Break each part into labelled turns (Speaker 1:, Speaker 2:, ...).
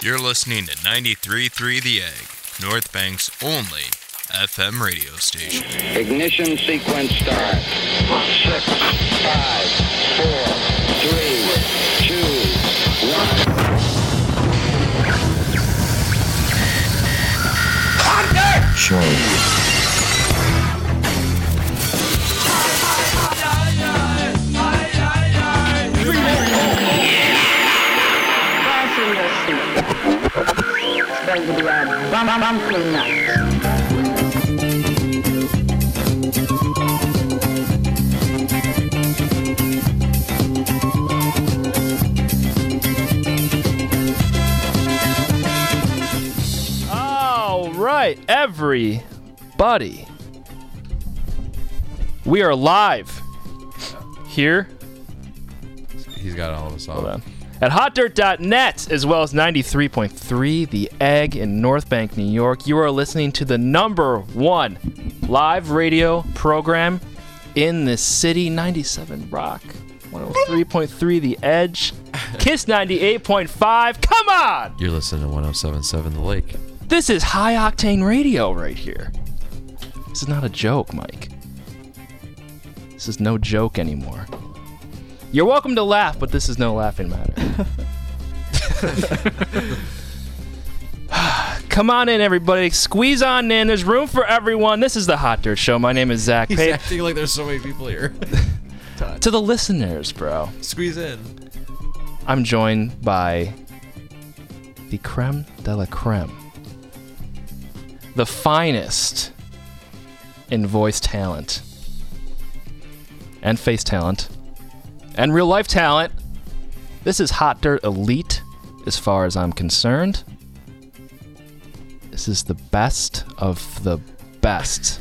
Speaker 1: You're listening to 93.3 The Egg, North Bank's only FM radio station.
Speaker 2: Ignition sequence start. Six, five, four, three, two, one.
Speaker 3: fasten your seat. It's going to be a bum bum bumpy night.
Speaker 4: All right, everybody. We are live here
Speaker 5: He's got all of us
Speaker 4: Hold
Speaker 5: on.
Speaker 4: on. at hotdirt.net as well as 93.3 The Egg in North Bank, New York. You are listening to the number one live radio program in the city 97 Rock, 103.3 The Edge, Kiss 98.5. Come on!
Speaker 5: You're listening to 1077 The Lake.
Speaker 4: This is high octane radio right here. This is not a joke, Mike. This is no joke anymore. You're welcome to laugh, but this is no laughing matter. Come on in, everybody. Squeeze on in. There's room for everyone. This is the Hot Dirt Show. My name is Zach
Speaker 5: He's
Speaker 4: Pate.
Speaker 5: acting like there's so many people here.
Speaker 4: To the listeners, bro,
Speaker 5: Squeeze in.
Speaker 4: I'm joined by the creme de la creme, the finest in voice talent, and face talent, and real life talent. This is Hot Dirt Elite, as far as I'm concerned. This is the best of the best.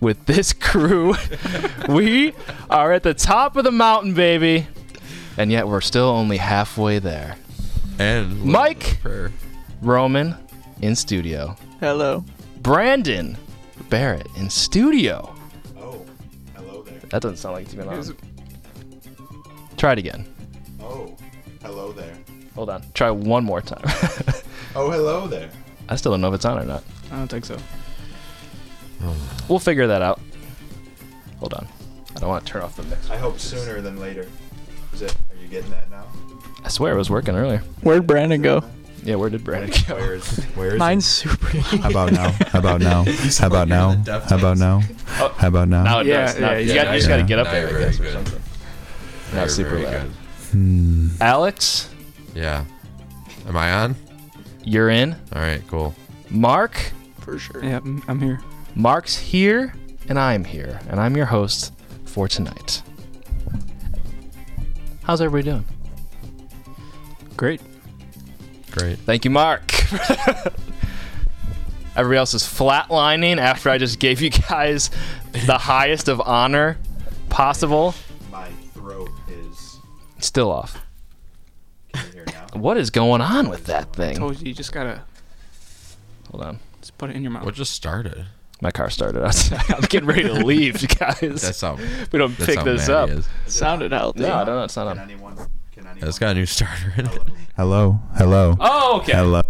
Speaker 4: With this crew, we are at the top of the mountain, baby, and yet we're still only halfway there.
Speaker 5: And
Speaker 4: Mike!
Speaker 5: Prayer.
Speaker 4: Roman in studio.
Speaker 6: Hello.
Speaker 4: Brandon Barrett in studio. Oh, hello there. That doesn't sound like it's even on. Try it again.
Speaker 7: Oh, hello there.
Speaker 4: Hold on. Try one more time.
Speaker 7: Oh, hello there.
Speaker 4: I still don't know if it's on or not. Hmm.
Speaker 6: I don't think so.
Speaker 4: We'll figure that out. Hold on. I don't want to turn off the mix.
Speaker 7: I hope sooner than later. Is it? Are you getting that now?
Speaker 4: I swear it was working earlier.
Speaker 6: Where'd Brandon go?
Speaker 4: Yeah, where did Brandon go?
Speaker 7: Where is? Where is?
Speaker 6: Mine's super.
Speaker 8: How about now? How about now? How about now? How about now?
Speaker 7: Oh.
Speaker 8: How about
Speaker 4: Now
Speaker 8: now?
Speaker 4: it
Speaker 6: Yeah,
Speaker 4: does. Now-
Speaker 6: yeah,
Speaker 4: you
Speaker 6: yeah,
Speaker 4: got-
Speaker 6: yeah.
Speaker 4: you just got to get up
Speaker 5: Now
Speaker 4: there.
Speaker 5: you're
Speaker 4: I guess,
Speaker 5: very
Speaker 4: or
Speaker 5: good.
Speaker 4: something.
Speaker 5: Now
Speaker 4: Not
Speaker 5: you're
Speaker 4: super
Speaker 5: very
Speaker 4: loud.
Speaker 5: good.
Speaker 4: Alex,
Speaker 5: Yeah. Am I on?
Speaker 4: you're in.
Speaker 5: All right, cool.
Speaker 4: Mark,
Speaker 6: Yeah, I'm, I'm here.
Speaker 4: Mark's here, and I'm here, and I'm your host for tonight. How's everybody doing?
Speaker 6: Great.
Speaker 5: Great.
Speaker 4: Thank you, Mark. Everybody else is flatlining after I just gave you guys the highest of honor possible.
Speaker 7: My throat is.
Speaker 4: It's still off.
Speaker 7: Can you hear now?
Speaker 4: What is going on with that thing?
Speaker 6: Told Oh, you, you just gotta
Speaker 4: Hold on.
Speaker 6: just put it in your mouth.
Speaker 5: What just started?
Speaker 4: My car started outside. I'm getting ready to leave, you guys.
Speaker 5: That's how.
Speaker 4: we don't
Speaker 5: That's
Speaker 4: pick
Speaker 5: how
Speaker 4: this
Speaker 5: mad
Speaker 4: up.
Speaker 5: He is.
Speaker 6: sounded healthy.
Speaker 4: No, I don't know. It's not
Speaker 7: Can
Speaker 4: on.
Speaker 7: anyone? Can anyone?
Speaker 5: It's got a new starter in it.
Speaker 8: Hello. Hello.
Speaker 4: Oh, okay.
Speaker 8: Hello.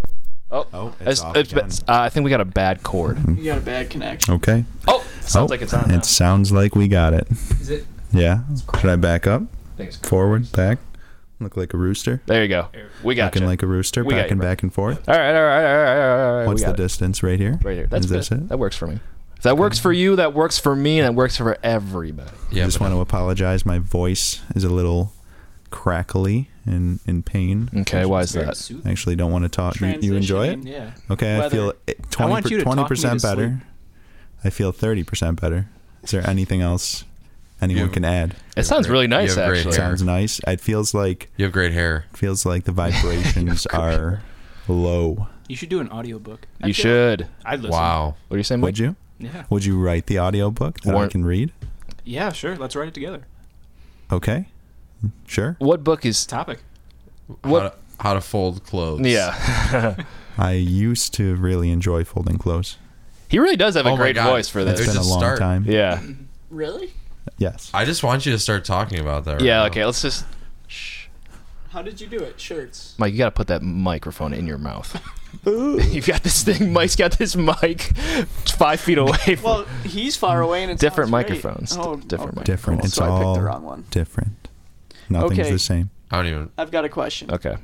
Speaker 4: Oh,
Speaker 8: Oh,
Speaker 4: it's, it's- it's- uh, I think we got a bad cord.
Speaker 6: You got a bad connection.
Speaker 8: Okay.
Speaker 4: Oh, sounds
Speaker 8: Oh,
Speaker 4: like it's on. now.
Speaker 8: It sounds like we got it.
Speaker 6: Is it?
Speaker 8: Yeah. Should I back up?
Speaker 4: Thanks.
Speaker 8: Forward? Back? Look like a rooster?
Speaker 4: There you go. We got
Speaker 8: Looking
Speaker 4: you.
Speaker 8: like a rooster?
Speaker 4: We got
Speaker 8: Back and
Speaker 4: you, bro.
Speaker 8: back and forth?
Speaker 4: all right, all right, all right, all right, all right.
Speaker 8: What's
Speaker 4: we got
Speaker 8: the
Speaker 4: it.
Speaker 8: distance right here?
Speaker 4: Right here. That's
Speaker 8: Is this
Speaker 4: good.
Speaker 8: it?
Speaker 4: That works for me. If that works for you, that works for me, and that works for everybody.
Speaker 5: Yeah,
Speaker 8: just
Speaker 5: but
Speaker 8: want to apologize. My voice is a little crackly and in pain.
Speaker 4: Okay, why is that?
Speaker 8: I actually don't want to talk. You, you enjoy it?
Speaker 6: Yeah.
Speaker 8: Okay, I
Speaker 6: Weather.
Speaker 8: feel
Speaker 6: I want you to talk me
Speaker 8: twenty percent
Speaker 6: to
Speaker 8: better.
Speaker 6: sleep.
Speaker 8: I feel thirty percent better. Is there anything else anyone
Speaker 5: You-
Speaker 8: can add?
Speaker 4: It sounds
Speaker 5: great-
Speaker 4: really nice,
Speaker 5: you have great
Speaker 4: actually.
Speaker 5: hair.
Speaker 8: Sounds nice. It feels like
Speaker 5: You have great hair.
Speaker 8: feels like the vibrations are low.
Speaker 6: You should do an audiobook.
Speaker 4: You should.
Speaker 6: I'd listen.
Speaker 5: Wow.
Speaker 4: What are you saying?
Speaker 8: Would you?
Speaker 6: Yeah.
Speaker 8: Would you write the audiobook that I
Speaker 4: Warren-
Speaker 8: can read?
Speaker 6: Yeah, sure. Let's write it together.
Speaker 8: Okay. Sure.
Speaker 4: What book is?
Speaker 6: Topic.
Speaker 5: How to,
Speaker 4: What?
Speaker 5: how to fold clothes.
Speaker 4: Yeah,
Speaker 8: I used to really enjoy folding clothes.
Speaker 4: he really does have a
Speaker 5: Oh my
Speaker 4: great
Speaker 5: God.
Speaker 4: voice for
Speaker 5: That's
Speaker 8: It's
Speaker 4: this.
Speaker 8: been a
Speaker 5: just
Speaker 8: long
Speaker 5: start.
Speaker 8: time.
Speaker 4: Yeah,
Speaker 6: Really?
Speaker 8: Yes.
Speaker 5: I just want you to start talking about that. Right
Speaker 4: yeah.
Speaker 5: now.
Speaker 4: Okay, let's just.
Speaker 6: How did you do it? Shirts.
Speaker 4: Mike, you got to put that microphone in your mouth. You've got this thing. Mike's got this mic five feet away. From,
Speaker 9: Well, he's far away and it's
Speaker 4: Different microphones.
Speaker 9: Oh,
Speaker 4: D- different
Speaker 9: okay.
Speaker 8: Different.
Speaker 9: Cool.
Speaker 8: It's
Speaker 9: so I
Speaker 8: all
Speaker 9: picked the wrong one.
Speaker 8: different. Nothing's
Speaker 9: Okay.
Speaker 8: the same.
Speaker 5: I don't even.
Speaker 9: I've got a question.
Speaker 4: okay.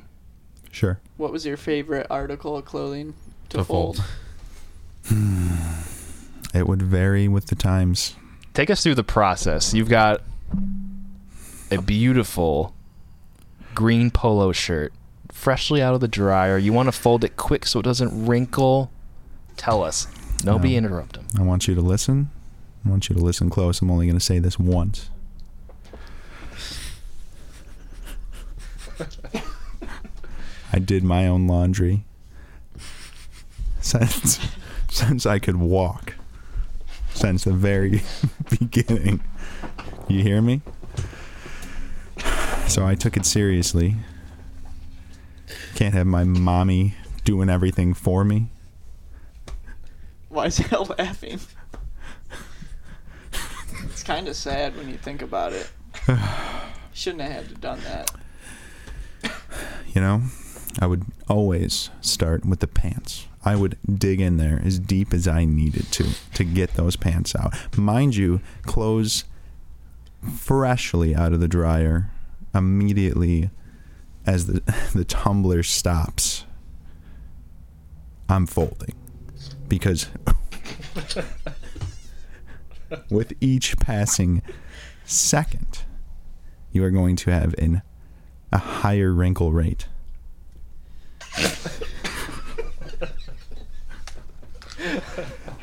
Speaker 8: Sure.
Speaker 9: What was your favorite article of clothing to,
Speaker 5: To
Speaker 9: fold?
Speaker 5: fold.
Speaker 8: It would vary with the times.
Speaker 4: Take us through the process. You've got a beautiful green polo shirt, freshly out of the dryer. You want to fold it quick so it doesn't wrinkle. Tell us. Don't be
Speaker 8: No.
Speaker 4: interrupting.
Speaker 8: I want you to listen. I want you to listen close. I'm only going to say this once. I did my own laundry since since I could walk. Since the very beginning. You hear me? So I took it seriously. Can't have my mommy doing everything for me.
Speaker 9: Why is he laughing? it's kind of sad when you think about it. Shouldn't have had to done that.
Speaker 8: you know i would always start with the pants i would dig in there as deep as i needed to to get those pants out mind you clothes freshly out of the dryer immediately as the the tumbler stops i'm folding because with each passing second you are going to have an a higher wrinkle rate.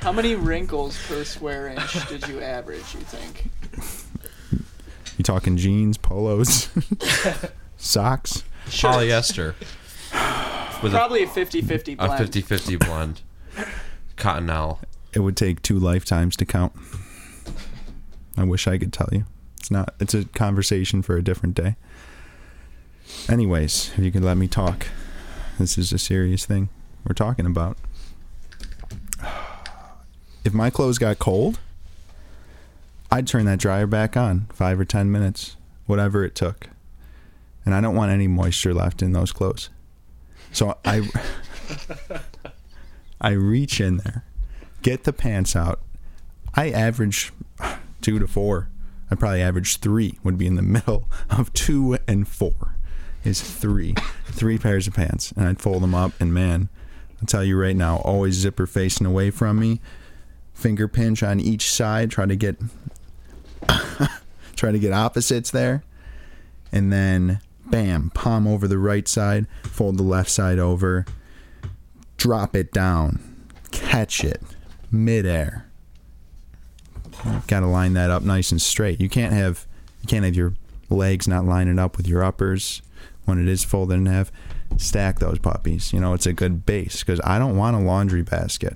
Speaker 9: How many wrinkles per square inch did you average, you think?
Speaker 8: You talking jeans, polos, socks?
Speaker 9: Sure.
Speaker 5: Polyester. With a,
Speaker 9: Probably a 50 50
Speaker 5: a
Speaker 9: blend.
Speaker 5: 50 50 blend. Cottonelle.
Speaker 8: It would take two lifetimes to count. I wish I could tell you. It's not. It's a conversation for a different day. Anyways, if you could let me talk, this is a serious thing we're talking about. If my clothes got cold, I'd turn that dryer back on five or ten minutes, whatever it took. And I don't want any moisture left in those clothes. So I, I reach in there, get the pants out. I average two to four. I probably average three would be in the middle of two and four is three. three pairs of pants. And I'd fold them up and man, I'll tell you right now, always zipper facing away from me. Finger pinch on each side, try to get try to get opposites there. And then bam, palm over the right side, fold the left side over, drop it down, catch it midair. Got to line that up nice and straight. You can't have you can't have your legs not lining up with your uppers when it is folded in half. Stack those puppies. You know it's a good base because I don't want a laundry basket.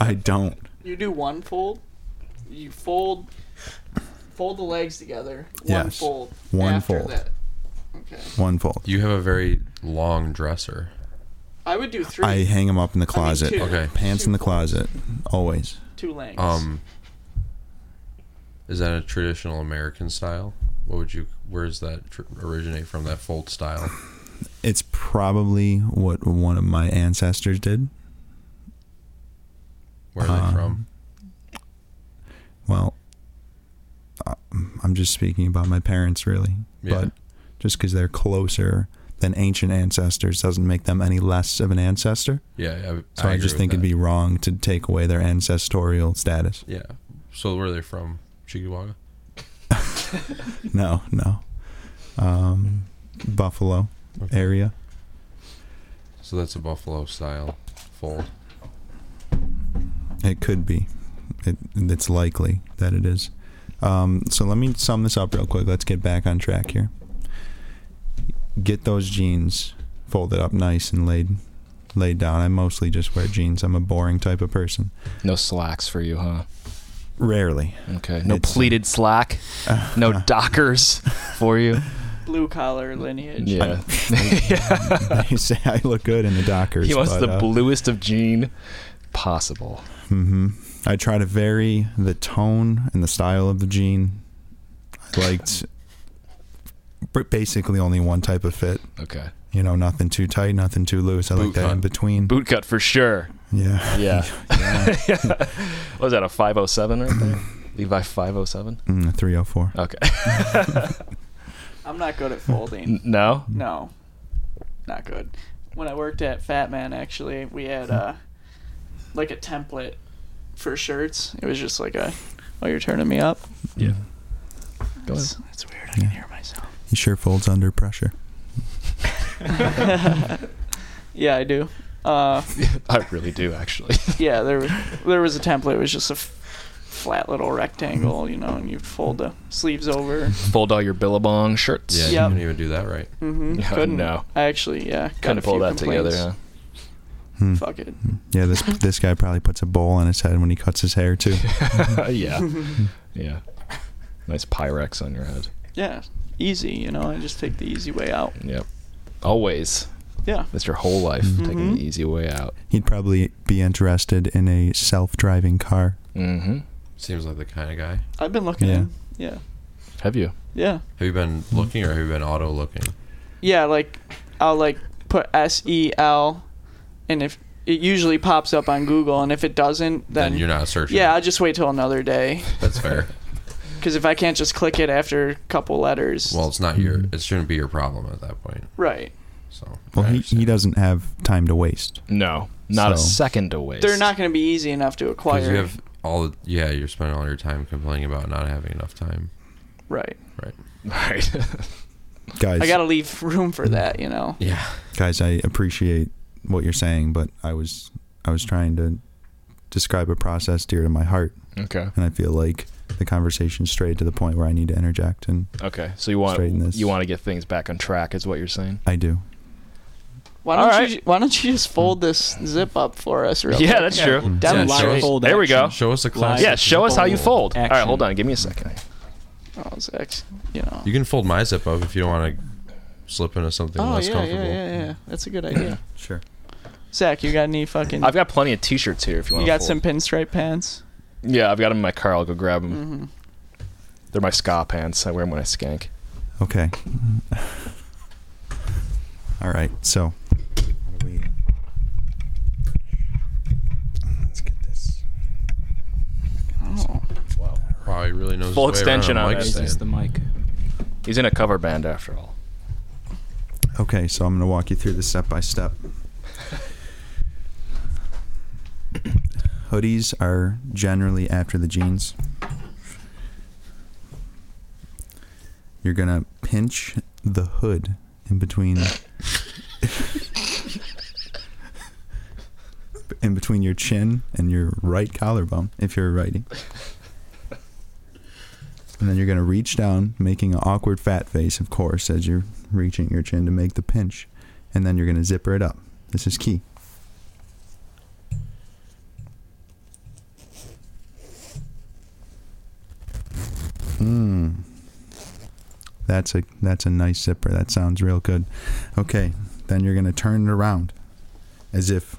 Speaker 8: I don't.
Speaker 9: You do one fold. You fold, fold the legs together. One
Speaker 8: Yes.
Speaker 9: fold.
Speaker 8: One
Speaker 9: after
Speaker 8: fold.
Speaker 9: That. Okay.
Speaker 8: One fold.
Speaker 5: You have a very long dresser.
Speaker 9: I would do three.
Speaker 8: I hang them up in the closet.
Speaker 9: two.
Speaker 5: Okay.
Speaker 8: Pants in the closet. Always.
Speaker 9: two lengths.
Speaker 5: Um, is that a traditional American style? What would you? Where does that tr- originate from? That fold style.
Speaker 8: It's probably what one of my ancestors did.
Speaker 5: Where are they from?
Speaker 8: Well, I- I'm just speaking about my parents, really.
Speaker 5: Yeah.
Speaker 8: But just because they're closer than ancient ancestors doesn't make them any less of an ancestor.
Speaker 5: Yeah, yeah.
Speaker 8: So I,
Speaker 5: agree
Speaker 8: just
Speaker 5: with
Speaker 8: think it'd
Speaker 5: that.
Speaker 8: be wrong to take away their ancestorial status.
Speaker 5: Yeah. So where are they from? Chickawaga.
Speaker 8: No, no. Um, Buffalo area.
Speaker 5: So that's a Buffalo style fold.
Speaker 8: It could be. It, it's likely that it is. Um, so let me sum this up real quick. Let's get back on track here. Get those jeans folded up nice and laid laid down. I mostly just wear jeans. I'm a boring type of person.
Speaker 4: No slacks for you, huh?
Speaker 8: Rarely.
Speaker 4: Okay. uh, No
Speaker 8: It's-
Speaker 4: pleated slack. No dockers for you.
Speaker 9: Blue collar lineage.
Speaker 4: Yeah.
Speaker 8: they say I look good in the Dockers.
Speaker 4: He wants
Speaker 8: but,
Speaker 4: the
Speaker 8: uh,
Speaker 4: bluest of jean possible.
Speaker 8: I try to vary the tone and the style of the jean. I liked b- basically only one type of fit.
Speaker 4: Okay.
Speaker 8: You know, nothing too tight, nothing too loose. I like
Speaker 5: Boot
Speaker 8: that in
Speaker 5: cut.
Speaker 8: between.
Speaker 4: Boot cut for sure.
Speaker 8: Yeah.
Speaker 4: Yeah. Was that a 507 right there? Levi 507?
Speaker 8: Mm, 304.
Speaker 9: Uh,
Speaker 4: Okay.
Speaker 9: I'm not good at folding.
Speaker 4: N- no?
Speaker 9: No, not good. When I worked at Fat Man, actually, we had uh, like a template for shirts. It was just like a, oh, you're turning me up.
Speaker 4: Yeah. Go ahead.
Speaker 9: It's, it's weird. I can hear myself.
Speaker 8: He sure folds under pressure.
Speaker 9: Yeah, I do. Uh,
Speaker 4: I really do, actually.
Speaker 9: yeah, there was there was a template. It was just a f- flat little rectangle, you know, and you'd fold the sleeves over.
Speaker 4: Fold all your Billabong shirts.
Speaker 5: Yeah,
Speaker 9: Yep.
Speaker 5: you couldn't even do that right.
Speaker 9: Mm-hmm.
Speaker 4: Yeah,
Speaker 9: Couldn't.
Speaker 4: no.
Speaker 9: I actually, yeah. got
Speaker 4: Kind
Speaker 9: a
Speaker 4: of pull
Speaker 9: few
Speaker 4: that together,
Speaker 9: complaints.
Speaker 4: huh?
Speaker 8: Hmm.
Speaker 9: Fuck it.
Speaker 8: Yeah, this this guy probably puts a bowl on his head when he cuts his hair too.
Speaker 4: yeah. Yeah. Nice Pyrex on your head.
Speaker 9: Yeah, easy. You know, I just take the easy way out.
Speaker 4: Yep. Always.
Speaker 9: Yeah.
Speaker 4: That's your whole life, taking the easy way out.
Speaker 8: He'd probably be interested in a self-driving car.
Speaker 4: Mm-hmm.
Speaker 5: Seems like the kind of guy.
Speaker 9: I've been looking.
Speaker 8: Yeah.
Speaker 9: in. Yeah.
Speaker 4: Have you?
Speaker 9: Yeah.
Speaker 5: Have you been looking or have you been auto looking?
Speaker 9: Yeah, like I'll like put S E L and if it usually pops up on Google and if it doesn't then,
Speaker 5: Then you're not searching.
Speaker 9: Yeah, I'll just wait till another day
Speaker 5: that's fair.
Speaker 9: cuz if I can't just click it after a couple letters.
Speaker 5: Well, it's not your. It shouldn't be your problem at that point.
Speaker 9: right.
Speaker 5: So.
Speaker 8: Well,
Speaker 5: I
Speaker 8: he,
Speaker 5: understand.
Speaker 8: he doesn't have time to waste.
Speaker 4: No. Not a
Speaker 8: So-
Speaker 4: second to waste.
Speaker 9: They're not going to be easy enough to
Speaker 5: 'Cause
Speaker 9: acquire.
Speaker 5: you have all. The, yeah, you're spending all your time complaining about not having enough time.
Speaker 9: right.
Speaker 5: Right.
Speaker 4: Right.
Speaker 8: Guys,
Speaker 9: I got to leave room for that, you know.
Speaker 5: Mm-hmm. Yeah.
Speaker 8: guys, I appreciate what you're saying, but I was I was trying to describe a process dear to my heart,
Speaker 4: okay.
Speaker 8: and I feel like the conversation strayed to the point where I need to interject, and
Speaker 4: Okay. So you want
Speaker 8: Straighten this.
Speaker 4: you want to get things back on track, is what you're saying?
Speaker 8: I do.
Speaker 9: Why don't
Speaker 4: Alright.
Speaker 9: you why don't you just fold this zip up for us real quick?
Speaker 4: that's
Speaker 6: Yeah,
Speaker 5: Demonstrate.
Speaker 6: live fold
Speaker 4: There we go.
Speaker 6: action.
Speaker 5: Show us a class.
Speaker 4: Yeah, show us how you fold. All right,
Speaker 6: Action.
Speaker 4: hold on. Give me a second.
Speaker 9: Oh, Zach, you know.
Speaker 5: You can fold my zip up if you don't want to slip into something
Speaker 9: Oh
Speaker 5: less
Speaker 9: yeah, yeah,
Speaker 5: comfortable.
Speaker 9: yeah, yeah. That's a good idea.
Speaker 8: Sure.
Speaker 9: Zach, you got any fucking?
Speaker 4: I've got plenty of t-shirts here if you want.
Speaker 9: you got some pinstripe pants?
Speaker 4: Yeah, I've got them in my car. I'll go grab them. They're my ska pants. I wear them when I skank.
Speaker 8: Okay. All right. So. How do we- Let's get this.
Speaker 5: Wow, he really knows.
Speaker 4: Full
Speaker 5: his way around
Speaker 4: extension
Speaker 5: a
Speaker 4: on
Speaker 5: mic
Speaker 4: it.
Speaker 6: Is this
Speaker 5: stand.
Speaker 6: the mic?
Speaker 4: He's in a cover band after all.
Speaker 8: Okay, so I'm going to walk you through this step by step. Hoodies are generally after the jeans. You're going to pinch the hood in between in between your chin and your right collarbone if you're righty. And then you're going to reach down, making an awkward fat face, of course, as you're reaching your chin to make the pinch. And then you're going to zipper it up. This is key. Mmm. That's a that's a nice zipper. That sounds real good. Okay, then you're gonna turn it around, as if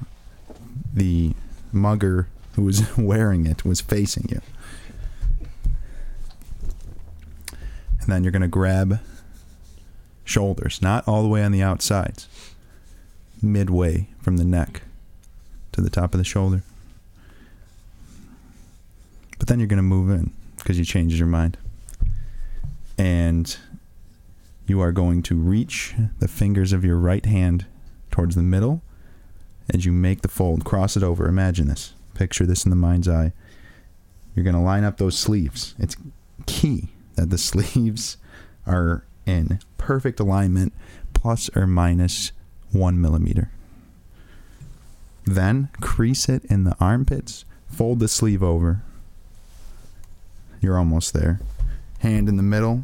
Speaker 8: the mugger who was wearing it was facing you. and then you're going to grab shoulders, not all the way on the outsides, midway from the neck to the top of the shoulder. But then you're going to move in because you changed your mind. And you are going to reach the fingers of your right hand towards the middle as you make the fold. Cross it over. Imagine this. Picture this in the mind's eye. You're going to line up those sleeves. It's key that the sleeves are in perfect alignment, plus or minus one millimeter. Then crease it in the armpits, fold the sleeve over. You're almost there. Hand in the middle.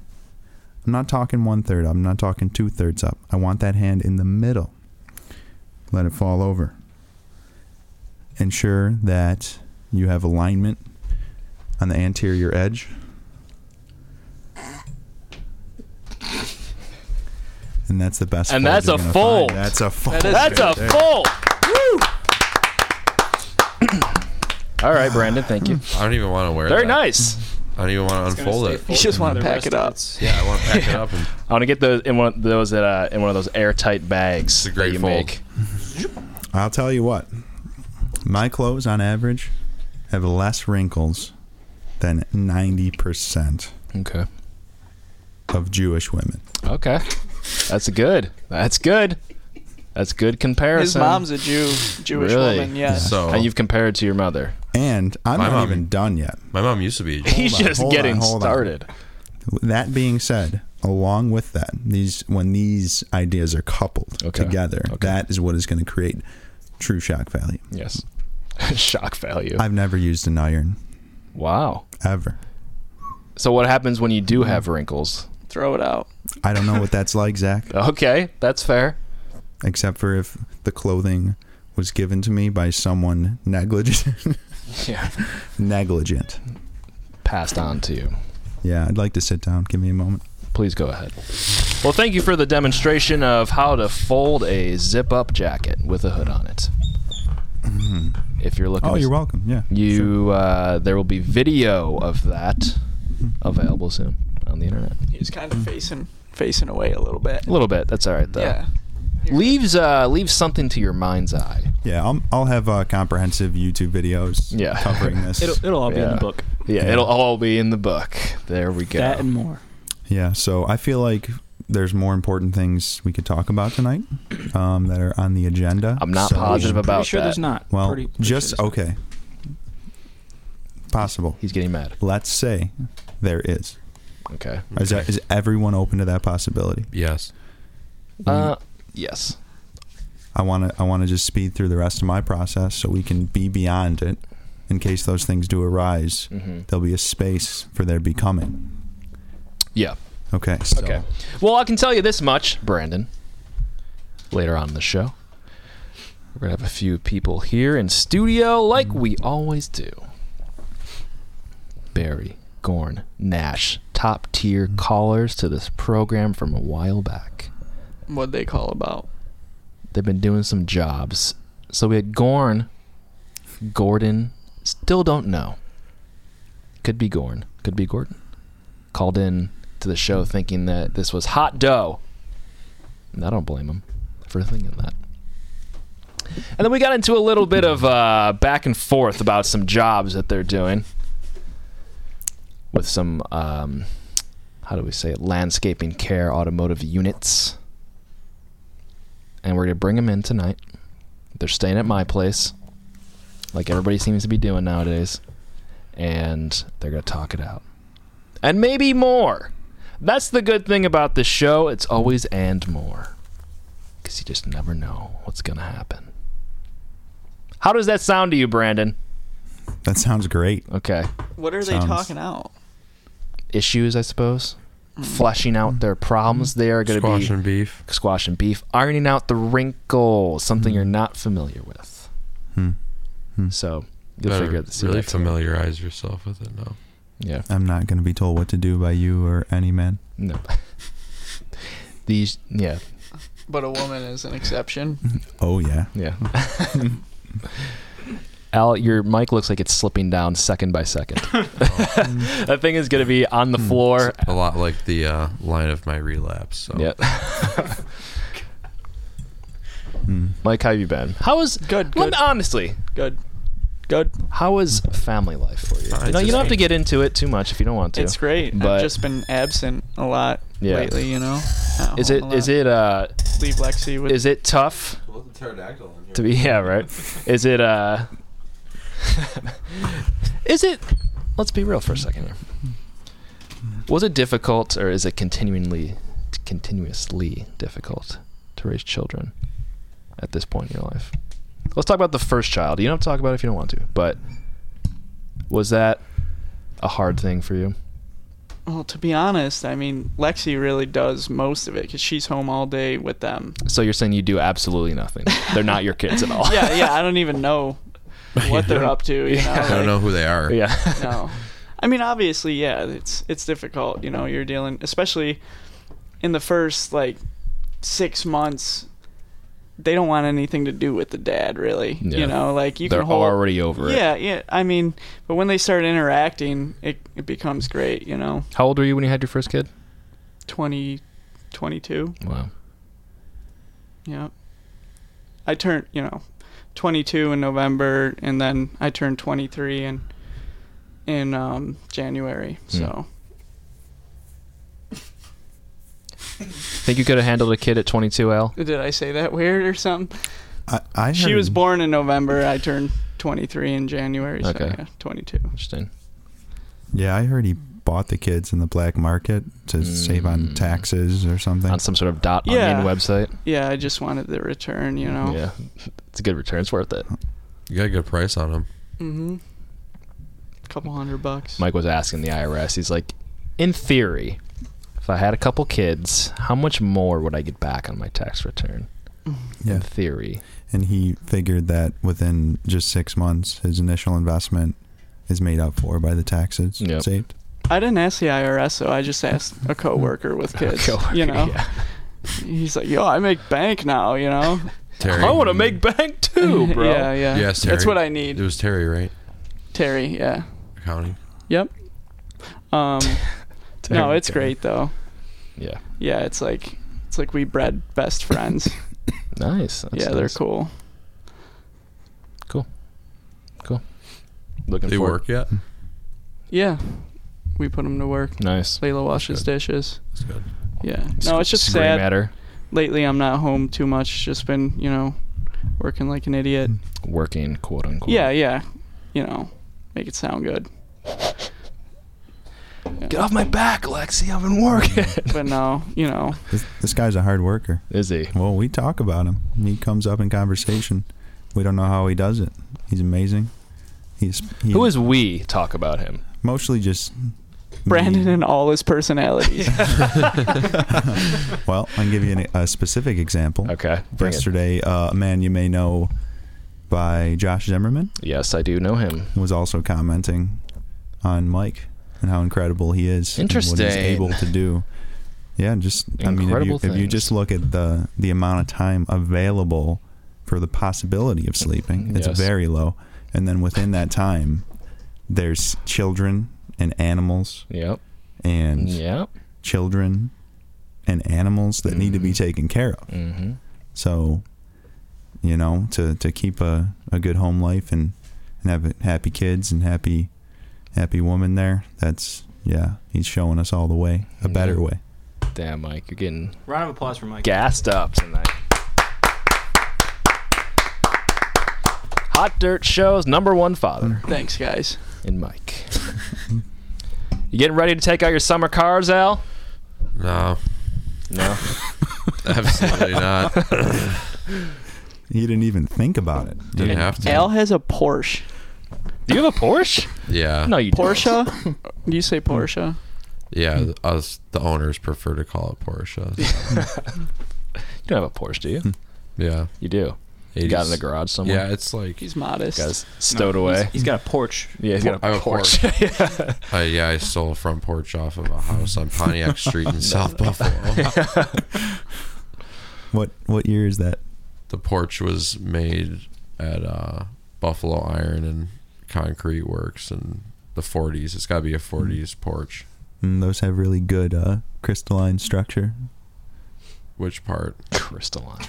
Speaker 8: I'm not talking one third up, I'm not talking two thirds up. I want that hand in the middle. Let it fall over. Ensure that you have alignment on the anterior edge. And that's the best.
Speaker 4: And
Speaker 8: fold
Speaker 4: that's
Speaker 8: you're
Speaker 4: a
Speaker 8: gonna
Speaker 4: fold.
Speaker 8: Find. That's a fold.
Speaker 4: That's
Speaker 8: right
Speaker 4: a
Speaker 8: there.
Speaker 4: full. All right, Brandon. Thank you.
Speaker 5: I don't even want to wear.
Speaker 4: Very
Speaker 5: that.
Speaker 4: nice.
Speaker 5: I don't even want to unfold it.
Speaker 9: You just want to pack it up.
Speaker 5: Yeah, I want to pack it up and
Speaker 4: I want to get those in one of those that, uh, in one of those airtight bags
Speaker 5: a
Speaker 4: that
Speaker 5: great
Speaker 4: you
Speaker 5: fold.
Speaker 4: make.
Speaker 8: I'll tell you what. My clothes, on average, have less wrinkles than 90%
Speaker 4: Okay.
Speaker 8: of Jewish women.
Speaker 4: Okay. That's good. That's good. That's good comparison.
Speaker 9: His mom's a Jew, Jewish
Speaker 4: Really?
Speaker 9: woman. Yeah.
Speaker 5: so.
Speaker 4: and you've compared to your mother.
Speaker 8: And I'm
Speaker 5: My
Speaker 8: not
Speaker 5: mom-
Speaker 8: even done yet.
Speaker 5: my mom used to be.
Speaker 4: He's
Speaker 8: on,
Speaker 4: just
Speaker 8: hold on,
Speaker 4: getting
Speaker 8: hold on.
Speaker 4: started.
Speaker 8: That being said, along with that, these when these ideas are coupled
Speaker 4: Okay.
Speaker 8: together,
Speaker 4: Okay.
Speaker 8: that is what is going to create true shock value.
Speaker 4: Yes. Shock value.
Speaker 8: I've never used an iron
Speaker 4: wow.
Speaker 8: ever.
Speaker 4: So what happens when you do have wrinkles?
Speaker 9: Throw it out.
Speaker 8: I don't know what that's like, Zach.
Speaker 4: Okay, that's fair.
Speaker 8: except for if the clothing was given to me by someone negligent.
Speaker 4: Yeah.
Speaker 8: negligent.
Speaker 4: Passed on to you.
Speaker 8: Yeah, I'd like to sit down. Give me a moment.
Speaker 4: Please go ahead. Well, thank you for the demonstration of how to fold a zip-up jacket with a hood on it. If you're looking,
Speaker 8: Oh,
Speaker 4: to-
Speaker 8: you're welcome. Yeah.
Speaker 4: You,
Speaker 8: sure.
Speaker 4: uh, there will be video of that
Speaker 8: Mm-hmm.
Speaker 4: available soon on the internet.
Speaker 9: He's kind
Speaker 4: Mm.
Speaker 9: of facing facing away a little bit.
Speaker 4: A little bit. That's all right though.
Speaker 9: Yeah.
Speaker 4: Leaves uh, leaves something to your mind's eye.
Speaker 8: Yeah, I'll, I'll have uh, comprehensive YouTube videos
Speaker 4: Yeah.
Speaker 8: covering this.
Speaker 6: It'll, it'll all be in
Speaker 4: Yeah.
Speaker 6: the book.
Speaker 4: Yeah, it'll all be in the book. There we go.
Speaker 6: That and more.
Speaker 8: yeah, so I feel like there's more important things we could talk about tonight um, that are on the agenda.
Speaker 4: I'm not
Speaker 8: So-
Speaker 4: positive about
Speaker 6: Pretty sure
Speaker 4: that.
Speaker 6: there's not.
Speaker 8: Well,
Speaker 6: Pretty- pretty sure
Speaker 8: just
Speaker 6: there's not.
Speaker 8: okay. Possible.
Speaker 4: He's getting mad.
Speaker 8: Let's say there is.
Speaker 4: Okay.
Speaker 8: Is, that, is everyone open to that possibility?
Speaker 5: Yes.
Speaker 8: Mm-hmm.
Speaker 4: Uh, yes.
Speaker 8: I want to I want to just speed through the rest of my process so we can be beyond it in case those things do arise. There'll be a space for their becoming.
Speaker 4: Yeah.
Speaker 8: Okay. So
Speaker 4: Okay. Well, I can tell you this much, Brandon. Later on in the show, we're gonna have a few people here in studio, like we always do. Barry, Gorn, Nash, top tier callers to this program from a while back.
Speaker 9: What they call about?
Speaker 4: They've been doing some jobs. So we had Gorn, Gordon. Still don't know. Could be Gorn. Could be Gordon. Called in to the show thinking that this was hot dough. And I don't blame him for thinking that. And then we got into a little bit of uh, back and forth about some jobs that they're doing with some, um, how do we say it, landscaping care automotive units. And we're going to bring them in tonight. They're staying at my place like everybody seems to be doing nowadays, and they're going to talk it out. And maybe more. That's the good thing about this show. It's always and more. Because you just never know what's going to happen. How does that sound to you, Brandon?
Speaker 8: that sounds great.
Speaker 4: Okay.
Speaker 9: What are
Speaker 8: Sounds-
Speaker 9: they talking out?
Speaker 4: Issues, I suppose. Fleshing out their problems. They are going to
Speaker 5: Squash
Speaker 4: be
Speaker 5: and beef.
Speaker 4: squash and beef, ironing out the wrinkles, something you're not familiar with.
Speaker 8: Hmm. Hmm.
Speaker 4: So you'll
Speaker 5: Better
Speaker 4: figure out the secret
Speaker 5: really
Speaker 4: to it.
Speaker 5: familiarize yourself with it now.
Speaker 4: Yeah.
Speaker 8: I'm not going to be told what to do by you or any man.
Speaker 4: No. These, yeah,
Speaker 9: But a woman is an exception.
Speaker 8: Oh yeah.
Speaker 4: yeah. Al, your mic looks like it's slipping down second by second. that thing is going to be on the
Speaker 5: Hmm.
Speaker 4: floor.
Speaker 5: A lot like the uh, line of my relapse. So.
Speaker 4: Yeah.
Speaker 8: Hmm.
Speaker 4: Mike, how you been? How is Let
Speaker 9: Good,
Speaker 4: me-
Speaker 9: good.
Speaker 4: honestly,
Speaker 9: Good. Good.
Speaker 4: how is family life for you? you know,
Speaker 5: Uh, it's
Speaker 4: you don't
Speaker 5: just-
Speaker 4: have to get into it too much if you don't want to.
Speaker 9: It's great.
Speaker 4: But-
Speaker 9: I've just been absent a lot
Speaker 4: Yeah.
Speaker 9: lately, you know. Not
Speaker 4: Is it
Speaker 9: home a
Speaker 4: is
Speaker 9: lot.
Speaker 4: it uh
Speaker 9: leave Lexi with
Speaker 4: is it tough to be yeah right is it uh is it let's be real for a second here was it difficult or is it continually continuously difficult to raise children at this point in your life let's talk about the first child you don't have to talk about it if you don't want to but was that a hard thing for you
Speaker 9: Well, to be honest, I mean, Lexi really does most of it because she's home all day with them.
Speaker 4: so you're saying you do absolutely nothing they're not your kids at all
Speaker 9: Yeah, yeah. I don't even know what they're up to. You know,
Speaker 5: I don't know
Speaker 9: like,
Speaker 5: who they are.
Speaker 4: yeah
Speaker 9: No, I mean, obviously, yeah. It's it's difficult. You know, you're dealing, especially in the first like six months. they don't want anything to do with the dad really.
Speaker 4: Yeah.
Speaker 9: You know, like you
Speaker 4: They're
Speaker 9: can hold,
Speaker 4: already over it.
Speaker 9: Yeah, yeah. I mean, but when they start interacting, it it becomes great. You know,
Speaker 4: How old were you when you had your first kid?
Speaker 9: 20, 22.
Speaker 4: Wow.
Speaker 9: Yeah. I turned, you know, 22 in November, and then I turned 23 in in um, January.
Speaker 4: Hmm.
Speaker 9: So
Speaker 4: Think you could have handled a kid at 22, Al?
Speaker 9: did I say that weird or something?
Speaker 8: I, I
Speaker 9: She
Speaker 8: heard-
Speaker 9: was born in November. I turned 23 in January. So
Speaker 4: Okay.
Speaker 9: yeah, 22.
Speaker 4: Interesting.
Speaker 8: Yeah, I heard he bought the kids in the black market to save on taxes or something.
Speaker 4: On some sort of dot
Speaker 9: Yeah.
Speaker 4: onion website.
Speaker 9: Yeah, I just wanted the return. You know.
Speaker 4: Yeah. It's a good return. It's worth it.
Speaker 5: You got a good price on him.
Speaker 9: Mm-hmm. Couple hundred bucks.
Speaker 4: Mike was asking the IRS. He's like, in theory, if I had a couple kids, how much more would I get back on my tax return?
Speaker 8: Yeah.
Speaker 4: In theory.
Speaker 8: And he figured that within just six months, his initial investment is made up for by the taxes
Speaker 4: Yep.
Speaker 8: saved.
Speaker 9: I didn't ask the IRS, so I just asked a coworker with kids.
Speaker 4: Coworker,
Speaker 9: you know,
Speaker 4: yeah.
Speaker 9: he's like, "Yo, I make bank now." You know.
Speaker 5: Terry.
Speaker 4: I want to make bank too, bro.
Speaker 9: Yeah, yeah.
Speaker 5: Yes, Terry.
Speaker 9: That's what I
Speaker 5: It
Speaker 9: need.
Speaker 5: was Terry, right?
Speaker 9: Terry, yeah.
Speaker 5: Accounting.
Speaker 9: Yep. Um No,
Speaker 4: Terry,
Speaker 9: it's
Speaker 4: Terry.
Speaker 9: great though.
Speaker 4: Yeah.
Speaker 9: Yeah, it's like it's like we bred best friends.
Speaker 4: Nice. That's
Speaker 9: yeah,
Speaker 4: nice.
Speaker 9: they're cool.
Speaker 4: Looking
Speaker 5: They
Speaker 4: forward-
Speaker 5: work yet?
Speaker 9: Yeah. We put them to work.
Speaker 4: Nice.
Speaker 9: Layla washes
Speaker 5: good.
Speaker 9: dishes.
Speaker 5: That's good.
Speaker 9: Yeah. No, it's just
Speaker 4: Scream
Speaker 9: sad.
Speaker 4: at her.
Speaker 9: Lately I'm not home too much. Just been, you know, working like an idiot.
Speaker 8: Mm,
Speaker 4: Working, quote unquote.
Speaker 9: Yeah, yeah. You know, make it sound good.
Speaker 4: Get off my back, Lexi. I've been working.
Speaker 9: But no, you know,
Speaker 8: This, this guy's a hard worker.
Speaker 4: Is he?
Speaker 8: Well, we talk about him. He comes up in conversation. We don't know how he does it. He's amazing. He's he
Speaker 4: Who is we talk about him?
Speaker 8: mostly just
Speaker 9: Brandon and all his personalities.
Speaker 8: Well, I can give you an, a specific example.
Speaker 4: Okay. Bring it.
Speaker 8: Yesterday, uh, a man you may know by Josh Zimmerman
Speaker 4: Yes, I do know him.
Speaker 8: was also commenting on Mike and how incredible he is. and what he's
Speaker 4: Interesting.
Speaker 8: able to do. Yeah, just I mean,
Speaker 4: Incredible
Speaker 8: if you, if you
Speaker 4: things.
Speaker 8: just look at the the amount of time available for the possibility of sleeping, it's
Speaker 4: Yes.
Speaker 8: very low. And then within that time, there's children and animals
Speaker 4: Yep.
Speaker 8: and
Speaker 4: Yep.
Speaker 8: children and animals that need to be taken care of.
Speaker 4: Mm-hmm.
Speaker 8: So, you know, to, to keep a, a good home life and, and have happy kids and happy happy woman there, that's yeah, he's showing us all the way, a better
Speaker 4: Yeah.
Speaker 8: way.
Speaker 4: Damn, Mike, you're getting
Speaker 6: Round of applause for Mike.
Speaker 4: gassed up tonight. Hot Dirt Show's number one father
Speaker 9: Thanks, guys.
Speaker 4: in Mike. you getting ready to take out your summer cars, Al?
Speaker 5: No,
Speaker 4: No.
Speaker 5: absolutely not.
Speaker 8: He didn't even think about it.
Speaker 5: Didn't have to.
Speaker 9: Al has a Porsche.
Speaker 4: Do you have a Porsche?
Speaker 5: Yeah.
Speaker 4: No, you
Speaker 9: Porsche? Do you
Speaker 8: Mm.
Speaker 9: say Porsche?
Speaker 5: Yeah.
Speaker 4: Hmm.
Speaker 5: th- Us, the owners, prefer to call it Porsche. so,
Speaker 4: don't. You don't have a Porsche, do you?
Speaker 5: yeah.
Speaker 4: You do. You got it in the
Speaker 5: 80s.
Speaker 4: garage somewhere.
Speaker 5: Yeah, it's like.
Speaker 9: He's modest.
Speaker 4: Got it stowed away.
Speaker 6: He's got a porch.
Speaker 4: yeah, he's got
Speaker 5: I
Speaker 4: a
Speaker 5: have a
Speaker 4: Porsche. yeah.
Speaker 5: Uh, yeah, I stole a front porch off of a house on Pontiac Street in South Buffalo.
Speaker 8: What what year is that?
Speaker 5: the porch was made at uh, Buffalo Iron and Concrete Works in the 40s. It's got to be a 40s porch.
Speaker 8: Mm, those have really good uh, crystalline structure.
Speaker 5: Which part?
Speaker 4: Crystalline.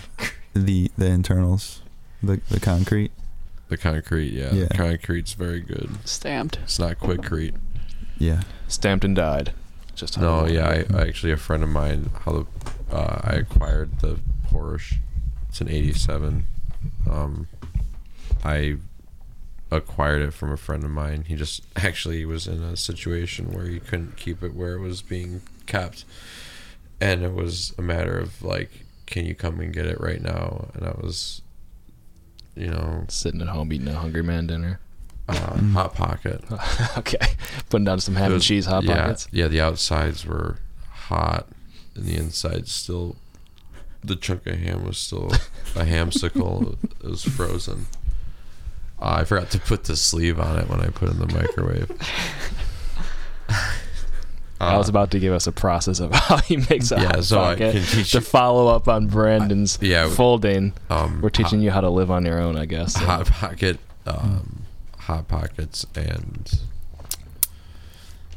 Speaker 8: The the internals, the the concrete.
Speaker 5: The concrete, yeah.
Speaker 8: Yeah.
Speaker 5: The concrete's very good.
Speaker 9: Stamped.
Speaker 5: It's not quickcrete.
Speaker 8: Yeah.
Speaker 4: Stamped and died. Just
Speaker 5: No, Oh, yeah. I, I actually a friend of mine. How the uh, I acquired the Porsche. It's an '87. Um, I acquired it from a friend of mine. He just actually was in a situation where he couldn't keep it where it was being kept, and it was a matter of like, can you come and get it right now? And I was, you know,
Speaker 4: Sitting at home eating a Hungry Man dinner.
Speaker 5: uh, hot pocket.
Speaker 4: okay. Putting down some ham
Speaker 5: It
Speaker 4: and
Speaker 5: was-
Speaker 4: cheese hot
Speaker 5: yeah,
Speaker 4: Uh, pockets.
Speaker 5: Yeah, the outsides were hot, and the insides still. The chunk of ham was still a hamsicle. it was frozen. Uh, I forgot to put the sleeve on it when I put it in the microwave.
Speaker 4: I was about to give us a process of how he makes a
Speaker 5: uh, Yeah,
Speaker 4: hot
Speaker 5: so I
Speaker 4: pocket.
Speaker 5: can teach
Speaker 4: to
Speaker 5: you-
Speaker 4: follow up on Brandon's
Speaker 5: yeah, w-
Speaker 4: folding,
Speaker 5: um,
Speaker 4: we're teaching you how to live on your own, I guess. so.
Speaker 5: Hot Pocket, um,
Speaker 4: Hmm.
Speaker 5: Hot Pockets, and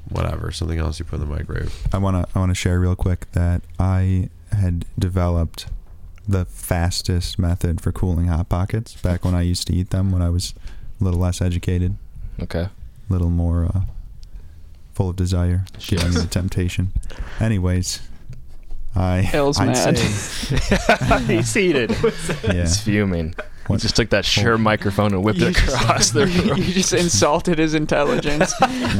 Speaker 5: whatever something else you put in the microwave.
Speaker 8: I wanna I wanna share real quick that I had developed the fastest method for cooling hot pockets back when I used to eat them when I was a little less educated,
Speaker 4: Okay.
Speaker 8: a little more uh, full of desire, giving the temptation. Anyways, I
Speaker 9: El's
Speaker 8: I'd
Speaker 9: mad.
Speaker 8: say
Speaker 4: He's heated.
Speaker 8: yeah.
Speaker 4: He's fuming. He
Speaker 8: What-
Speaker 4: just took that sure microphone and whipped
Speaker 9: You
Speaker 4: it
Speaker 9: just-
Speaker 4: across the room.
Speaker 9: you just insulted his intelligence.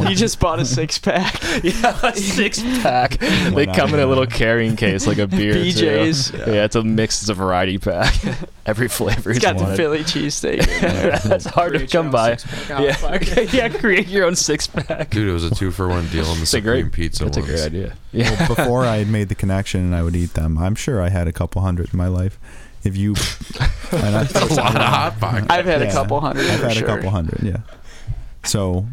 Speaker 9: he just bought a six pack.
Speaker 4: yeah, six pack. They
Speaker 8: not?
Speaker 4: come in a little carrying case like a beer. too.
Speaker 9: BJ's.
Speaker 4: Yeah. it's a mix. It's a variety pack. Every flavor
Speaker 9: He's
Speaker 4: is
Speaker 9: got the
Speaker 4: wanted.
Speaker 9: Philly cheesesteak.
Speaker 4: That's hard to
Speaker 6: Create
Speaker 4: come
Speaker 6: your own
Speaker 4: by.
Speaker 6: six-pack hot
Speaker 4: Yeah.
Speaker 6: pocket.
Speaker 4: yeah, create your own six pack.
Speaker 5: Dude, it was a two for one deal on the
Speaker 4: That's a
Speaker 5: Supreme
Speaker 4: great-
Speaker 5: Pizza
Speaker 4: That's a
Speaker 5: ones.
Speaker 4: great idea. Yeah.
Speaker 8: before I had made the connection and I would eat them. I'm sure I had a couple hundred in my life. If you, and I-
Speaker 5: That's a lot of Hot Pockets.
Speaker 9: I've had a
Speaker 8: Yeah.
Speaker 9: couple 100
Speaker 8: I've
Speaker 9: for
Speaker 8: had
Speaker 9: sure.
Speaker 8: a couple hundred, yeah. So,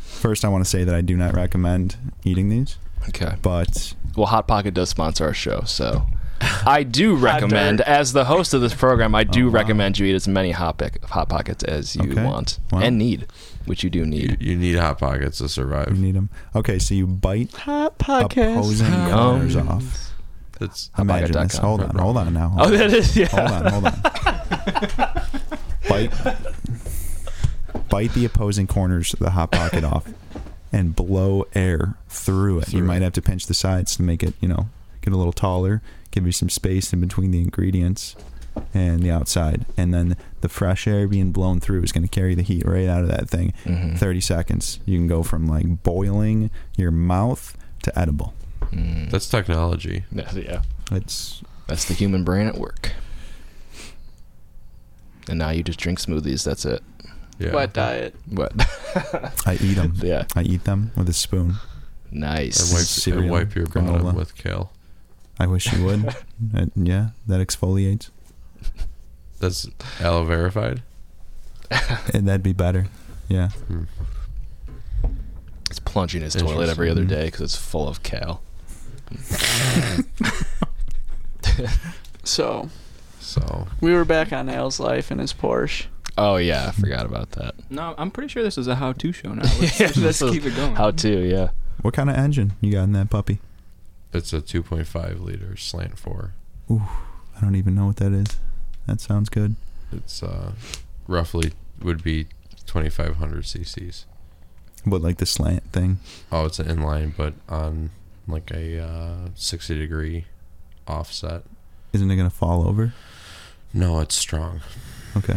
Speaker 8: first, I want to say that I do not recommend eating these,
Speaker 4: Okay.
Speaker 8: but
Speaker 4: Well, Hot Pocket does sponsor our show, so I do recommend, as the host of this program, I do recommend you eat as many Hot, Pic- hot Pockets as you
Speaker 8: Okay.
Speaker 4: want
Speaker 8: Wow.
Speaker 4: and need, which you do need.
Speaker 5: You, you need Hot Pockets to
Speaker 8: you
Speaker 5: survive.
Speaker 8: need them. Okay, so you bite
Speaker 9: Hot podcast.
Speaker 8: opposing colors
Speaker 9: Um,
Speaker 4: Yum.
Speaker 8: off.
Speaker 5: That's
Speaker 8: Imagine this.
Speaker 4: Hotpocket.com.
Speaker 8: Hold on, hold on now.
Speaker 4: Oh,
Speaker 8: Hold
Speaker 4: that is, yeah.
Speaker 8: on, hold on. Hold on. bite, bite the opposing corners of the hot pocket off, and blow air through it. you might have to pinch the sides to make it, you know, get a little taller, give you some space in between the ingredients and the outside, and then the fresh air being blown through is going to carry the heat right out of that thing. Thirty seconds, you can go from like boiling your mouth to edible.
Speaker 5: that's technology.
Speaker 4: Yeah, yeah.
Speaker 8: It's
Speaker 4: That's the human brain at work. And now you just drink smoothies. That's it.
Speaker 5: Yeah.
Speaker 9: What diet?
Speaker 4: What? uh,
Speaker 8: I eat them.
Speaker 4: yeah.
Speaker 8: I eat them with a spoon.
Speaker 5: And
Speaker 4: Nice.
Speaker 5: wipe, and
Speaker 8: Cereal,
Speaker 5: wipe your
Speaker 8: granola.
Speaker 5: bottom with kale.
Speaker 8: I wish you would. Uh, yeah, that exfoliates.
Speaker 5: That's aloe verified.
Speaker 8: And that'd be better. Yeah.
Speaker 4: It's plunging his toilet every other day because it's full of kale.
Speaker 9: So
Speaker 5: So
Speaker 9: we were back on Al's life and his Porsche.
Speaker 4: Oh, yeah. I forgot about that.
Speaker 6: No, I'm pretty sure this is a how-to show now. Let's,
Speaker 4: Yeah,
Speaker 6: let's
Speaker 4: this is
Speaker 6: keep it going.
Speaker 4: How to, yeah.
Speaker 8: What kind of engine you got in that puppy?
Speaker 5: it's a 2.5 liter slant four.
Speaker 8: I don't even know what that is. That sounds good.
Speaker 5: It's uh, roughly would be 2,500 cc's.
Speaker 8: But like the slant thing.
Speaker 5: Oh, it's an inline, but on like a uh, 60 degree offset.
Speaker 8: Isn't it going to fall over?
Speaker 5: No, it's strong.
Speaker 8: Okay.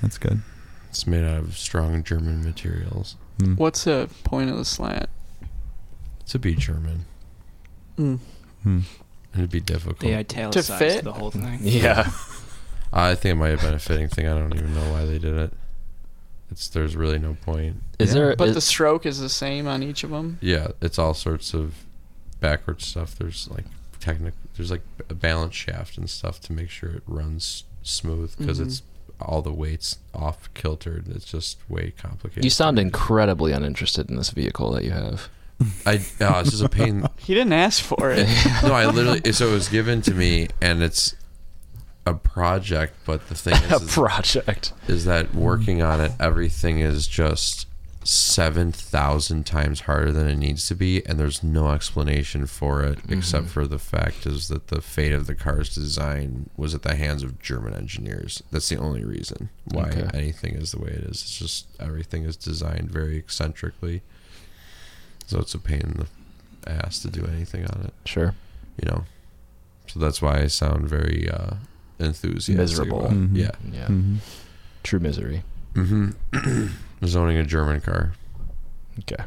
Speaker 8: That's good.
Speaker 5: It's made out of strong German materials.
Speaker 8: Hmm.
Speaker 9: What's the point of the slant?
Speaker 5: To be German,
Speaker 9: Mm.
Speaker 5: it'd be difficult.
Speaker 6: They italicized
Speaker 9: To fit?
Speaker 6: the whole thing.
Speaker 4: Yeah.
Speaker 5: I think it might have been a fitting thing. I don't even know why they did it. It's there's really no point.
Speaker 4: Is there?
Speaker 9: But
Speaker 4: is-
Speaker 9: the stroke is the same on each of them.
Speaker 5: Yeah, it's all sorts of backward stuff. There's like technical. There's like a balance shaft and stuff to make sure it runs smooth because
Speaker 4: Mm-hmm.
Speaker 5: it's all the weights off kiltered. It's just way complicated.
Speaker 4: you sound incredibly uninterested in this vehicle that you have.
Speaker 5: I uh, it's just a pain.
Speaker 9: He didn't ask for it.
Speaker 5: no, I literally. So it was given to me, and it's a project. But the thing
Speaker 4: A
Speaker 5: is, is,
Speaker 4: project.
Speaker 5: is that working on it, everything is just seven thousand times harder than it needs to be, and there's no explanation for it
Speaker 4: Mm-hmm.
Speaker 5: except for the fact is that the fate of the car's design was at the hands of German engineers. That's the only reason why
Speaker 4: Okay.
Speaker 5: anything is the way it is. It's just everything is designed very eccentrically, so it's a pain in the ass to do anything on it
Speaker 4: Sure.
Speaker 5: you know. So that's why I sound very uh, enthusiastic.
Speaker 4: Miserable.
Speaker 5: about it.
Speaker 8: Mhm.
Speaker 5: Yeah.
Speaker 4: Yeah. Mm-hmm. True misery.
Speaker 5: Just owning Mm-hmm. a German car.
Speaker 4: Okay.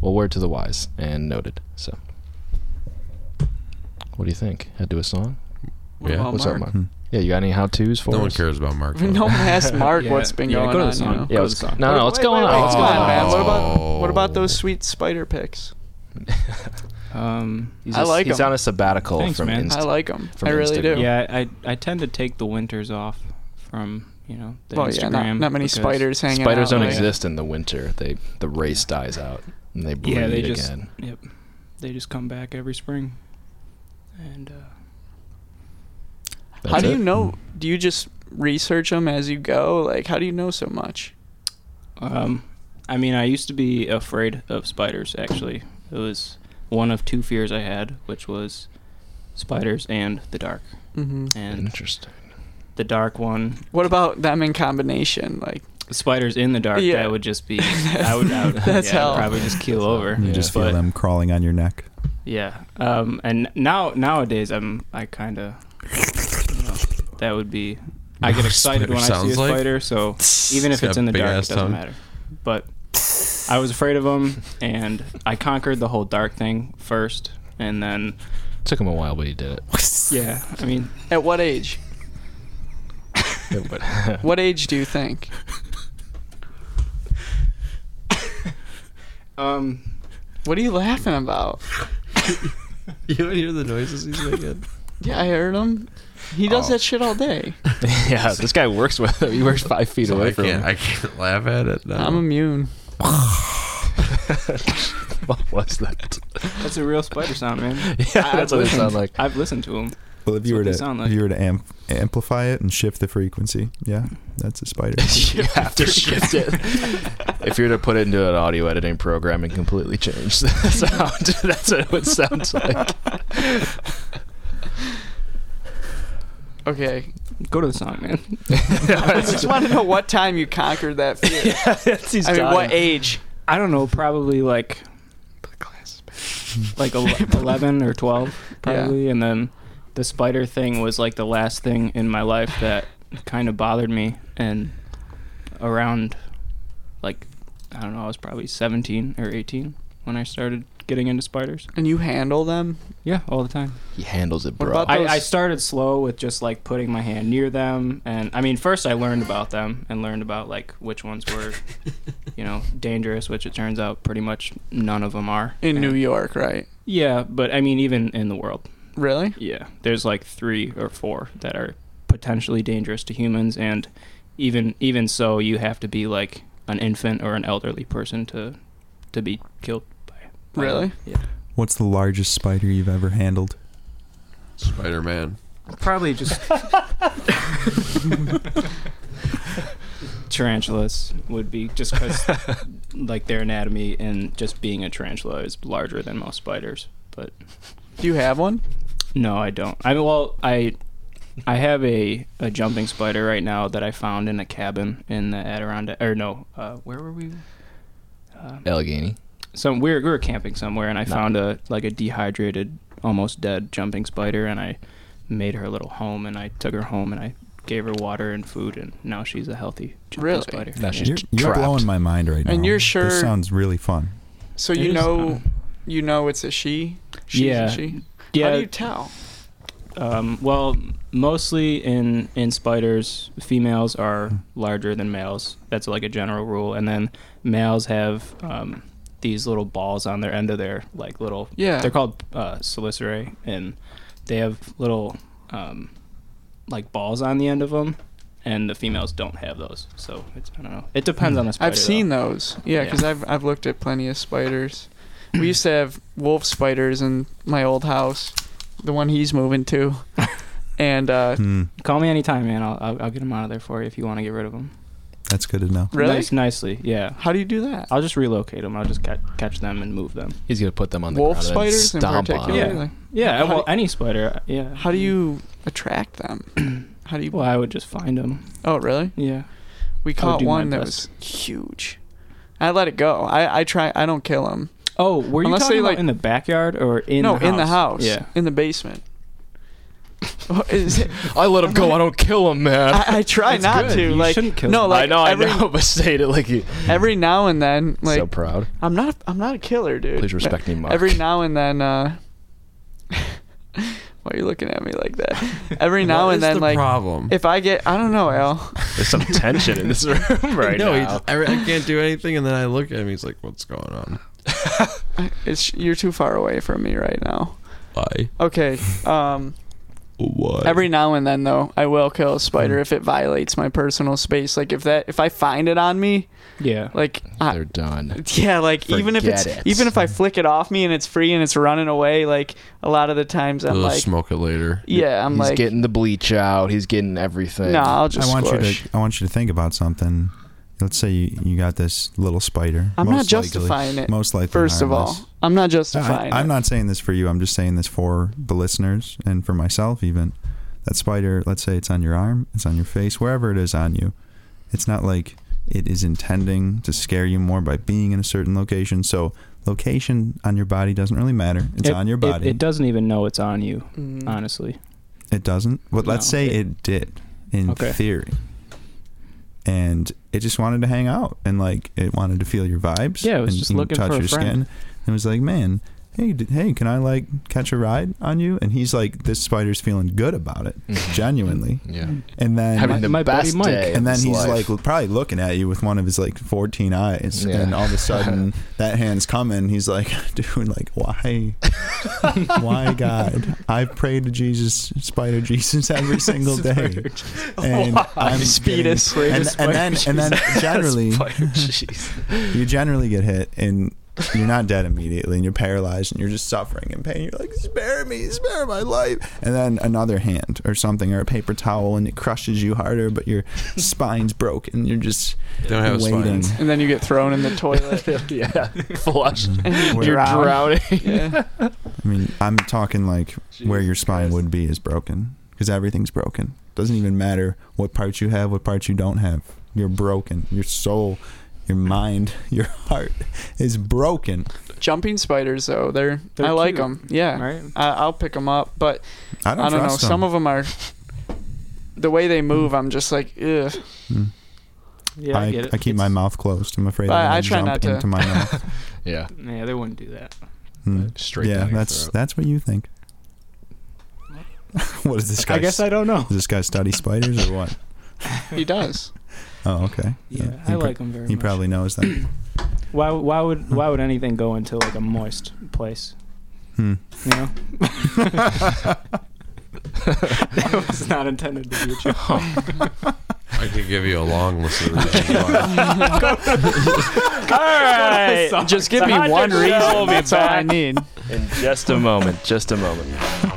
Speaker 4: Well, word to the wise and noted. So, what do you think? Head to a song?
Speaker 9: What
Speaker 5: Yeah.
Speaker 9: about
Speaker 4: What's
Speaker 9: Oh, Mark?
Speaker 4: up, Mark? Yeah, you got any how tos for
Speaker 5: Hmm. No one
Speaker 4: us?
Speaker 5: cares about Mark.
Speaker 9: No one asked Mark
Speaker 6: Yeah.
Speaker 9: what's been
Speaker 6: Yeah,
Speaker 9: going
Speaker 6: go to the
Speaker 9: on.
Speaker 6: song.
Speaker 9: You know?
Speaker 4: Yeah,
Speaker 6: Go
Speaker 4: what's,
Speaker 6: to the song.
Speaker 4: no, no, what's going
Speaker 9: Wait,
Speaker 4: on?
Speaker 9: what's
Speaker 5: Oh.
Speaker 9: going on, man? What about what about
Speaker 5: Oh.
Speaker 9: those sweet spider picks?
Speaker 6: Um,
Speaker 9: I like
Speaker 4: He's
Speaker 9: 'em.
Speaker 4: on a sabbatical
Speaker 6: Thanks,
Speaker 4: from
Speaker 6: man.
Speaker 4: Inst-
Speaker 9: I like them.
Speaker 4: From
Speaker 9: I really
Speaker 4: Instagram.
Speaker 6: yeah, I I tend to take the winters off from you know, the
Speaker 9: Well,
Speaker 6: Instagram.
Speaker 9: yeah, not, not many
Speaker 6: because-
Speaker 9: spiders hanging out.
Speaker 4: Spiders don't
Speaker 9: like-
Speaker 4: exist in the winter. They the race dies out and they breed
Speaker 6: Yeah, they
Speaker 4: again.
Speaker 6: just yep, they just come back every spring, and uh,
Speaker 4: That's
Speaker 9: How do
Speaker 4: it.
Speaker 9: you know? Do you just research them as you go? Like, how do you know so much?
Speaker 6: um, I mean, I used to be afraid of spiders. Actually, it was one of two fears I had, which was spiders and the dark.
Speaker 9: Mm-hmm.
Speaker 6: And
Speaker 4: Interesting.
Speaker 6: the dark one,
Speaker 9: What about them in combination? Like,
Speaker 6: spiders in the dark.
Speaker 9: Yeah.
Speaker 6: That would just be. I would. I would
Speaker 9: That's
Speaker 6: yeah, I'd
Speaker 9: hell.
Speaker 6: Probably just keel over.
Speaker 8: You just
Speaker 6: But-
Speaker 8: feel them crawling on your neck.
Speaker 6: Yeah. Um, and now nowadays I'm I kind of that would be I get excited when I see a
Speaker 5: Sounds like-
Speaker 6: spider, so even if
Speaker 5: Got
Speaker 6: it's in the
Speaker 5: big
Speaker 6: dark, it
Speaker 5: ass
Speaker 6: doesn't
Speaker 5: tongue.
Speaker 6: matter. But I was afraid of them, and I conquered the whole dark thing first, and then
Speaker 4: Took him a while, but he did
Speaker 6: yeah, I mean
Speaker 9: at what age?
Speaker 4: it. But
Speaker 9: What age do you think?
Speaker 6: um
Speaker 9: What are you laughing about?
Speaker 5: You don't hear the noises he's making.
Speaker 9: Yeah, I heard him. He does
Speaker 5: Oh.
Speaker 9: that shit all day.
Speaker 4: yeah, this guy works with him. He works five feet
Speaker 5: So
Speaker 4: away
Speaker 5: I
Speaker 4: from
Speaker 5: can't.
Speaker 4: him.
Speaker 5: I can't laugh at it now.
Speaker 9: I'm immune.
Speaker 4: what was that?
Speaker 6: that's a real spider sound, man.
Speaker 4: Yeah, that's what it sounded like.
Speaker 6: I've listened to them.
Speaker 8: Well, if you
Speaker 6: That's
Speaker 8: were to
Speaker 6: what they sound like.
Speaker 8: if you were to amp, amplify it and shift the frequency, yeah, that's a spider.
Speaker 4: you have to shift it. if you were to put it into an audio editing program and completely change the sound, that's what it would sound like.
Speaker 9: Okay.
Speaker 6: Go to the song, man.
Speaker 9: I just want to know what time you conquered that fear. I mean, what age?
Speaker 6: I don't know, probably like like ele- 11 or 12 probably and then the spider thing was like the last thing in my life that kind of bothered me and around like I don't know, I was probably 17 or 18 when I started getting into spiders.
Speaker 9: And you handle them?
Speaker 6: Yeah, all the time.
Speaker 4: He handles it, bro.
Speaker 9: about
Speaker 6: I,
Speaker 9: Those-
Speaker 6: I started slow with just like putting my hand near them, and I mean, first I learned about them and learned about like which ones were, you know, dangerous, which it turns out pretty much none of them are.
Speaker 9: In
Speaker 6: And-
Speaker 9: New York, right?
Speaker 6: yeah, but I mean, even in the world,
Speaker 9: Really?
Speaker 6: yeah, there's like three or four that are potentially dangerous to humans, and even even so, you have to be like an infant or an elderly person to to be killed. by. by them.
Speaker 9: Really?
Speaker 6: Yeah.
Speaker 8: What's the largest spider you've ever handled?
Speaker 5: Spider Man.
Speaker 6: Probably just tarantulas would be just because like their anatomy and just being a tarantula is larger than most spiders. But
Speaker 9: Do you have one?
Speaker 6: no, I don't. I mean, well, I I have a a jumping spider right now that I found in a cabin in the Adirondack. Or no, uh, where were we?
Speaker 4: Allegheny.
Speaker 6: some we were, we were camping somewhere and I found a like a dehydrated, almost dead jumping spider and I made her a little home and I took her home and I gave her water and food and now she's a healthy jumping
Speaker 9: Really?
Speaker 6: spider.
Speaker 4: Now she's
Speaker 8: You're, you're
Speaker 4: trapped.
Speaker 8: blowing my mind right now.
Speaker 9: And you're
Speaker 8: This
Speaker 9: sure-
Speaker 8: sounds really fun.
Speaker 9: So
Speaker 6: It
Speaker 9: you
Speaker 6: is
Speaker 9: know,
Speaker 6: fun.
Speaker 9: you know it's a she. She's
Speaker 6: Yeah.
Speaker 9: A she.
Speaker 6: yeah.
Speaker 9: How do you tell?
Speaker 6: um, well, mostly in in spiders, females are larger than males. That's like a general rule. And then males have um, these little balls on their end of their like little.
Speaker 9: Yeah.
Speaker 6: They're called uh, salicerae, and they have little um, like balls on the end of them. And the females don't have those, so it's I don't know. It depends on the spider.
Speaker 9: I've seen those. Yeah,
Speaker 6: Yeah.
Speaker 9: because I've I've looked at plenty of spiders. We used to have wolf spiders in my old house, the one he's moving to, and uh,
Speaker 8: Hmm,
Speaker 6: though. Call me anytime, man. I'll, I'll I'll get them out of there for you if you want to get rid of them.
Speaker 8: that's good to know.
Speaker 9: really,
Speaker 6: Nice, nicely, yeah.
Speaker 9: how do you do that?
Speaker 6: I'll just relocate them. I'll just ca- catch them and move them.
Speaker 4: He's gonna put them on the
Speaker 9: Wolf
Speaker 4: ground
Speaker 9: spiders in
Speaker 4: and stomp on
Speaker 9: particular.
Speaker 4: them.
Speaker 6: Yeah.
Speaker 9: like,
Speaker 6: Yeah,
Speaker 9: How
Speaker 6: well,
Speaker 9: do-
Speaker 6: any spider. uh, Yeah.
Speaker 9: How do you attract them? How do you?
Speaker 6: Well, I would just find them.
Speaker 9: Oh, really?
Speaker 6: Yeah.
Speaker 9: We caught
Speaker 6: do my
Speaker 9: one that was
Speaker 6: best.
Speaker 9: huge. I let it go. I I try. I don't kill him.
Speaker 6: Oh, were you
Speaker 9: Unless
Speaker 6: talking
Speaker 9: they,
Speaker 6: about
Speaker 9: like-
Speaker 6: in the backyard or in
Speaker 9: no,
Speaker 6: the house?
Speaker 9: in the house.
Speaker 6: Yeah.
Speaker 9: In the basement. Oh, is it-
Speaker 4: I let him go. I don't kill him, man.
Speaker 9: I, I try
Speaker 6: That's
Speaker 9: not
Speaker 6: good.
Speaker 9: to.
Speaker 6: You
Speaker 9: like
Speaker 6: shouldn't kill
Speaker 9: no,
Speaker 6: them.
Speaker 9: like
Speaker 4: I know, I
Speaker 9: every,
Speaker 4: know, but state it like you.
Speaker 9: every now and then, like
Speaker 4: so proud.
Speaker 9: I'm not, I'm not a killer, dude.
Speaker 4: Please respect me, Mark.
Speaker 9: Every now and then, uh, why are you looking at me like that? Every now
Speaker 5: What
Speaker 9: and
Speaker 5: is
Speaker 9: then,
Speaker 5: the
Speaker 9: like
Speaker 5: problem.
Speaker 9: if I get, I don't know, Al.
Speaker 4: There's some tension in this room right
Speaker 5: no, he
Speaker 4: now.
Speaker 5: just, I, I can't do anything, and then I look at him. He's like, "What's going on?
Speaker 9: It's you're too far away from me right now.
Speaker 5: Why?"
Speaker 9: Okay, um,
Speaker 5: What?
Speaker 9: Oh, Every now and then, though, I will kill a spider if it violates my personal space. Like if that, if I find it on me,
Speaker 6: Yeah.
Speaker 9: like I,
Speaker 4: They're done.
Speaker 9: yeah, like even if it's
Speaker 4: Forget it.
Speaker 9: even if I flick it off me and it's free and it's running away, like a lot of the times I'm
Speaker 5: They'll
Speaker 9: like,
Speaker 5: smoke it later.
Speaker 9: yeah, I'm
Speaker 4: He's
Speaker 9: like,
Speaker 4: getting the bleach out. He's getting everything.
Speaker 9: no, I'll
Speaker 8: I
Speaker 9: just
Speaker 8: want
Speaker 9: squish.
Speaker 8: you to I want you to think about something. Let's say you, you got this little spider.
Speaker 9: I'm not
Speaker 8: Most likely-
Speaker 9: justifying it,
Speaker 8: Most likely,
Speaker 9: First of all,
Speaker 8: harmless.
Speaker 9: I'm not
Speaker 8: No,
Speaker 9: justifying.
Speaker 8: I,
Speaker 9: it.
Speaker 8: am not saying this for you. I'm just saying this for the listeners and for myself, even. That spider, let's say it's on your arm, it's on your face, wherever it is on you. It's not like it is intending to scare you more by being in a certain location. So, location on your body doesn't really matter. It's
Speaker 6: It-
Speaker 8: on your
Speaker 6: it-
Speaker 8: body.
Speaker 6: It,
Speaker 8: It,
Speaker 6: doesn't even know it's on you,
Speaker 9: Mm.
Speaker 6: honestly.
Speaker 8: doesn't. But let's
Speaker 6: No,
Speaker 8: say
Speaker 6: it-
Speaker 8: it, did, in
Speaker 6: Okay.
Speaker 8: theory. And it just wanted to hang out and, like, it wanted to feel your vibes.
Speaker 6: Yeah, it was
Speaker 8: and
Speaker 6: just
Speaker 8: you
Speaker 6: looking
Speaker 8: touch
Speaker 6: for a
Speaker 8: your skin.
Speaker 6: friend.
Speaker 8: and was like, "Man, hey, d- hey, can I like catch a ride on you?" And he's like, "This spider's feeling good about it, genuinely."
Speaker 4: Yeah.
Speaker 8: And then,
Speaker 4: Having the
Speaker 6: my buddy
Speaker 4: best
Speaker 6: Mike.
Speaker 4: day. of
Speaker 8: and then
Speaker 4: his
Speaker 8: he's
Speaker 4: life.
Speaker 8: like probably looking at you with one of his like fourteen eyes,
Speaker 4: Yeah.
Speaker 8: and all of a sudden that hand's coming. He's like, "Dude, like why, why God? I've prayed to Jesus, Spider Jesus, every single day." And I'm getting-
Speaker 9: Speedus, pray
Speaker 8: and,
Speaker 9: to
Speaker 8: and then and then generally you generally get hit and you're not dead immediately and you're paralyzed and you're just suffering in pain. You're like, spare me, spare my life. And then another hand or something or a paper towel and it crushes you harder, but your spine's broken. You're just
Speaker 5: They don't have a spine.
Speaker 8: waiting.
Speaker 9: and then you get thrown in the toilet.
Speaker 4: yeah, flush.
Speaker 9: and you
Speaker 4: You're
Speaker 9: drown.
Speaker 4: drowning.
Speaker 9: Yeah.
Speaker 8: I mean, I'm talking like where your spine would be is broken because everything's broken. Doesn't even matter what parts you have, what parts you don't have. You're broken. Your soul, your mind, your heart is broken.
Speaker 9: Jumping spiders, though, they're,
Speaker 6: They're
Speaker 9: I like
Speaker 6: cute,
Speaker 9: them. Yeah,
Speaker 6: Right?
Speaker 9: I, I'll pick them up, but
Speaker 8: I don't,
Speaker 9: I don't know.
Speaker 8: trust 'em.
Speaker 9: Some of them are the way they move. I'm just like, ugh.
Speaker 6: Yeah,
Speaker 8: I,
Speaker 6: I, get it.
Speaker 8: I keep my mouth closed. I'm afraid
Speaker 9: But
Speaker 8: I'm
Speaker 9: I
Speaker 8: gonna
Speaker 9: try
Speaker 8: jump
Speaker 9: not to-
Speaker 8: into my mouth.
Speaker 4: Yeah,
Speaker 6: Yeah, they wouldn't do that.
Speaker 8: Hmm.
Speaker 4: straight.
Speaker 8: yeah,
Speaker 4: down your
Speaker 8: that's
Speaker 4: throat.
Speaker 8: that's what you think. what is this guy?
Speaker 6: I guess I don't know.
Speaker 8: does this guy study spiders or what?
Speaker 9: He does.
Speaker 8: Oh, okay.
Speaker 6: Yeah,
Speaker 8: he
Speaker 6: I
Speaker 8: pro-
Speaker 6: like them very
Speaker 8: He
Speaker 6: much.
Speaker 8: probably knows that.
Speaker 6: Why? Why would? Why would anything go into like a moist place?
Speaker 8: Hmm.
Speaker 6: You know. that was not intended to be a joke.
Speaker 5: I could give you a long list of reasons why.
Speaker 10: All right.
Speaker 9: Just give me
Speaker 10: Hundred
Speaker 9: one
Speaker 10: Show
Speaker 9: reason.
Speaker 10: will be
Speaker 9: That's all I
Speaker 10: back.
Speaker 9: need.
Speaker 10: In just a moment. Just a moment.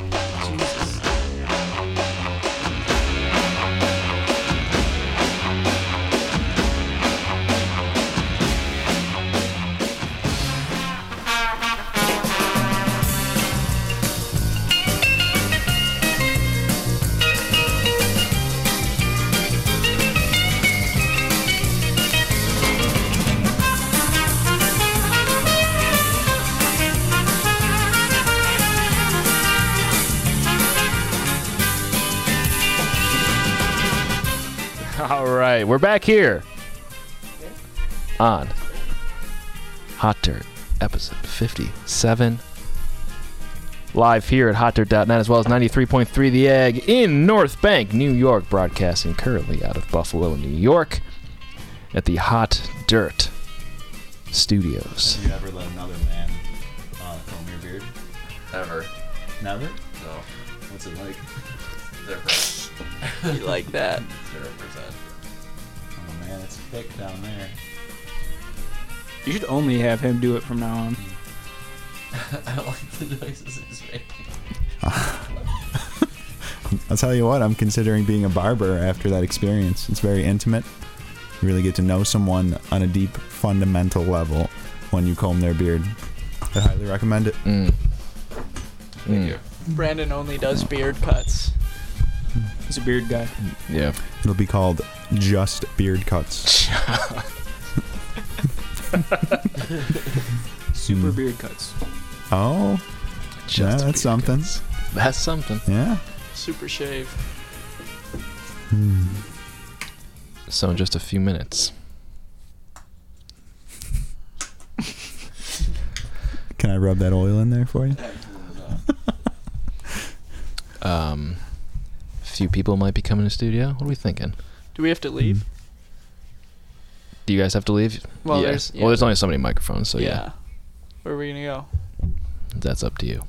Speaker 4: All right, we're back here on Hot Dirt, episode 57. Live here at hotdirt.net as well as 93.3 The Egg in North Bank, New York, broadcasting currently out of Buffalo, New York at the Hot Dirt Studios.
Speaker 7: you ever let another man uh, comb your beard?
Speaker 5: Ever.
Speaker 7: Never?
Speaker 5: No.
Speaker 7: What's it like?
Speaker 5: Zero
Speaker 9: You like that?
Speaker 5: percent.
Speaker 7: Oh man, it's thick down there.
Speaker 6: You should only have him do it from now on.
Speaker 5: I don't like the noises it's making.
Speaker 8: I'll tell you what. I'm considering being a barber after that experience. It's very intimate. You really get to know someone on a deep, fundamental level when you comb their beard. I highly recommend it.
Speaker 4: Mm. Mm,
Speaker 9: Brandon only does beard cuts.
Speaker 6: He's a beard guy.
Speaker 4: yeah.
Speaker 8: It'll be called just beard cuts.
Speaker 6: Super
Speaker 8: Hmm.
Speaker 6: beard cuts.
Speaker 8: Oh, yeah,
Speaker 4: beard
Speaker 8: that's something.
Speaker 4: cuts. That's something.
Speaker 8: Yeah.
Speaker 9: Super shave.
Speaker 4: So, in just a few minutes.
Speaker 8: Can I rub that oil in there for you?
Speaker 4: Um, a few people might be coming to studio. What are we thinking?
Speaker 9: Do we have to leave?
Speaker 4: Do you guys have to leave?
Speaker 9: Well,
Speaker 4: Yeah.
Speaker 9: there's Mm-hmm. yeah.
Speaker 4: well, there's only so many microphones, so yeah,
Speaker 9: Where are we gonna go?
Speaker 4: that's up to you.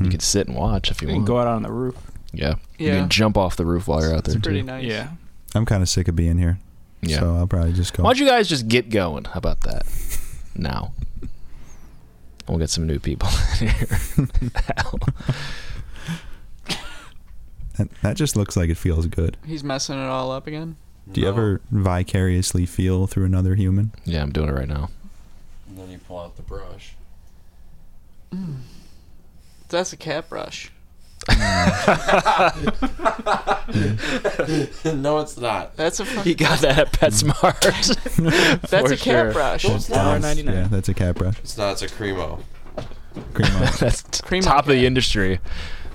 Speaker 4: You could sit and watch if you
Speaker 6: You can
Speaker 4: want.
Speaker 6: go out on the roof.
Speaker 4: yeah. You
Speaker 9: Yeah.
Speaker 4: can jump off the roof while you're out there.
Speaker 9: It's pretty
Speaker 4: too.
Speaker 9: nice.
Speaker 6: Yeah.
Speaker 8: I'm kind of sick of being here.
Speaker 4: Yeah.
Speaker 8: So I'll probably just go.
Speaker 4: Why don't you guys just get going? How about that? Now. We'll get some new people in here. Ow.
Speaker 8: That, that just looks like it feels good.
Speaker 9: He's messing it all up again.
Speaker 8: Do you ever vicariously feel through another human?
Speaker 4: yeah, I'm doing it right now.
Speaker 5: And then you pull out the brush.
Speaker 9: That's a cat brush.
Speaker 5: no, it's not.
Speaker 9: That's a fucking,
Speaker 4: You got that at PetSmart.
Speaker 9: that's
Speaker 4: for
Speaker 9: a cat
Speaker 4: sure.
Speaker 9: brush.
Speaker 6: $1.99.
Speaker 8: Yeah, that's a cat brush.
Speaker 5: It's not. It's a Cremo.
Speaker 8: Cream on.
Speaker 4: That's t-
Speaker 9: Cream
Speaker 4: top
Speaker 9: on
Speaker 4: of the
Speaker 9: cat.
Speaker 4: industry.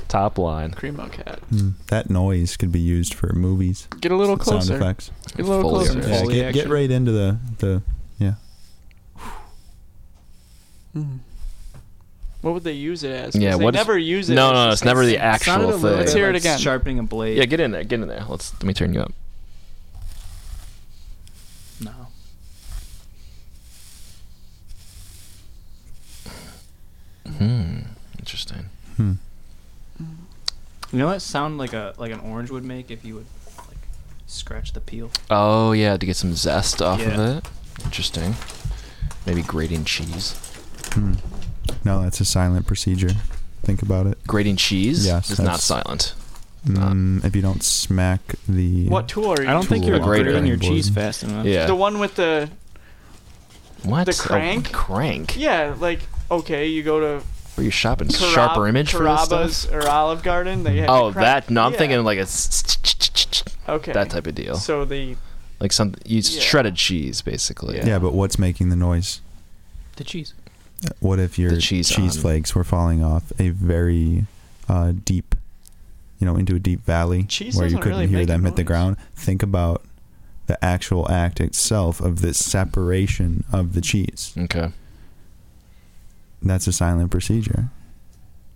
Speaker 4: Top line.
Speaker 9: Cremo cat.
Speaker 8: that noise could be used for movies,
Speaker 9: Get a little
Speaker 8: sound
Speaker 9: closer.
Speaker 8: effects.
Speaker 9: Get a little
Speaker 4: Foliar.
Speaker 9: closer.
Speaker 8: Yeah,
Speaker 6: Foley
Speaker 8: get, get
Speaker 6: action.
Speaker 8: right into the the yeah.
Speaker 9: What would they use it as? 'Cause
Speaker 4: Yeah,
Speaker 9: They
Speaker 4: what is-
Speaker 9: never use it.
Speaker 4: No,
Speaker 9: as
Speaker 4: no,
Speaker 9: just
Speaker 4: it's never the
Speaker 6: Sounded a
Speaker 4: actual
Speaker 6: little
Speaker 4: thing.
Speaker 9: Let's
Speaker 6: bit
Speaker 9: hear it
Speaker 6: like
Speaker 9: again.
Speaker 6: Sharpening a blade.
Speaker 4: Yeah, get in there. Get in there. Let's let me turn you up.
Speaker 6: No.
Speaker 4: Interesting.
Speaker 6: You know what sound like a like an orange would make if you would like scratch the peel.
Speaker 4: Oh yeah, to get some zest off
Speaker 6: Yeah.
Speaker 4: of it. Interesting. Maybe grating cheese.
Speaker 8: No, that's a silent procedure. Think about it.
Speaker 4: Grating cheese
Speaker 8: Yes,
Speaker 4: is not
Speaker 8: that's-
Speaker 4: silent. not.
Speaker 8: Mm, if you don't smack the
Speaker 9: Ah. What tool are you?
Speaker 6: I don't think
Speaker 8: Tool
Speaker 6: you're
Speaker 4: or grater.
Speaker 6: grating your
Speaker 8: Board.
Speaker 6: cheese fast enough.
Speaker 4: Yeah.
Speaker 9: The one with the
Speaker 4: what?
Speaker 9: the
Speaker 4: A
Speaker 9: crank?
Speaker 4: crank.
Speaker 9: yeah, like okay, you go to
Speaker 4: Were you shopping
Speaker 9: Carab-
Speaker 4: sharper image for this stuff?
Speaker 9: Carrabba's or Olive Garden. They have
Speaker 4: Oh,
Speaker 9: the cra-
Speaker 4: that. No, I'm
Speaker 9: Yeah,
Speaker 4: thinking like a s-
Speaker 9: okay
Speaker 4: that type of deal.
Speaker 9: So the
Speaker 4: Like some you s-
Speaker 9: Yeah.
Speaker 4: shredded cheese, basically.
Speaker 8: Yeah, but what's making the noise?
Speaker 6: The cheese.
Speaker 8: What if your
Speaker 4: The cheese
Speaker 8: cheese,
Speaker 4: on.
Speaker 8: flakes were falling off a very uh, deep, you know, into a deep valley
Speaker 9: Cheese
Speaker 8: where you
Speaker 9: doesn't
Speaker 8: couldn't
Speaker 9: really
Speaker 8: hear
Speaker 9: make
Speaker 8: them
Speaker 9: a
Speaker 8: hit the
Speaker 9: noise.
Speaker 8: ground? Think about the actual act itself of this separation of the cheese.
Speaker 4: Okay.
Speaker 8: That's a silent procedure.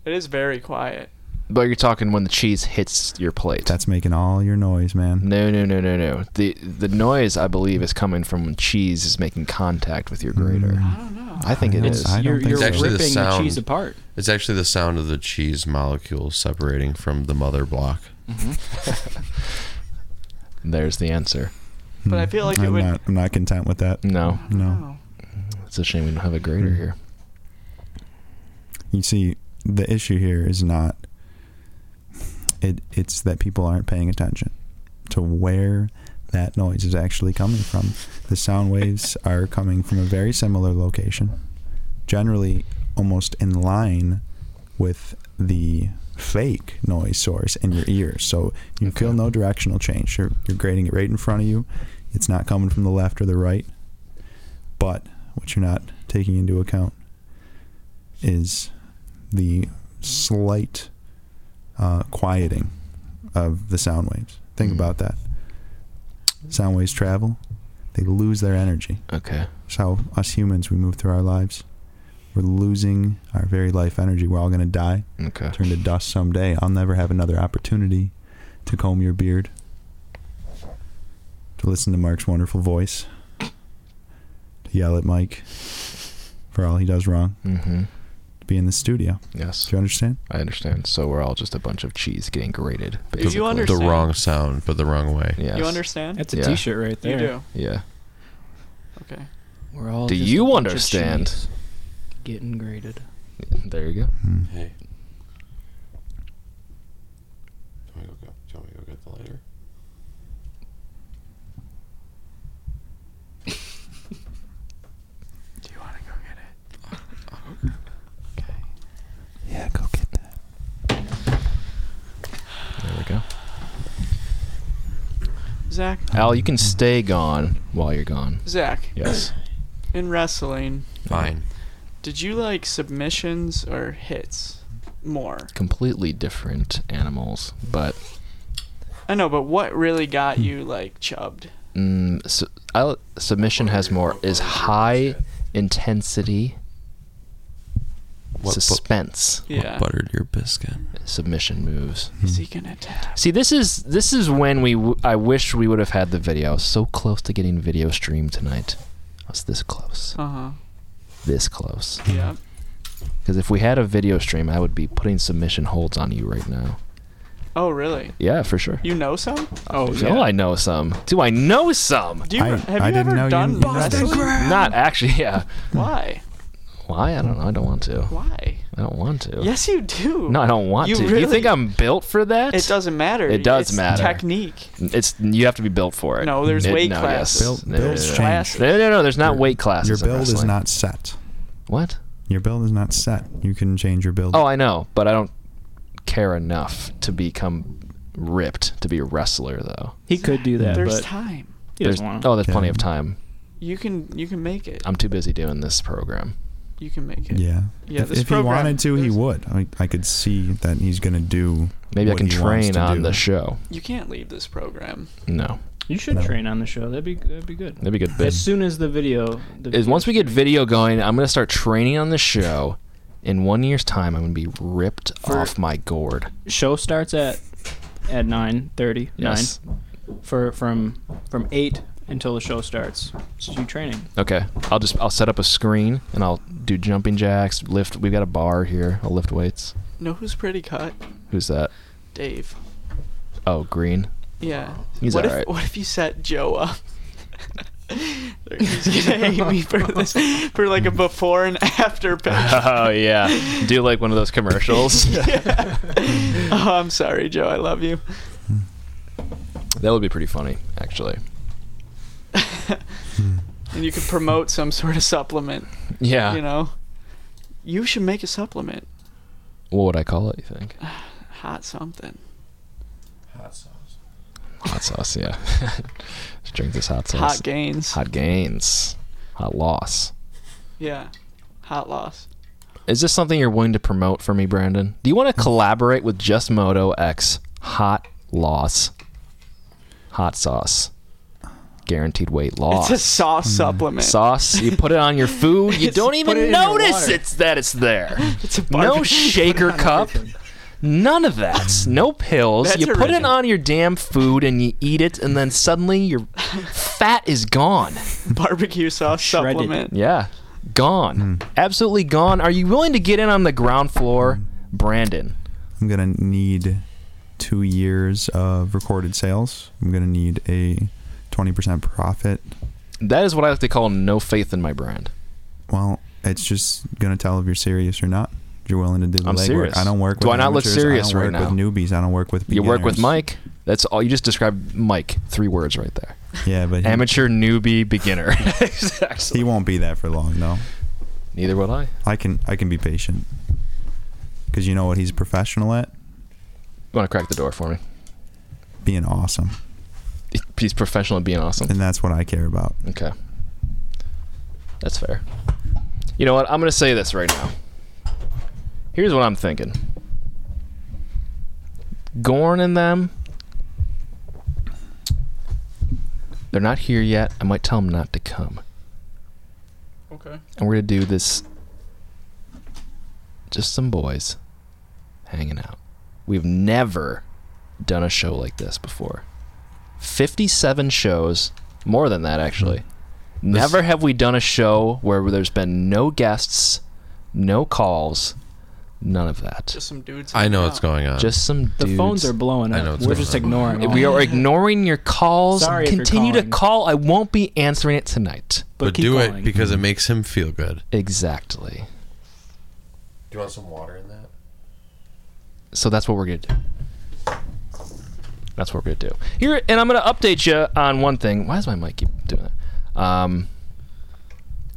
Speaker 9: it is very quiet.
Speaker 4: But you're talking when the cheese hits your plate.
Speaker 8: That's making all your noise, man.
Speaker 4: no, no, no, no, no. The the noise I believe is coming from when cheese is making contact with your grater.
Speaker 8: Mm.
Speaker 9: I don't know.
Speaker 4: I think it
Speaker 8: don't-
Speaker 4: is.
Speaker 8: I don't
Speaker 6: you're
Speaker 8: think
Speaker 6: you're
Speaker 8: so.
Speaker 5: It's actually the
Speaker 6: ripping the,
Speaker 5: sound.
Speaker 6: cheese apart.
Speaker 5: It's actually the sound of the cheese molecule separating from the mother block.
Speaker 4: There's the answer.
Speaker 9: But I feel like it
Speaker 8: I'm
Speaker 9: would. Mm.
Speaker 8: not, I'm not content with that.
Speaker 4: No,
Speaker 8: No.
Speaker 9: Oh.
Speaker 4: it's a shame we don't have a grater here.
Speaker 8: You see, the issue here is not it it's that people aren't paying attention to where that noise is actually coming from. The sound waves are coming from a very similar location, generally almost in line with the fake noise source in your ears. So you feel no directional change. You're, you're grading it right in front of you. It's not coming from the left or the right. But what you're not taking into account is the slight uh, quieting of the sound waves. Think about that. Sound waves travel, they lose their energy.
Speaker 4: Okay.
Speaker 8: It's how us humans we move through our lives. We're losing our very life energy. We're all going to die,
Speaker 4: Okay.
Speaker 8: turn to dust someday. I'll never have another opportunity to comb your beard, to listen to Mark's wonderful voice, to yell at Mike for all he does wrong,
Speaker 4: Mm-hmm.
Speaker 8: to be in the studio.
Speaker 4: Yes,
Speaker 8: Do you understand?
Speaker 4: I understand. So we're all just a bunch of cheese getting grated.
Speaker 9: Do you
Speaker 5: The
Speaker 9: understand?
Speaker 5: wrong sound, but the wrong way.
Speaker 4: Yes.
Speaker 9: You understand?
Speaker 6: That's a
Speaker 4: Yeah.
Speaker 6: shirt right there.
Speaker 9: You do.
Speaker 4: Yeah.
Speaker 9: Okay.
Speaker 6: We're all
Speaker 4: Do
Speaker 6: just
Speaker 4: you
Speaker 6: a bunch of
Speaker 4: understand?
Speaker 6: cheese Getting graded.
Speaker 4: There you go.
Speaker 5: Hey. Do you want me to go get- do you want me to go get the lighter?
Speaker 8: Yeah, go get that.
Speaker 4: There we go.
Speaker 9: Zach,
Speaker 4: Al, you can stay gone while you're gone.
Speaker 9: Zach,
Speaker 4: Yes.
Speaker 9: in wrestling,
Speaker 5: Fine.
Speaker 9: did you like submissions or hits more?
Speaker 4: Completely different animals, but
Speaker 9: I know, but what really got
Speaker 4: Hmm.
Speaker 9: you like chubbed?
Speaker 4: mm, su- I, submission has more is high intensity
Speaker 5: What, bu-
Speaker 4: suspense
Speaker 9: Yeah.
Speaker 5: buttered your biscuit?
Speaker 4: submission moves.
Speaker 9: Is he gonna tap?
Speaker 4: See, this is this is when we. W- I wish we would have had the video. I was so close to getting video streamed tonight. I was this close,
Speaker 9: Uh huh.
Speaker 4: this close.
Speaker 9: Yeah.
Speaker 4: Because if we had a video stream, I would be putting submission holds on you right now.
Speaker 9: Oh, really?
Speaker 4: Yeah, for sure.
Speaker 9: You know some?
Speaker 4: Oh, I know some. Do I know some?
Speaker 9: Do you
Speaker 8: I-
Speaker 9: have
Speaker 8: I
Speaker 9: you
Speaker 8: didn't know
Speaker 9: ever
Speaker 8: you
Speaker 9: done
Speaker 8: knew. Boston
Speaker 9: wrestling?
Speaker 4: Not actually. Yeah.
Speaker 9: Why?
Speaker 4: Why? I don't know. I don't want to.
Speaker 9: Why?
Speaker 4: I don't want to.
Speaker 9: Yes, you do.
Speaker 4: No, I don't want
Speaker 9: You
Speaker 4: to. You
Speaker 9: really-
Speaker 4: think I'm built for that?
Speaker 9: It doesn't matter.
Speaker 4: It does
Speaker 9: It's
Speaker 4: matter.
Speaker 9: Technique.
Speaker 4: It's you have to be built for it.
Speaker 9: No, there's
Speaker 4: It-
Speaker 9: weight
Speaker 4: no,
Speaker 9: classes.
Speaker 4: yes.
Speaker 8: Built-
Speaker 4: No, no,
Speaker 8: builds
Speaker 4: no, no.
Speaker 9: change.
Speaker 4: No, no, no. There's not weight classes.
Speaker 8: Your
Speaker 4: in
Speaker 8: build is
Speaker 4: wrestling.
Speaker 8: not set.
Speaker 4: What?
Speaker 8: Your build is not set. You can change your build.
Speaker 4: Oh, I know, but I don't care enough to become ripped to be a wrestler, though.
Speaker 6: He could do that,
Speaker 9: There's
Speaker 6: but
Speaker 9: time.
Speaker 6: he
Speaker 4: There's,
Speaker 6: doesn't want to.
Speaker 4: oh, there's plenty of
Speaker 8: Yeah.
Speaker 4: time.
Speaker 9: You can you can make it.
Speaker 4: I'm too busy doing this program.
Speaker 9: You can make it.
Speaker 8: Yeah.
Speaker 9: Yeah,
Speaker 8: If-
Speaker 9: this
Speaker 8: if he
Speaker 9: program-
Speaker 8: wanted to, he
Speaker 9: there's-
Speaker 8: would. I, I could see that he's going to do.
Speaker 4: Maybe
Speaker 8: what
Speaker 4: I can
Speaker 8: he wants
Speaker 4: train
Speaker 8: to
Speaker 4: on
Speaker 8: do.
Speaker 4: the show.
Speaker 9: You can't leave this program.
Speaker 4: No,
Speaker 6: You should
Speaker 8: No.
Speaker 6: train on the show. That'd be that'd be good.
Speaker 4: that'd be good.
Speaker 6: As soon as the video, the
Speaker 4: is
Speaker 6: video
Speaker 4: once we get video going, I'm gonna start training on the show. In one year's time, I'm gonna be ripped off my gourd.
Speaker 6: show starts at at nine thirty.
Speaker 4: Yes.
Speaker 6: Nine for from from eight until the show starts. So you training.
Speaker 4: Okay. I'll just I'll set up a screen and I'll do jumping jacks, lift. We've got a bar here. I'll lift weights.
Speaker 9: Know who's pretty cut?
Speaker 4: Who's that?
Speaker 9: Dave.
Speaker 4: Oh, Green.
Speaker 9: Yeah.
Speaker 4: He's
Speaker 9: what if
Speaker 4: alright.
Speaker 9: what if you set Joe up? He's gonna hate me for this for like a before and after picture.
Speaker 4: Oh yeah. Do like one of those commercials.
Speaker 9: Yeah. Oh, I'm sorry, Joe. I love you.
Speaker 4: That would be pretty funny, actually.
Speaker 9: And you could promote some sort of supplement.
Speaker 4: Yeah.
Speaker 9: You know, you should make a supplement.
Speaker 4: What would I call it? You think?
Speaker 9: Hot something.
Speaker 7: Hot sauce.
Speaker 4: Hot sauce. Yeah. Just drink this hot sauce.
Speaker 9: Hot gains.
Speaker 4: Hot gains. Hot loss.
Speaker 9: Yeah. Hot loss.
Speaker 4: Is this something you're willing to promote for me, Brandon? Do you want to collaborate with Just Moto X Hot Loss? Hot sauce. Guaranteed weight loss.
Speaker 9: It's a sauce supplement.
Speaker 4: sauce. You put it on your food. You
Speaker 9: It's-
Speaker 4: don't
Speaker 9: put
Speaker 4: even
Speaker 9: it in your
Speaker 4: notice
Speaker 9: water.
Speaker 4: it's that it's there.
Speaker 9: It's a
Speaker 4: No
Speaker 9: barbecue.
Speaker 4: shaker cup. None of that. No pills.
Speaker 9: That's
Speaker 4: you put it
Speaker 9: original.
Speaker 4: on your damn food and you eat it, and then suddenly your fat is gone.
Speaker 9: barbecue sauce
Speaker 6: Shredded.
Speaker 9: supplement.
Speaker 4: Yeah. Gone.
Speaker 8: Hmm.
Speaker 4: Absolutely gone. Are you willing to get in on the ground floor, Brandon?
Speaker 8: I'm going to need two years of recorded sales. I'm going to need a 20% profit.
Speaker 4: That is what I like to call no faith in my brand.
Speaker 8: Well, it's just going to tell if you're serious or not. If You're willing to do the
Speaker 4: I'm
Speaker 8: legwork.
Speaker 4: serious.
Speaker 8: I don't work.
Speaker 4: Do
Speaker 8: with
Speaker 4: I not look
Speaker 8: amateurs. I
Speaker 4: serious
Speaker 8: don't
Speaker 4: right
Speaker 8: work
Speaker 4: now?
Speaker 8: With newbies, I don't work with.
Speaker 4: You work with
Speaker 8: beginners.
Speaker 4: Mike. That's all. You just described Mike. Three words right there.
Speaker 8: Yeah, but he,
Speaker 4: Amateur, newbie, beginner.
Speaker 8: Hmm. he won't be that for long though.
Speaker 4: Neither will I.
Speaker 8: I can I can be patient. Cause you know what he's professional at?
Speaker 4: You want to crack the door for me?
Speaker 8: Being awesome.
Speaker 4: He's professional at being awesome.
Speaker 8: And that's what I care about.
Speaker 4: Okay. That's fair. You know what? I'm going to say this right now. Here's what I'm thinking Gorn and them, they're not here yet. I might tell them not to come.
Speaker 9: Okay.
Speaker 4: And we're going to do this just some boys hanging out. We've never done a show like this before. 57 shows, more than that actually. Never have we done a show where there's been no guests, no calls, none of that.
Speaker 9: Just some dudes.
Speaker 5: I know
Speaker 9: hanging
Speaker 5: what's
Speaker 9: out.
Speaker 5: going on.
Speaker 4: Just some
Speaker 6: The
Speaker 4: dudes.
Speaker 6: phones are blowing
Speaker 5: I
Speaker 6: up.
Speaker 5: know it's
Speaker 6: We're
Speaker 5: going
Speaker 6: just
Speaker 5: on.
Speaker 6: ignoring. all
Speaker 4: we
Speaker 6: of
Speaker 4: are
Speaker 6: it.
Speaker 4: ignoring your calls.
Speaker 6: Sorry if you're
Speaker 4: Continue to
Speaker 6: calling.
Speaker 4: call. I won't be answering it tonight.
Speaker 5: but,
Speaker 6: keep
Speaker 5: do
Speaker 6: going.
Speaker 5: it because it makes him feel good.
Speaker 4: Exactly.
Speaker 5: Do you want some water in that?
Speaker 4: So that's what we're gonna do. That's what we're gonna do. Here, and I'm gonna update you on one thing. Why does my mic keep doing that? Um,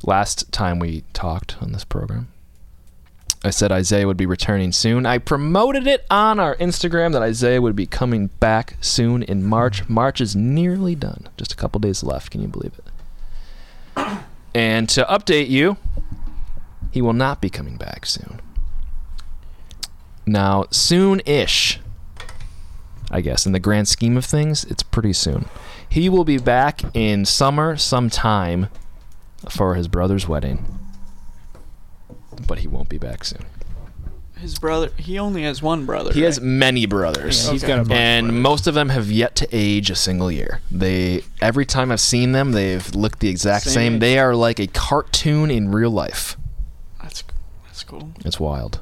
Speaker 4: last time we talked on this program, I said Isaiah would be returning soon. I promoted it on our Instagram that Isaiah would be coming back soon in March. March is nearly done. Just a couple days left. Can you believe it? And to update you, he will not be coming back soon. Now, soon ish, I guess, in the grand scheme of things, it's pretty soon. He will be back in summer sometime for his brother's wedding, but he won't be back soon.
Speaker 9: His brother. He only has one brother.
Speaker 4: He has
Speaker 9: right?
Speaker 4: many brothers.
Speaker 6: Yeah, he's got a bunch.
Speaker 4: and most of them have yet to age a single year. They every time I've seen them, they've looked the exact
Speaker 6: Same
Speaker 4: same.
Speaker 6: age.
Speaker 4: They are like a cartoon in real life.
Speaker 9: That's That's cool.
Speaker 4: It's wild.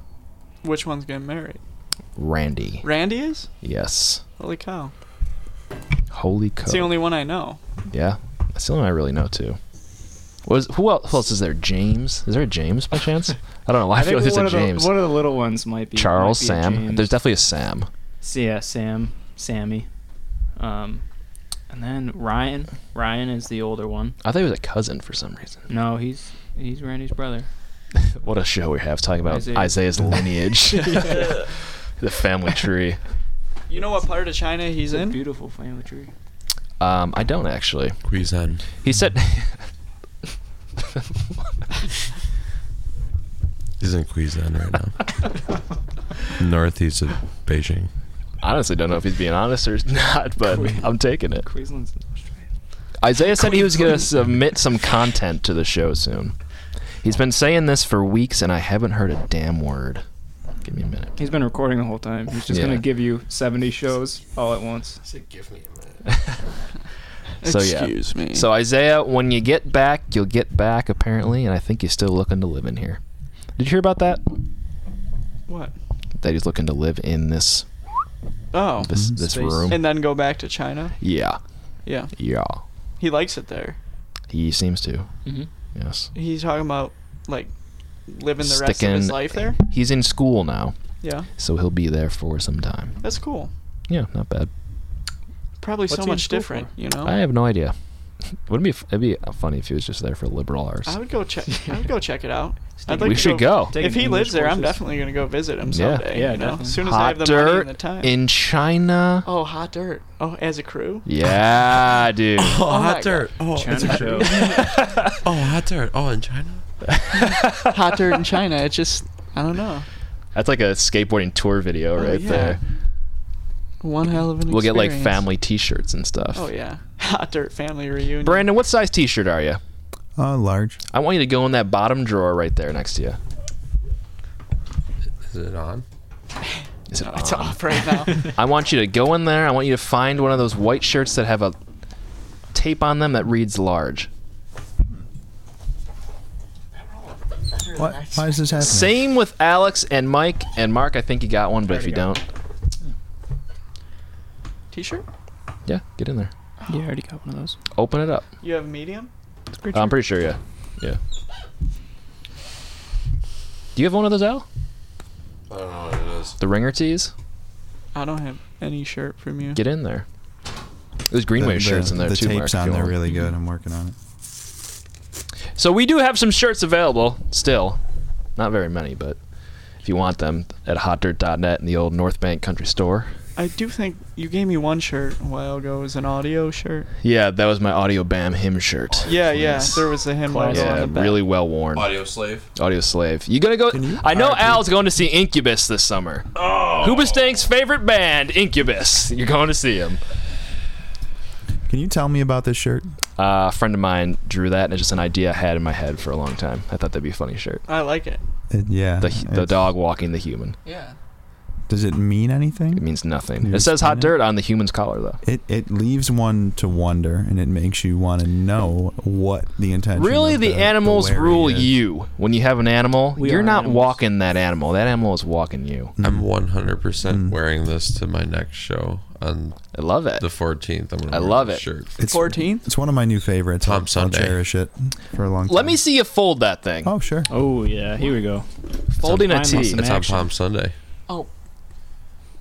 Speaker 9: Which one's getting married?
Speaker 4: Randy.
Speaker 9: Randy is?
Speaker 4: Yes.
Speaker 9: Holy cow.
Speaker 4: Holy cow.
Speaker 9: It's the only one I know.
Speaker 4: yeah. That's the only one I really know too. Was who el- who else is there? James? Is there a James by chance? I don't know. Why I, feel like there's
Speaker 6: one
Speaker 4: a
Speaker 6: of the-
Speaker 4: James.
Speaker 6: one of the little ones might be
Speaker 4: Charles,
Speaker 6: might be a
Speaker 4: Sam.
Speaker 6: James.
Speaker 4: There's definitely a Sam.
Speaker 6: So, yeah, Sam, Sammy, um, and then Ryan. Ryan is the older one.
Speaker 4: I thought he was a cousin for some reason.
Speaker 6: No, he's he's Randy's brother.
Speaker 4: What a show we have talking about
Speaker 6: Isaiah.
Speaker 4: Isaiah's lineage, the family tree.
Speaker 9: You know what part of China he's
Speaker 6: He's a
Speaker 9: in?
Speaker 6: beautiful family tree.
Speaker 4: Um, I don't actually.
Speaker 5: Quizan.
Speaker 4: He said,
Speaker 5: He's in Quizan right now. Northeast of Beijing.
Speaker 4: I honestly don't know if he's being honest or not, but I'm taking it.
Speaker 6: Queensland's in Australia.
Speaker 4: Isaiah said he was going to submit some content to the show soon. He's been saying this for weeks, and I haven't heard a damn word. Give me a minute.
Speaker 6: He's been recording the whole time. He's just
Speaker 4: Yeah.
Speaker 6: gonna give you seventy shows all at once.
Speaker 4: So yeah.
Speaker 9: Excuse me.
Speaker 4: So Isaiah, when you get back, you'll get back apparently, and I think he's still looking to live in here. Did you hear about that?
Speaker 9: what?
Speaker 4: That he's looking to live in this
Speaker 9: Oh.
Speaker 4: this this
Speaker 6: Space.
Speaker 4: room.
Speaker 9: And then go back to China?
Speaker 4: yeah,
Speaker 9: Yeah.
Speaker 4: yeah.
Speaker 9: He likes it there.
Speaker 4: He seems to.
Speaker 6: Mhm.
Speaker 4: Yes.
Speaker 9: He's talking about like Mm-hmm. living the rest of his life there.
Speaker 4: He's in school now,
Speaker 9: Yeah.
Speaker 4: so he'll be there for some time.
Speaker 9: That's cool.
Speaker 4: Yeah, not bad.
Speaker 9: Probably
Speaker 6: What's
Speaker 9: so
Speaker 6: he in
Speaker 9: much
Speaker 6: school
Speaker 9: different, you know.
Speaker 4: I have no idea. Wouldn't it be f- it'd be uh, funny if he was just there for liberal arts.
Speaker 9: I would go check. I would go check it out. I'd
Speaker 4: we
Speaker 9: to
Speaker 4: should go.
Speaker 6: Take
Speaker 9: If he
Speaker 6: English
Speaker 9: lives there, I'm
Speaker 6: courses.
Speaker 9: definitely gonna go visit him
Speaker 4: Yeah.
Speaker 9: someday.
Speaker 6: Yeah,
Speaker 9: you know?
Speaker 6: definitely.
Speaker 9: As soon as I
Speaker 4: Hot
Speaker 9: have the money
Speaker 4: dirt
Speaker 9: and the time.
Speaker 4: in China.
Speaker 9: oh, hot dirt. Oh, as a crew.
Speaker 4: Yeah, dude.
Speaker 5: Oh,
Speaker 9: my
Speaker 5: hot
Speaker 9: God.
Speaker 5: dirt. Oh, it's-
Speaker 6: China show.
Speaker 5: oh, hot dirt. Oh, in China?
Speaker 9: hot dirt in China. It's just I don't know.
Speaker 4: That's like a skateboarding tour video right
Speaker 9: Oh, yeah.
Speaker 4: there.
Speaker 9: One hell of an.
Speaker 4: We'll get like
Speaker 9: experience.
Speaker 4: family T-shirts and stuff.
Speaker 9: Oh yeah, hot dirt family reunion.
Speaker 4: Brandon, what size T-shirt are you?
Speaker 8: Uh, large.
Speaker 4: I want you to go in that bottom drawer right there next to you.
Speaker 5: Is it on?
Speaker 4: Is it
Speaker 9: it's
Speaker 4: on?
Speaker 9: off right now.
Speaker 4: I want you to go in there. I want you to find one of those white shirts that have a tape on them that reads large.
Speaker 8: What? Why is this happening?
Speaker 4: Same with Alex and Mike and Mark. I think you got one, but if you don't,
Speaker 9: T-shirt?
Speaker 4: yeah, get in there.
Speaker 6: yeah, I already got one of those.
Speaker 4: Open it up.
Speaker 9: You have medium?
Speaker 4: I'm pretty sure, yeah, yeah. Do you have one of those, Al?
Speaker 5: I don't know what it is.
Speaker 4: The ringer tees?
Speaker 9: I don't have any shirt from you.
Speaker 4: Get in there. There's Greenway
Speaker 8: the,
Speaker 4: shirts
Speaker 8: the,
Speaker 4: in there
Speaker 8: the
Speaker 4: too. Mark,
Speaker 8: tapes
Speaker 4: if
Speaker 8: on
Speaker 4: you
Speaker 8: there
Speaker 4: want.
Speaker 8: really good. I'm working on it.
Speaker 4: So we do have some shirts available still. Not very many, but if you want them at hotdirt.net in the old North Bank Country Store.
Speaker 9: I do think you gave me one shirt a while ago. It was an audio shirt.
Speaker 4: Yeah, that was my Audio Bam hymn shirt.
Speaker 9: Yeah, yeah. There was a hymn logo on
Speaker 4: Yeah,
Speaker 9: the back.
Speaker 4: really well worn.
Speaker 5: Audio slave.
Speaker 4: Audio Slave. You gonna go? I know Al's going to see Incubus this summer. Oh. Hoobastank's favorite band, Incubus. You're going to see him.
Speaker 8: Can you tell me about this shirt?
Speaker 4: Uh, a friend of mine drew that, and it's just an idea I had in my head for a long time. I thought that'd be a funny shirt.
Speaker 9: I like it.
Speaker 8: It, yeah.
Speaker 4: The, the
Speaker 8: it's-
Speaker 4: dog walking the human.
Speaker 9: Yeah.
Speaker 8: Does it mean anything?
Speaker 4: It means nothing.
Speaker 8: You
Speaker 4: It says
Speaker 8: explain
Speaker 4: hot
Speaker 8: it?
Speaker 4: dirt on the human's collar, though.
Speaker 8: It it leaves one to wonder, and it makes you want to know what the intention.
Speaker 4: Really,
Speaker 8: of
Speaker 4: the, animals
Speaker 8: wary
Speaker 4: rule
Speaker 8: is.
Speaker 4: you. When you have an animal,
Speaker 6: We
Speaker 4: you're
Speaker 6: are
Speaker 4: not
Speaker 6: animals.
Speaker 4: walking that animal. That animal is walking you.
Speaker 5: I'm 100%
Speaker 8: Mm.
Speaker 5: wearing this to my next show on
Speaker 4: I love it.
Speaker 5: the 14th. I'm gonna
Speaker 4: I
Speaker 5: wear
Speaker 4: love
Speaker 5: this
Speaker 4: it.
Speaker 5: Shirt.
Speaker 8: It's,
Speaker 9: 14th?
Speaker 8: it's one of my new favorites.
Speaker 5: Tom
Speaker 8: I'll, I'll
Speaker 5: Sunday.
Speaker 8: cherish it for a long time.
Speaker 4: Let me see you fold that thing.
Speaker 8: Oh sure.
Speaker 6: Oh yeah, here we go.
Speaker 4: Folding a
Speaker 6: fine
Speaker 4: T.
Speaker 6: muscle
Speaker 5: It's on
Speaker 6: action.
Speaker 5: Palm Sunday.
Speaker 9: Oh.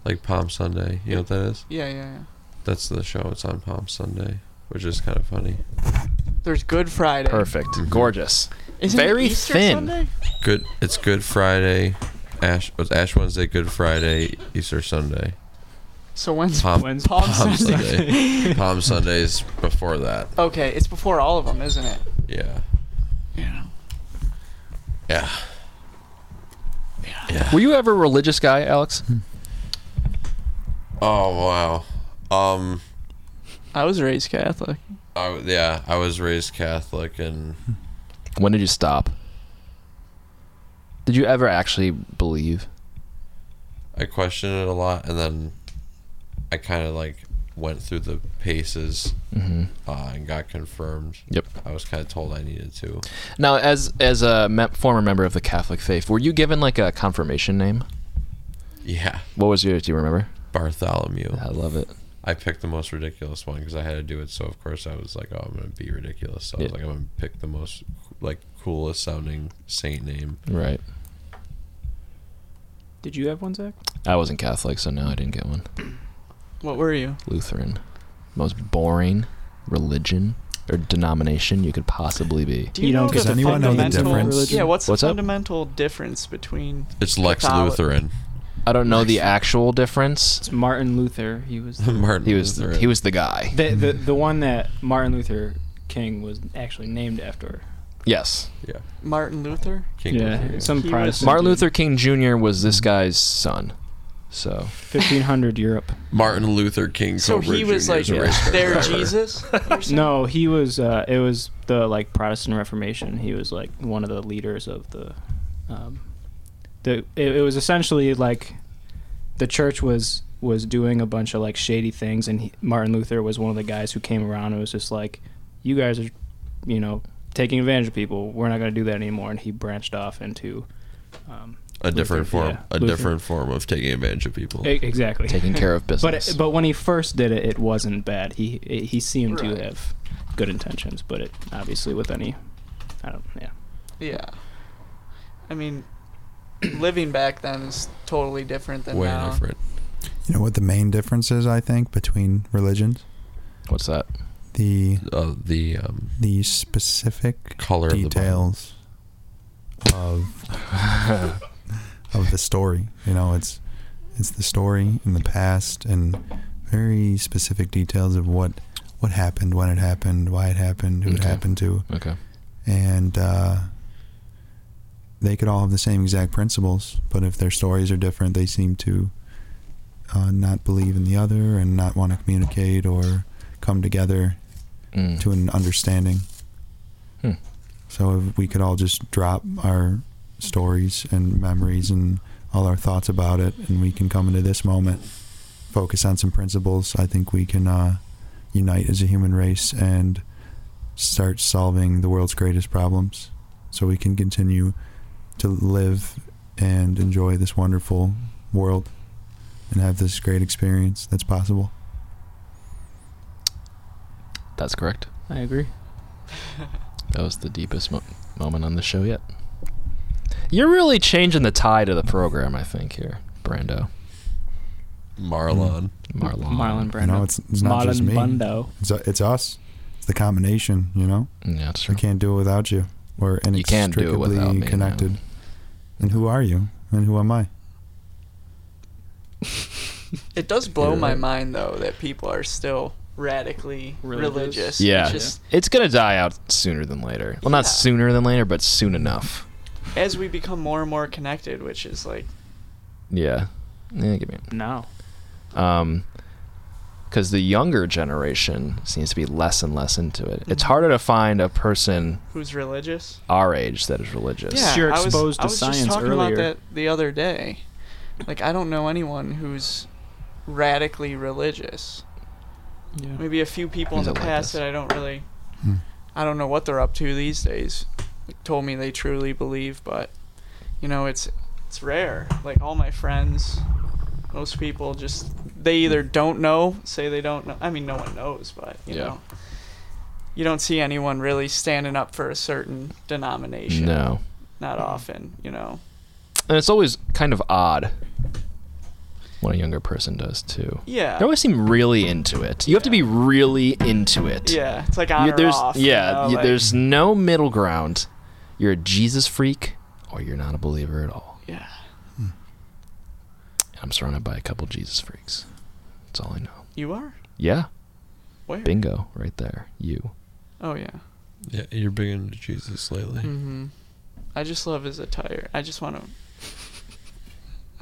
Speaker 5: Like Palm Sunday. You know what that is?
Speaker 9: Yeah, yeah, yeah.
Speaker 5: That's the show. It's on Palm Sunday, which is kind of funny.
Speaker 9: There's Good Friday.
Speaker 4: Perfect. Gorgeous.
Speaker 9: Isn't
Speaker 4: Very
Speaker 9: it Easter
Speaker 4: thin.
Speaker 9: Sunday?
Speaker 5: Good. It's Good Friday. Ash was Ash Wednesday, Good Friday, Easter Sunday.
Speaker 9: So when's
Speaker 5: Palm,
Speaker 6: Wednesday.
Speaker 9: Palm
Speaker 5: Palm
Speaker 9: Sunday?
Speaker 5: Sunday. Palm Sunday's before that.
Speaker 9: Okay, it's before all of them, isn't it?
Speaker 5: Yeah.
Speaker 9: Yeah.
Speaker 5: Yeah.
Speaker 4: Were you ever a religious guy, Alex?
Speaker 5: Oh wow. Um.
Speaker 9: I was raised Catholic.
Speaker 5: I w yeah. I was raised Catholic, and
Speaker 4: When did you stop? Did you ever actually believe?
Speaker 5: I questioned it a lot, and then I kind of like went through the paces
Speaker 4: Mm-hmm.
Speaker 5: uh, and got confirmed,
Speaker 4: Yep.
Speaker 5: I was kind of told I needed to.
Speaker 4: Now, as as a me- former member of the Catholic faith, were you given like a confirmation name?
Speaker 5: Yeah,
Speaker 4: What was yours? Do you remember?
Speaker 5: Bartholomew.
Speaker 4: I love it.
Speaker 5: I picked the most ridiculous one because I had to do it. So of course I was like, oh, I'm gonna be ridiculous. So I was
Speaker 4: Yeah.
Speaker 5: like, I'm gonna pick the most like coolest sounding saint name.
Speaker 4: Right.
Speaker 6: Did you have one, Zach?
Speaker 4: I wasn't Catholic, so no, I didn't get one.
Speaker 9: What were you?
Speaker 4: Lutheran, most boring religion or denomination you could possibly be.
Speaker 9: Do
Speaker 6: You don't
Speaker 9: know
Speaker 6: get
Speaker 9: the
Speaker 6: to find
Speaker 8: anyone know the
Speaker 9: fundamental-
Speaker 8: difference?
Speaker 9: Yeah, what's,
Speaker 4: What's
Speaker 9: the
Speaker 4: up?
Speaker 9: fundamental difference between
Speaker 5: It's Lex
Speaker 9: Catholic.
Speaker 5: Lutheran.
Speaker 4: I don't know the actual difference.
Speaker 6: It's Martin Luther. He was the,
Speaker 5: Martin.
Speaker 4: He was
Speaker 5: Lutheran.
Speaker 4: he was the guy.
Speaker 6: the, the the one that Martin Luther King was actually named after.
Speaker 4: Yes.
Speaker 9: Martin Luther?
Speaker 5: King Luther.
Speaker 6: some
Speaker 9: He was-
Speaker 6: Protestant.
Speaker 4: Martin Luther King Jr. was this guy's son. So
Speaker 6: Fifteen hundred Europe.
Speaker 5: Martin Luther King.
Speaker 9: So
Speaker 5: Cobra
Speaker 9: he was
Speaker 5: Jr.
Speaker 9: like
Speaker 5: is a race car
Speaker 9: their
Speaker 5: driver.
Speaker 9: Jesus? you're saying?
Speaker 6: No, he was. Uh, it was the like Protestant Reformation. He was like one of the leaders of the. Um, the it, it was essentially like, the church was was doing a bunch of like shady things, and he, Martin Luther was one of the guys who came around and was just like, "You guys are, you know, taking advantage of people. We're not going to do that anymore." And he branched off into. Um,
Speaker 5: A different
Speaker 6: Luther,
Speaker 5: form.
Speaker 6: yeah,
Speaker 5: A
Speaker 6: Luther.
Speaker 5: different form of taking advantage of people.
Speaker 6: e- exactly.
Speaker 4: taking care of
Speaker 6: But
Speaker 4: business.
Speaker 6: it, but when he first did it, it wasn't bad. He he seemed
Speaker 9: Right.
Speaker 6: to have good intentions, but it obviously with any, I don't yeah.
Speaker 9: Yeah. I mean, living back then is totally different than
Speaker 5: Way
Speaker 9: now.
Speaker 5: different.
Speaker 8: You know what the main difference is, I think, between religions?
Speaker 4: What's that?
Speaker 8: The
Speaker 5: Uh, the um,
Speaker 8: the specific
Speaker 5: color of the Bible.
Speaker 8: details of of the story. You know, it's it's the story in the past and very specific details of what what happened, when it happened, why it happened, who it
Speaker 4: Okay.
Speaker 8: happened to,
Speaker 4: Okay.
Speaker 8: and uh, they could all have the same exact principles, but if their stories are different, they seem to uh, not believe in the other and not want to communicate or come together
Speaker 4: Mm.
Speaker 8: to an understanding.
Speaker 4: Hmm.
Speaker 8: So if we could all just drop our stories and memories and all our thoughts about it, and we can come into this moment, focus on some principles. I think we can uh, unite as a human race and start solving the world's greatest problems, so we can continue to live and enjoy this wonderful world and have this great experience that's possible.
Speaker 4: That's correct.
Speaker 6: I agree.
Speaker 4: That was the deepest mo- moment on the show yet. You're really changing the tide of the program, I think, here, Brando. Mm.
Speaker 5: Marlon.
Speaker 4: Marlon.
Speaker 6: Marlon Brando.
Speaker 8: You know, it's, it's not just me.
Speaker 6: Bundo.
Speaker 8: It's, uh, it's us. It's the combination, you know?
Speaker 4: Mm, Yeah, that's
Speaker 8: I
Speaker 4: true.
Speaker 8: can't do it without you. We're
Speaker 4: You can't do
Speaker 8: inextricably
Speaker 4: it without me. no.
Speaker 8: connected. And who are you? And who am I?
Speaker 9: It does blow
Speaker 5: You're
Speaker 9: my
Speaker 5: right.
Speaker 9: mind, though, that people are still radically religious.
Speaker 6: Religious?
Speaker 4: Yeah.
Speaker 9: It's just
Speaker 4: It's going to die out sooner than later. Well, not
Speaker 9: Yeah.
Speaker 4: sooner than later, but soon enough.
Speaker 9: as we become more and more connected, which is like,
Speaker 4: Yeah. Yeah, give me.
Speaker 6: No.
Speaker 4: Um, because the younger generation seems to be less and less into it. It's harder to find a person
Speaker 9: who's religious?
Speaker 4: our age that is religious.
Speaker 9: Yeah,
Speaker 6: you're
Speaker 9: I was,
Speaker 6: exposed to
Speaker 9: I was just
Speaker 6: science
Speaker 9: talking about
Speaker 6: earlier.
Speaker 9: that the other day. Like, I don't know anyone who's radically religious.
Speaker 6: Yeah.
Speaker 9: Maybe a few people in
Speaker 4: Is
Speaker 9: the
Speaker 4: it like
Speaker 9: past
Speaker 4: this?
Speaker 9: that I don't really,
Speaker 8: Hmm.
Speaker 9: I don't know what they're up to these days. Like, told me they truly believe, but you know, it's it's rare. Like all my friends, most people just they either don't know, say they don't know. I mean, no one knows, but you
Speaker 4: Yeah.
Speaker 9: know, you don't see anyone really standing up for a certain denomination.
Speaker 4: No.
Speaker 9: not
Speaker 4: Hmm.
Speaker 9: often. You know,
Speaker 4: And it's always kind of odd when a younger person does too.
Speaker 9: yeah,
Speaker 4: They always seem really into it. You have to be really into it.
Speaker 9: yeah. It's like on
Speaker 4: You-
Speaker 9: or
Speaker 4: there's
Speaker 9: off. you
Speaker 4: yeah,
Speaker 9: know,
Speaker 4: you-
Speaker 9: like-
Speaker 4: there's no middle ground. You're a Jesus freak or you're not a believer at all.
Speaker 9: yeah.
Speaker 4: And I'm surrounded by a couple Jesus freaks. That's all I know.
Speaker 9: You are
Speaker 4: Yeah,
Speaker 9: where?
Speaker 4: bingo right there. You.
Speaker 9: oh yeah.
Speaker 5: Yeah, you're big into Jesus lately.
Speaker 9: hmm I just love his attire. I just want to.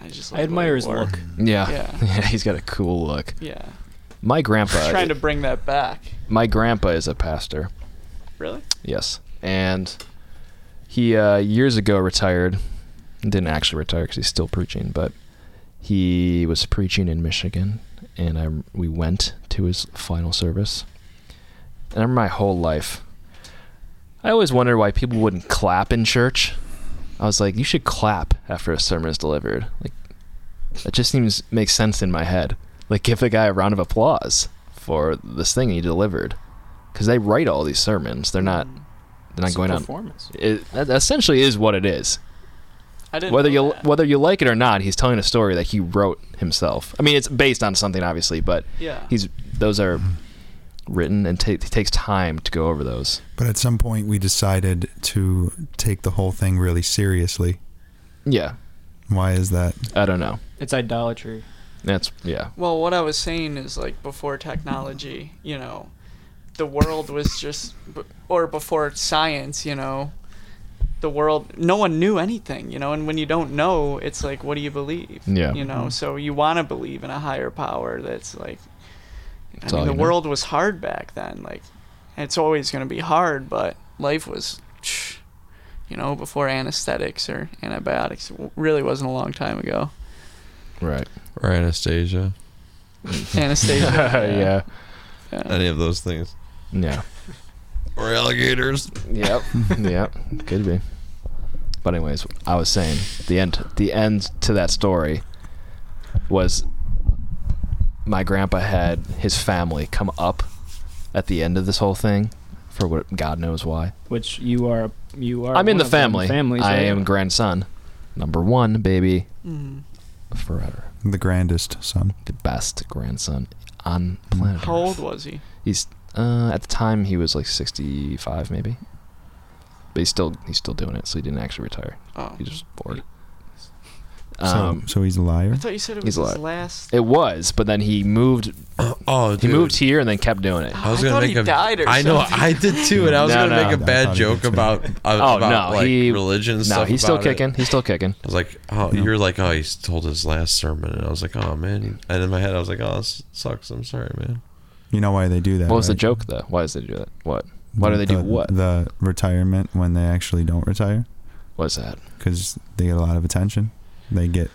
Speaker 9: I just. Love
Speaker 6: I
Speaker 9: the way
Speaker 6: admire
Speaker 9: he
Speaker 6: his
Speaker 9: wore.
Speaker 6: look.
Speaker 4: Yeah.
Speaker 9: Yeah.
Speaker 4: he's got a cool look.
Speaker 9: Yeah.
Speaker 4: My grandpa
Speaker 9: Trying to bring that back.
Speaker 4: my grandpa is a pastor.
Speaker 9: Really?
Speaker 4: Yes. And he uh, years ago retired. Didn't actually retire because he's still preaching, but he was preaching in Michigan and I we went to his final service. And I remember my whole life, I always wondered why people wouldn't clap in church. I was like, you should clap after a sermon is delivered. Like, that just seems makes sense in my head. Like, give the guy a round of applause for this thing he delivered, because they write all these sermons. They're
Speaker 9: Hmm.
Speaker 4: not. They're not
Speaker 6: It's a
Speaker 4: going on.
Speaker 6: performance.
Speaker 4: It, that essentially is what it is
Speaker 9: I didn't
Speaker 4: whether
Speaker 9: know
Speaker 4: you
Speaker 9: that.
Speaker 4: whether you like it or not, he's telling a story that he wrote himself. I mean, it's based on something, obviously, but
Speaker 9: Yeah.
Speaker 4: he's those are written and ta- it takes time to go over those.
Speaker 8: But at some point, we decided to take the whole thing really seriously.
Speaker 4: Yeah,
Speaker 8: Why is that?
Speaker 4: I don't know.
Speaker 6: It's idolatry.
Speaker 4: That's yeah,
Speaker 9: Well, what I was saying is like before technology, you know, the world was just, b- or before science, you know, the world, no one knew anything, you know, and when you don't know, it's like, what do you believe?
Speaker 4: Yeah.
Speaker 9: You know, so you want to believe in a higher power that's like,
Speaker 4: That's
Speaker 9: I
Speaker 4: all
Speaker 9: mean, the
Speaker 4: you know.
Speaker 9: world was hard back then. Like, it's always going to be hard, but life was, you know, before anesthetics or antibiotics, it really wasn't a long time ago.
Speaker 4: right.
Speaker 5: Or Anastasia.
Speaker 9: Anesthesia.
Speaker 4: yeah,
Speaker 5: Any of those things.
Speaker 4: yeah,
Speaker 5: Or alligators.
Speaker 4: yep, yep. Could be. But anyways, I was saying the end the end to that story was my grandpa had his family come up at the end of this whole thing for what God knows why.
Speaker 6: Which you are, you are.
Speaker 4: I'm in
Speaker 6: one
Speaker 4: the
Speaker 6: of them
Speaker 4: family.
Speaker 6: Families,
Speaker 4: I
Speaker 6: right?
Speaker 4: am grandson, number one, baby,
Speaker 9: Mm.
Speaker 4: forever,
Speaker 8: The grandest son.
Speaker 4: the best grandson on planet.
Speaker 9: How old
Speaker 4: Earth.
Speaker 9: was he?
Speaker 4: He's uh, at the time he was like 65, maybe. But he's still he's still doing it, so he didn't actually retire.
Speaker 9: Oh.
Speaker 4: He just bored.
Speaker 8: So,
Speaker 4: Um,
Speaker 8: so he's a liar.
Speaker 9: I thought you said it
Speaker 4: He's
Speaker 9: was his
Speaker 4: alive.
Speaker 9: last.
Speaker 4: it was, but then he moved.
Speaker 5: Oh,
Speaker 4: He moved here and then kept doing it.
Speaker 5: I was
Speaker 9: I
Speaker 5: gonna
Speaker 9: thought
Speaker 5: make
Speaker 9: he
Speaker 5: a.
Speaker 9: died or
Speaker 5: I know. I did too, and I was
Speaker 4: No,
Speaker 5: gonna
Speaker 4: no.
Speaker 5: make a
Speaker 8: I
Speaker 5: bad
Speaker 8: thought he
Speaker 5: joke
Speaker 8: did too.
Speaker 5: about. Uh,
Speaker 4: Oh
Speaker 5: about,
Speaker 4: no,
Speaker 5: like,
Speaker 4: he
Speaker 5: religion. and
Speaker 4: No,
Speaker 5: stuff
Speaker 4: he's still
Speaker 5: about it.
Speaker 4: kicking. He's still kicking.
Speaker 5: I was like, oh, you were like, oh, he's told his last sermon, and I was like, oh man. And in my head, I was like, oh, this sucks. I'm sorry, man.
Speaker 8: You know why they do that?
Speaker 4: What was the
Speaker 8: right?
Speaker 4: joke though? Why does they do that? What? Why do they do
Speaker 8: Uh, The-
Speaker 4: what?
Speaker 8: The retirement when they actually don't retire
Speaker 4: What's that?
Speaker 8: because they get a lot of attention. They get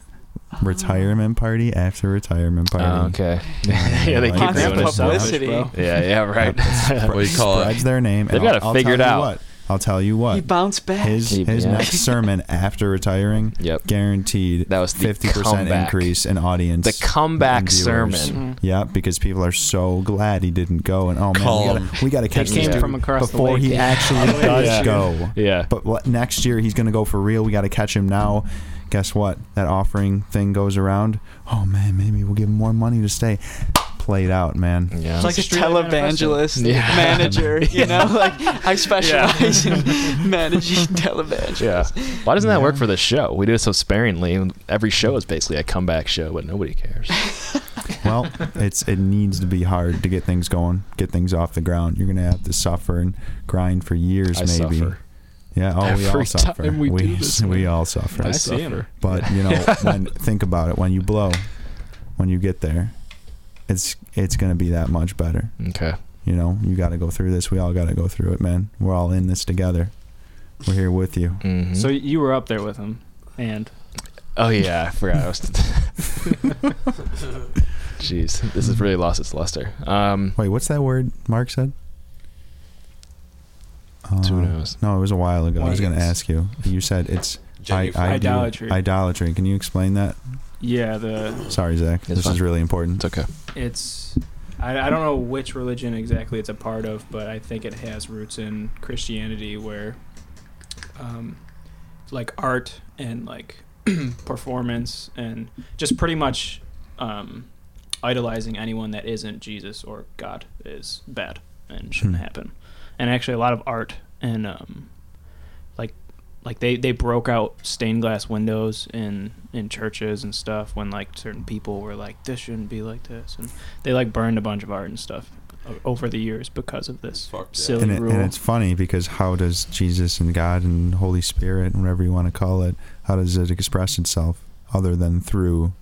Speaker 8: retirement party after retirement party.
Speaker 4: Oh, okay. yeah, they
Speaker 8: Like
Speaker 4: keep
Speaker 8: that.
Speaker 4: doing it.
Speaker 8: That's
Speaker 4: so-
Speaker 8: publicity.
Speaker 6: bro.
Speaker 4: Yeah, yeah, right.
Speaker 5: What do you call
Speaker 8: Spreads
Speaker 5: it?
Speaker 8: their name.
Speaker 4: They've
Speaker 8: and
Speaker 4: gotta
Speaker 8: I'll- I'll
Speaker 4: figure it
Speaker 8: tell you
Speaker 4: out.
Speaker 8: what. I'll tell you
Speaker 9: He
Speaker 8: what.
Speaker 9: bounced back.
Speaker 8: His
Speaker 4: Keep-
Speaker 8: his
Speaker 4: yeah.
Speaker 8: next sermon after retiring,
Speaker 4: Yep.
Speaker 8: guaranteed
Speaker 4: That was the
Speaker 8: fifty percent
Speaker 4: comeback.
Speaker 8: increase in audience.
Speaker 4: The comeback
Speaker 8: and viewers.
Speaker 4: sermon.
Speaker 9: Mm-hmm.
Speaker 8: Yeah, because people are so glad he didn't go, and oh man,
Speaker 5: Call
Speaker 8: we
Speaker 5: him.
Speaker 8: gotta, we gotta catch
Speaker 6: came
Speaker 8: this dude
Speaker 6: from across the
Speaker 8: before
Speaker 6: lake.
Speaker 8: he actually does go.
Speaker 4: Oh, Yeah.
Speaker 8: But what, next year he's gonna go for real. We gotta catch him now. Guess what? That offering thing goes around. Oh man, maybe we'll give him more money to stay. Played out, man.
Speaker 4: Yeah.
Speaker 9: It's like a
Speaker 6: Street Light
Speaker 9: televangelist
Speaker 4: Yeah.
Speaker 9: manager, you know? Like, I specialize in managing televangelists.
Speaker 4: yeah. Why doesn't that work for the show? We do it so sparingly. and Every show is basically a comeback show, but nobody cares.
Speaker 8: Well, it's it needs to be hard to get things going, get things off the ground. You're gonna have to suffer and grind for years,
Speaker 4: I
Speaker 8: maybe.
Speaker 4: suffer.
Speaker 8: Yeah, oh, we all
Speaker 4: Every
Speaker 8: suffer.
Speaker 4: time we do this,
Speaker 8: we
Speaker 4: man.
Speaker 8: all suffer.
Speaker 6: I see him.
Speaker 8: But you know, when think about it, when you blow, when you get there, it's it's gonna be that much better.
Speaker 4: Okay.
Speaker 8: You know, you got to go through this. We all got to go through it, man. We're all in this together. We're here with you.
Speaker 4: Mhm.
Speaker 6: So you were up there with him, and
Speaker 4: oh yeah, I forgot. I was. Jeez, this has really lost its luster. Um,
Speaker 8: Wait, what's that word Mark said? Uh,
Speaker 4: who knows?
Speaker 8: No, it was a while ago. I was gonna
Speaker 6: Ways.
Speaker 8: ask you. You said it's I,
Speaker 5: Jenny-
Speaker 8: I
Speaker 6: Idolatry.
Speaker 8: Idolatry. Can you explain that?
Speaker 6: yeah, the
Speaker 8: Sorry, Zach.
Speaker 4: It's
Speaker 8: this
Speaker 4: fine.
Speaker 8: is really important.
Speaker 4: It's okay.
Speaker 6: it's I, I don't know which religion exactly it's a part of, but I think it has roots in Christianity, where um, like art and like performance and just pretty much um, idolizing anyone that isn't Jesus or God is bad and shouldn't
Speaker 8: Hmm.
Speaker 6: happen. And actually, a lot of art and um, like like they, they broke out stained glass windows in in churches and stuff when like certain people were like this shouldn't be like this and they like burned a bunch of art and stuff o- over the years because of this
Speaker 5: Fuck yeah.
Speaker 6: silly
Speaker 8: and, it,
Speaker 6: rule.
Speaker 8: and it's funny because how does Jesus and God and Holy Spirit, whatever you want to call it, how does it express itself other than through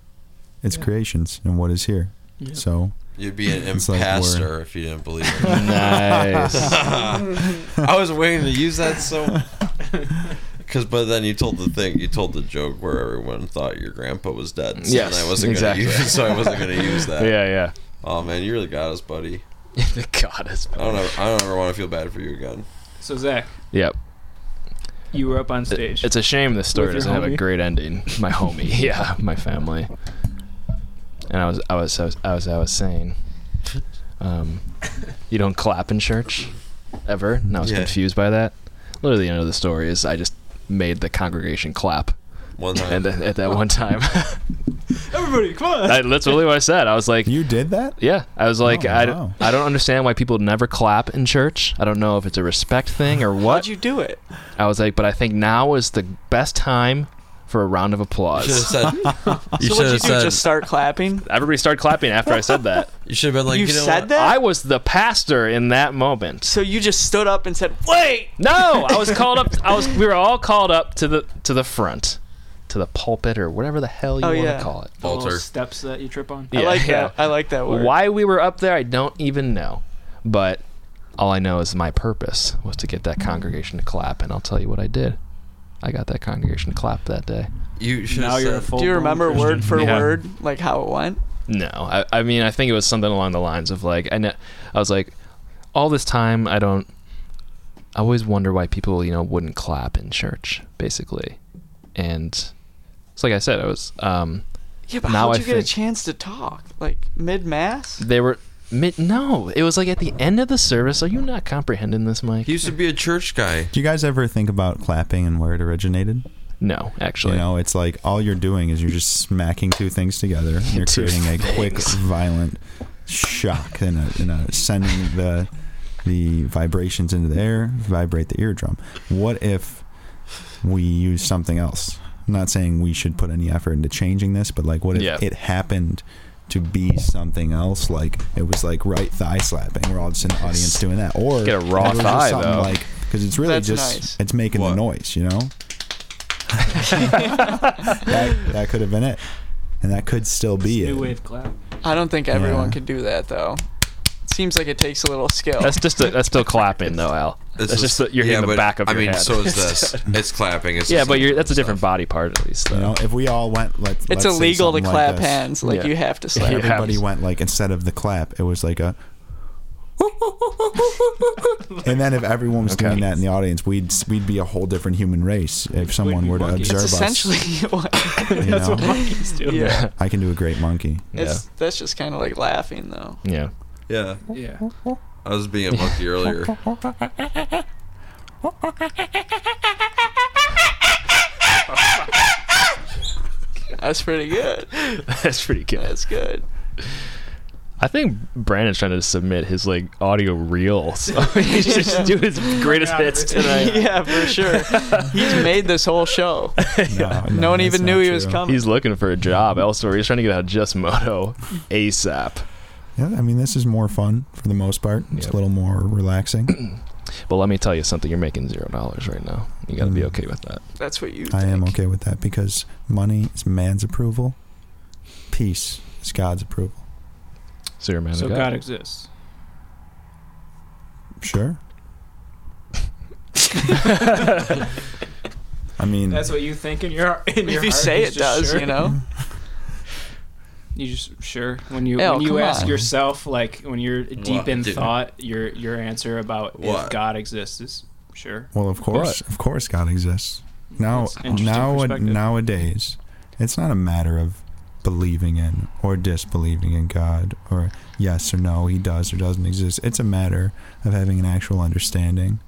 Speaker 8: its
Speaker 6: Yeah.
Speaker 8: creations and what is here?
Speaker 6: Yeah.
Speaker 8: So
Speaker 5: You'd be an
Speaker 8: It's like we're-
Speaker 5: imposter if you didn't believe it.
Speaker 4: Nice.
Speaker 5: I was waiting to use that so Because but then you told the thing, you told the joke where everyone thought your grandpa was dead. So
Speaker 4: Yes,
Speaker 5: then I wasn't
Speaker 4: exactly.
Speaker 5: gonna use. So I wasn't gonna use that.
Speaker 4: yeah,
Speaker 5: Oh man, you really got us, buddy.
Speaker 4: yeah. the goddess.
Speaker 5: I don't ever, I don't ever want to feel bad for you again.
Speaker 6: So Zach,
Speaker 4: Yep.
Speaker 6: you were up on
Speaker 4: It-
Speaker 6: stage.
Speaker 4: it's a shame this story
Speaker 6: With your
Speaker 4: doesn't have a
Speaker 6: homie?
Speaker 4: great ending. My homie, yeah, my family. And I was, I was, I was, I was, I was saying, um, you don't clap in church, ever. And I was
Speaker 5: Yeah.
Speaker 4: confused by that. Literally, the end of the story is I just made the congregation clap,
Speaker 5: One time.
Speaker 4: and then at that one time,
Speaker 6: Everybody, come on!
Speaker 4: I, that's really what I said. I was like,
Speaker 8: You did that?
Speaker 4: yeah, I was like,
Speaker 8: Oh,
Speaker 4: I, d-
Speaker 8: wow.
Speaker 4: I don't understand why people never clap in church. I don't know if it's a respect thing or
Speaker 9: How'd
Speaker 4: what.
Speaker 9: you do it?
Speaker 4: I was like, but I think now is the best time for a round of applause.
Speaker 5: You should have said. You
Speaker 9: so
Speaker 5: should
Speaker 9: what'd you
Speaker 5: have
Speaker 9: do?
Speaker 5: said.
Speaker 9: Just start clapping?
Speaker 4: Everybody started clapping after I said that.
Speaker 5: you should have been like.
Speaker 9: you,
Speaker 5: You, know
Speaker 9: said
Speaker 5: what?
Speaker 9: that?
Speaker 4: I was the pastor in that moment.
Speaker 9: so you just stood up and said, "Wait!"
Speaker 4: No, I was called up. I was. We were all called up to the to the front, to the pulpit or whatever the hell you
Speaker 9: Oh,
Speaker 4: want
Speaker 9: yeah.
Speaker 4: to call it.
Speaker 6: The little
Speaker 5: Alter.
Speaker 6: steps that you trip on.
Speaker 9: I
Speaker 4: Yeah,
Speaker 9: like
Speaker 4: yeah.
Speaker 9: that. I like that word.
Speaker 4: Why we were up there, I don't even know. But all I know is my purpose was to get that congregation to clap, and I'll tell you what I did. I got that congregation to clap that day.
Speaker 5: You should
Speaker 6: Now
Speaker 5: have
Speaker 6: you're a
Speaker 5: said.
Speaker 6: full.
Speaker 9: Do you remember word for
Speaker 4: Yeah.
Speaker 9: word like how it went?
Speaker 4: No, I, I mean, I think it was something along the lines of like, I, know, I was like, all this time, I don't, I always wonder why people, you know, wouldn't clap in church, basically. And it's like I said, I was, um,
Speaker 9: Yeah, but
Speaker 4: Now
Speaker 9: how'd
Speaker 4: I
Speaker 9: you get a
Speaker 4: think-
Speaker 9: chance to talk? Like mid mass?
Speaker 4: they were, mid, no, it was like at the end of the service. Are you not comprehending this, Mike?
Speaker 5: He used to be a church guy.
Speaker 8: Do you guys ever think about clapping and where it originated?
Speaker 4: no, actually.
Speaker 8: You know, it's like all you're doing is you're just smacking two things together. and You're
Speaker 4: Two
Speaker 8: creating a quick,
Speaker 4: things.
Speaker 8: violent shock and a, and a sending the the vibrations into the air, vibrate the eardrum. What if we use something else? I'm not saying we should put any effort into changing this, but like, what if
Speaker 4: Yeah.
Speaker 8: it happened? To be something else, like it was like right thigh slapping. We're all just in the audience doing that, or
Speaker 4: Get a raw
Speaker 8: it was just
Speaker 4: thigh,
Speaker 8: something
Speaker 4: though.
Speaker 8: like because it's really
Speaker 9: That's
Speaker 8: just
Speaker 9: nice.
Speaker 8: it's making the
Speaker 5: What?
Speaker 8: noise, you know that, that could have been it. And that could still be
Speaker 6: New
Speaker 8: it.
Speaker 6: wave clap.
Speaker 9: I don't think everyone
Speaker 8: Yeah.
Speaker 9: could do that though. It seems like it takes a little skill.
Speaker 4: That's just, a, that's still clapping though, Al.
Speaker 5: This
Speaker 4: That's
Speaker 5: is-
Speaker 4: just, that you're
Speaker 5: yeah,
Speaker 4: hitting the
Speaker 5: but,
Speaker 4: back of
Speaker 5: I
Speaker 4: your
Speaker 5: mean,
Speaker 4: head.
Speaker 5: so is this. It's clapping. It's
Speaker 4: yeah,
Speaker 5: just
Speaker 4: but
Speaker 5: like-
Speaker 4: you're, that's a different body part at least. Though.
Speaker 8: You know, if we all went like
Speaker 9: it's
Speaker 8: let's say
Speaker 9: illegal to
Speaker 8: something like
Speaker 9: clap
Speaker 8: this.
Speaker 9: hands. Like
Speaker 4: Yeah.
Speaker 9: you have to slap.
Speaker 4: Yeah.
Speaker 8: Everybody went like instead of the clap, it was like a. and then if everyone was doing that in the audience, we'd we'd be a whole different human race if someone
Speaker 6: be
Speaker 8: were to
Speaker 6: monkeys.
Speaker 8: observe
Speaker 9: That's
Speaker 8: us.
Speaker 9: essentially what.
Speaker 8: You
Speaker 6: That's
Speaker 8: know?
Speaker 6: what monkeys do.
Speaker 9: Yeah.
Speaker 8: I can do a great monkey.
Speaker 9: It's that's just kind of like laughing though.
Speaker 4: yeah.
Speaker 5: yeah.
Speaker 6: Yeah.
Speaker 5: I was being a monkey earlier.
Speaker 9: That's pretty good.
Speaker 4: That's pretty good.
Speaker 9: That's good.
Speaker 4: I think Brandon's trying to submit his like audio reel, so he should just do his greatest hits tonight.
Speaker 9: yeah, for sure. He's made this whole show.
Speaker 8: No,
Speaker 9: No one
Speaker 8: that's
Speaker 9: even
Speaker 8: not
Speaker 9: knew he was
Speaker 8: true.
Speaker 9: coming.
Speaker 4: He's looking for a job elsewhere. He's trying to get out of Just Moto ASAP.
Speaker 8: Yeah, I mean this is more fun for the most part. It's
Speaker 4: Yep.
Speaker 8: a little more relaxing.
Speaker 4: But let me tell you something. You're making zero dollars right now. You got to be okay with that.
Speaker 9: That's what you.
Speaker 8: I
Speaker 9: think.
Speaker 8: am okay with that because money is man's approval. Peace is God's approval.
Speaker 4: So you're a man
Speaker 6: So
Speaker 4: of God.
Speaker 6: God exists.
Speaker 8: Sure. I mean,
Speaker 6: That's what you think in your in your
Speaker 9: If you
Speaker 6: heart
Speaker 9: say
Speaker 6: is
Speaker 9: it
Speaker 6: just
Speaker 9: does,
Speaker 6: sure.
Speaker 9: you know.
Speaker 6: You just sure when you
Speaker 9: Oh,
Speaker 6: when you
Speaker 9: come
Speaker 6: ask
Speaker 9: on.
Speaker 6: yourself like when you're deep
Speaker 5: What,
Speaker 6: in
Speaker 5: dude?
Speaker 6: thought your your answer about if
Speaker 5: What?
Speaker 6: God exists is sure.
Speaker 8: well, of course, of course, God exists. Now,
Speaker 6: That's an interesting
Speaker 8: now,
Speaker 6: perspective.
Speaker 8: nowadays, it's not a matter of believing in or disbelieving in God or yes or no, He does or doesn't exist. It's a matter of having an actual understanding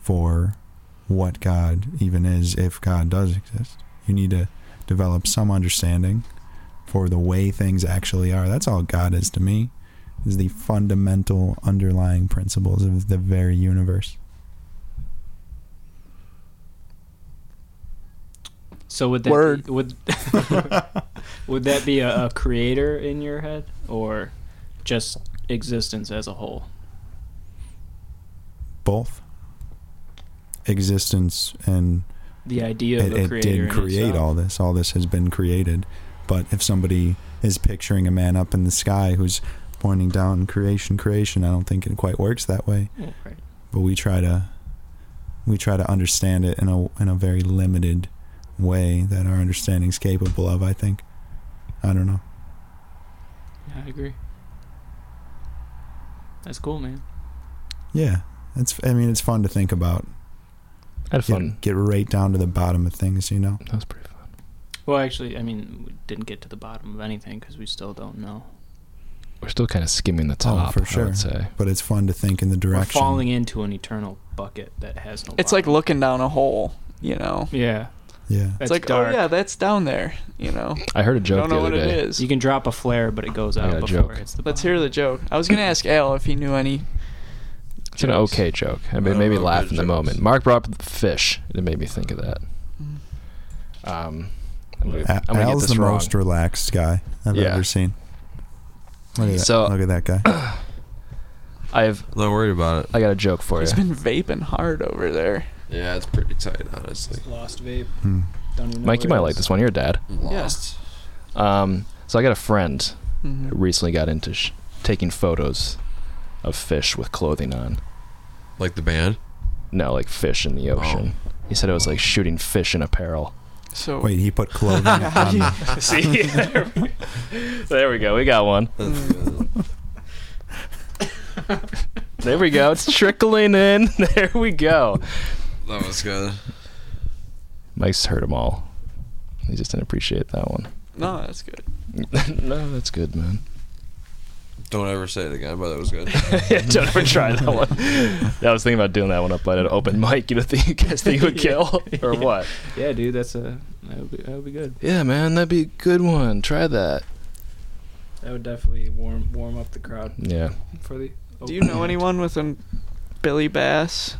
Speaker 8: for what God even is, if God does exist. You need to develop some understanding for the way things actually are. That's all God is to me. Is the fundamental underlying principles of the very universe.
Speaker 6: So would that
Speaker 9: Word.
Speaker 6: Be, would would that be a, a creator in your head or just existence as a whole?
Speaker 8: Both existence and
Speaker 6: The idea
Speaker 8: it,
Speaker 6: of a
Speaker 8: it
Speaker 6: creator.
Speaker 8: did
Speaker 6: in
Speaker 8: create
Speaker 6: itself.
Speaker 8: all this. All this has been created. But if somebody is picturing a man up in the sky who's pointing down creation, creation, I don't think it quite works that way.
Speaker 6: Yeah, right.
Speaker 8: But we try to we try to understand it in a in a very limited way that our understanding's capable of. I think. I don't know.
Speaker 6: Yeah, I agree. That's cool, man.
Speaker 8: Yeah, it's. I mean, it's fun to think about.
Speaker 4: I had
Speaker 8: Get-
Speaker 4: fun.
Speaker 8: Get, right down to the bottom of things, you know.
Speaker 4: That was pretty fun.
Speaker 6: Well, actually, I mean, we didn't get to the bottom of anything because we still don't know.
Speaker 4: We're still kind of skimming the top.
Speaker 8: for
Speaker 4: I
Speaker 8: sure.
Speaker 4: would say.
Speaker 8: But it's fun to think in the
Speaker 6: We're
Speaker 8: direction.
Speaker 6: falling into an eternal bucket that has no.
Speaker 9: It's like
Speaker 6: bottom.
Speaker 9: looking down a hole, you know.
Speaker 6: yeah,
Speaker 8: Yeah.
Speaker 6: that's
Speaker 9: it's like,
Speaker 6: dark.
Speaker 9: oh yeah, that's down there, you know.
Speaker 4: I heard a
Speaker 9: I
Speaker 4: joke
Speaker 9: don't know
Speaker 4: the
Speaker 9: what
Speaker 4: other
Speaker 9: it
Speaker 4: day.
Speaker 9: is.
Speaker 6: You can drop a flare, but it goes
Speaker 4: I
Speaker 6: out
Speaker 4: got a
Speaker 6: before
Speaker 4: joke.
Speaker 6: it's the.
Speaker 9: Let's
Speaker 6: bottom.
Speaker 9: hear the joke. I was gonna ask Al if he knew any.
Speaker 4: It's an
Speaker 9: jokes.
Speaker 4: okay joke. I mean,
Speaker 5: I
Speaker 4: it
Speaker 5: don't
Speaker 4: made me
Speaker 5: know
Speaker 4: laugh
Speaker 5: good
Speaker 4: in the
Speaker 5: jokes.
Speaker 4: moment. Mark brought up fish. It made me think of that. Um, Mm. I'm gonna,
Speaker 8: A-
Speaker 4: I'm gonna get
Speaker 8: Al's
Speaker 4: this
Speaker 8: the
Speaker 4: wrong.
Speaker 8: most relaxed guy I've
Speaker 4: Yeah.
Speaker 8: ever seen. Look at that.
Speaker 4: So-
Speaker 8: look at that guy.
Speaker 4: I have.
Speaker 5: Don't worry about it.
Speaker 4: I got a joke for you.
Speaker 9: He's been vaping hard over there.
Speaker 5: Yeah, it's pretty tight, honestly.
Speaker 6: Lost vape.
Speaker 8: Hmm.
Speaker 6: Don't even know
Speaker 4: Mike, you might
Speaker 6: where it
Speaker 4: like
Speaker 6: is.
Speaker 4: this one. You're a dad.
Speaker 5: Lost.
Speaker 4: Um, so I got a friend
Speaker 9: Mhm.
Speaker 4: who recently got into sh- taking photos of fish with clothing on.
Speaker 5: Like the band.
Speaker 4: No, like fish in the ocean. He said it was like shooting fish in apparel.
Speaker 9: So
Speaker 8: Wait, he put clothing on. the-
Speaker 4: See, there we, there we go. We got one. There we go. It's trickling in. There we go.
Speaker 5: That was good.
Speaker 4: Mike's heard them all. He just didn't appreciate that one.
Speaker 9: no, that's good.
Speaker 4: no, that's good, man.
Speaker 5: Don't ever say it again, but that was good.
Speaker 4: yeah, don't ever try that one. I was thinking about doing that one up at an open mic. You know, think you guys think you would kill or what?
Speaker 6: Yeah, dude, that's a that would be, that would be good.
Speaker 4: Yeah, man, that'd be a good one. Try that.
Speaker 6: That would definitely warm warm up the crowd
Speaker 4: Yeah.
Speaker 6: for the.
Speaker 9: Do you know anyone with a Billy Bass?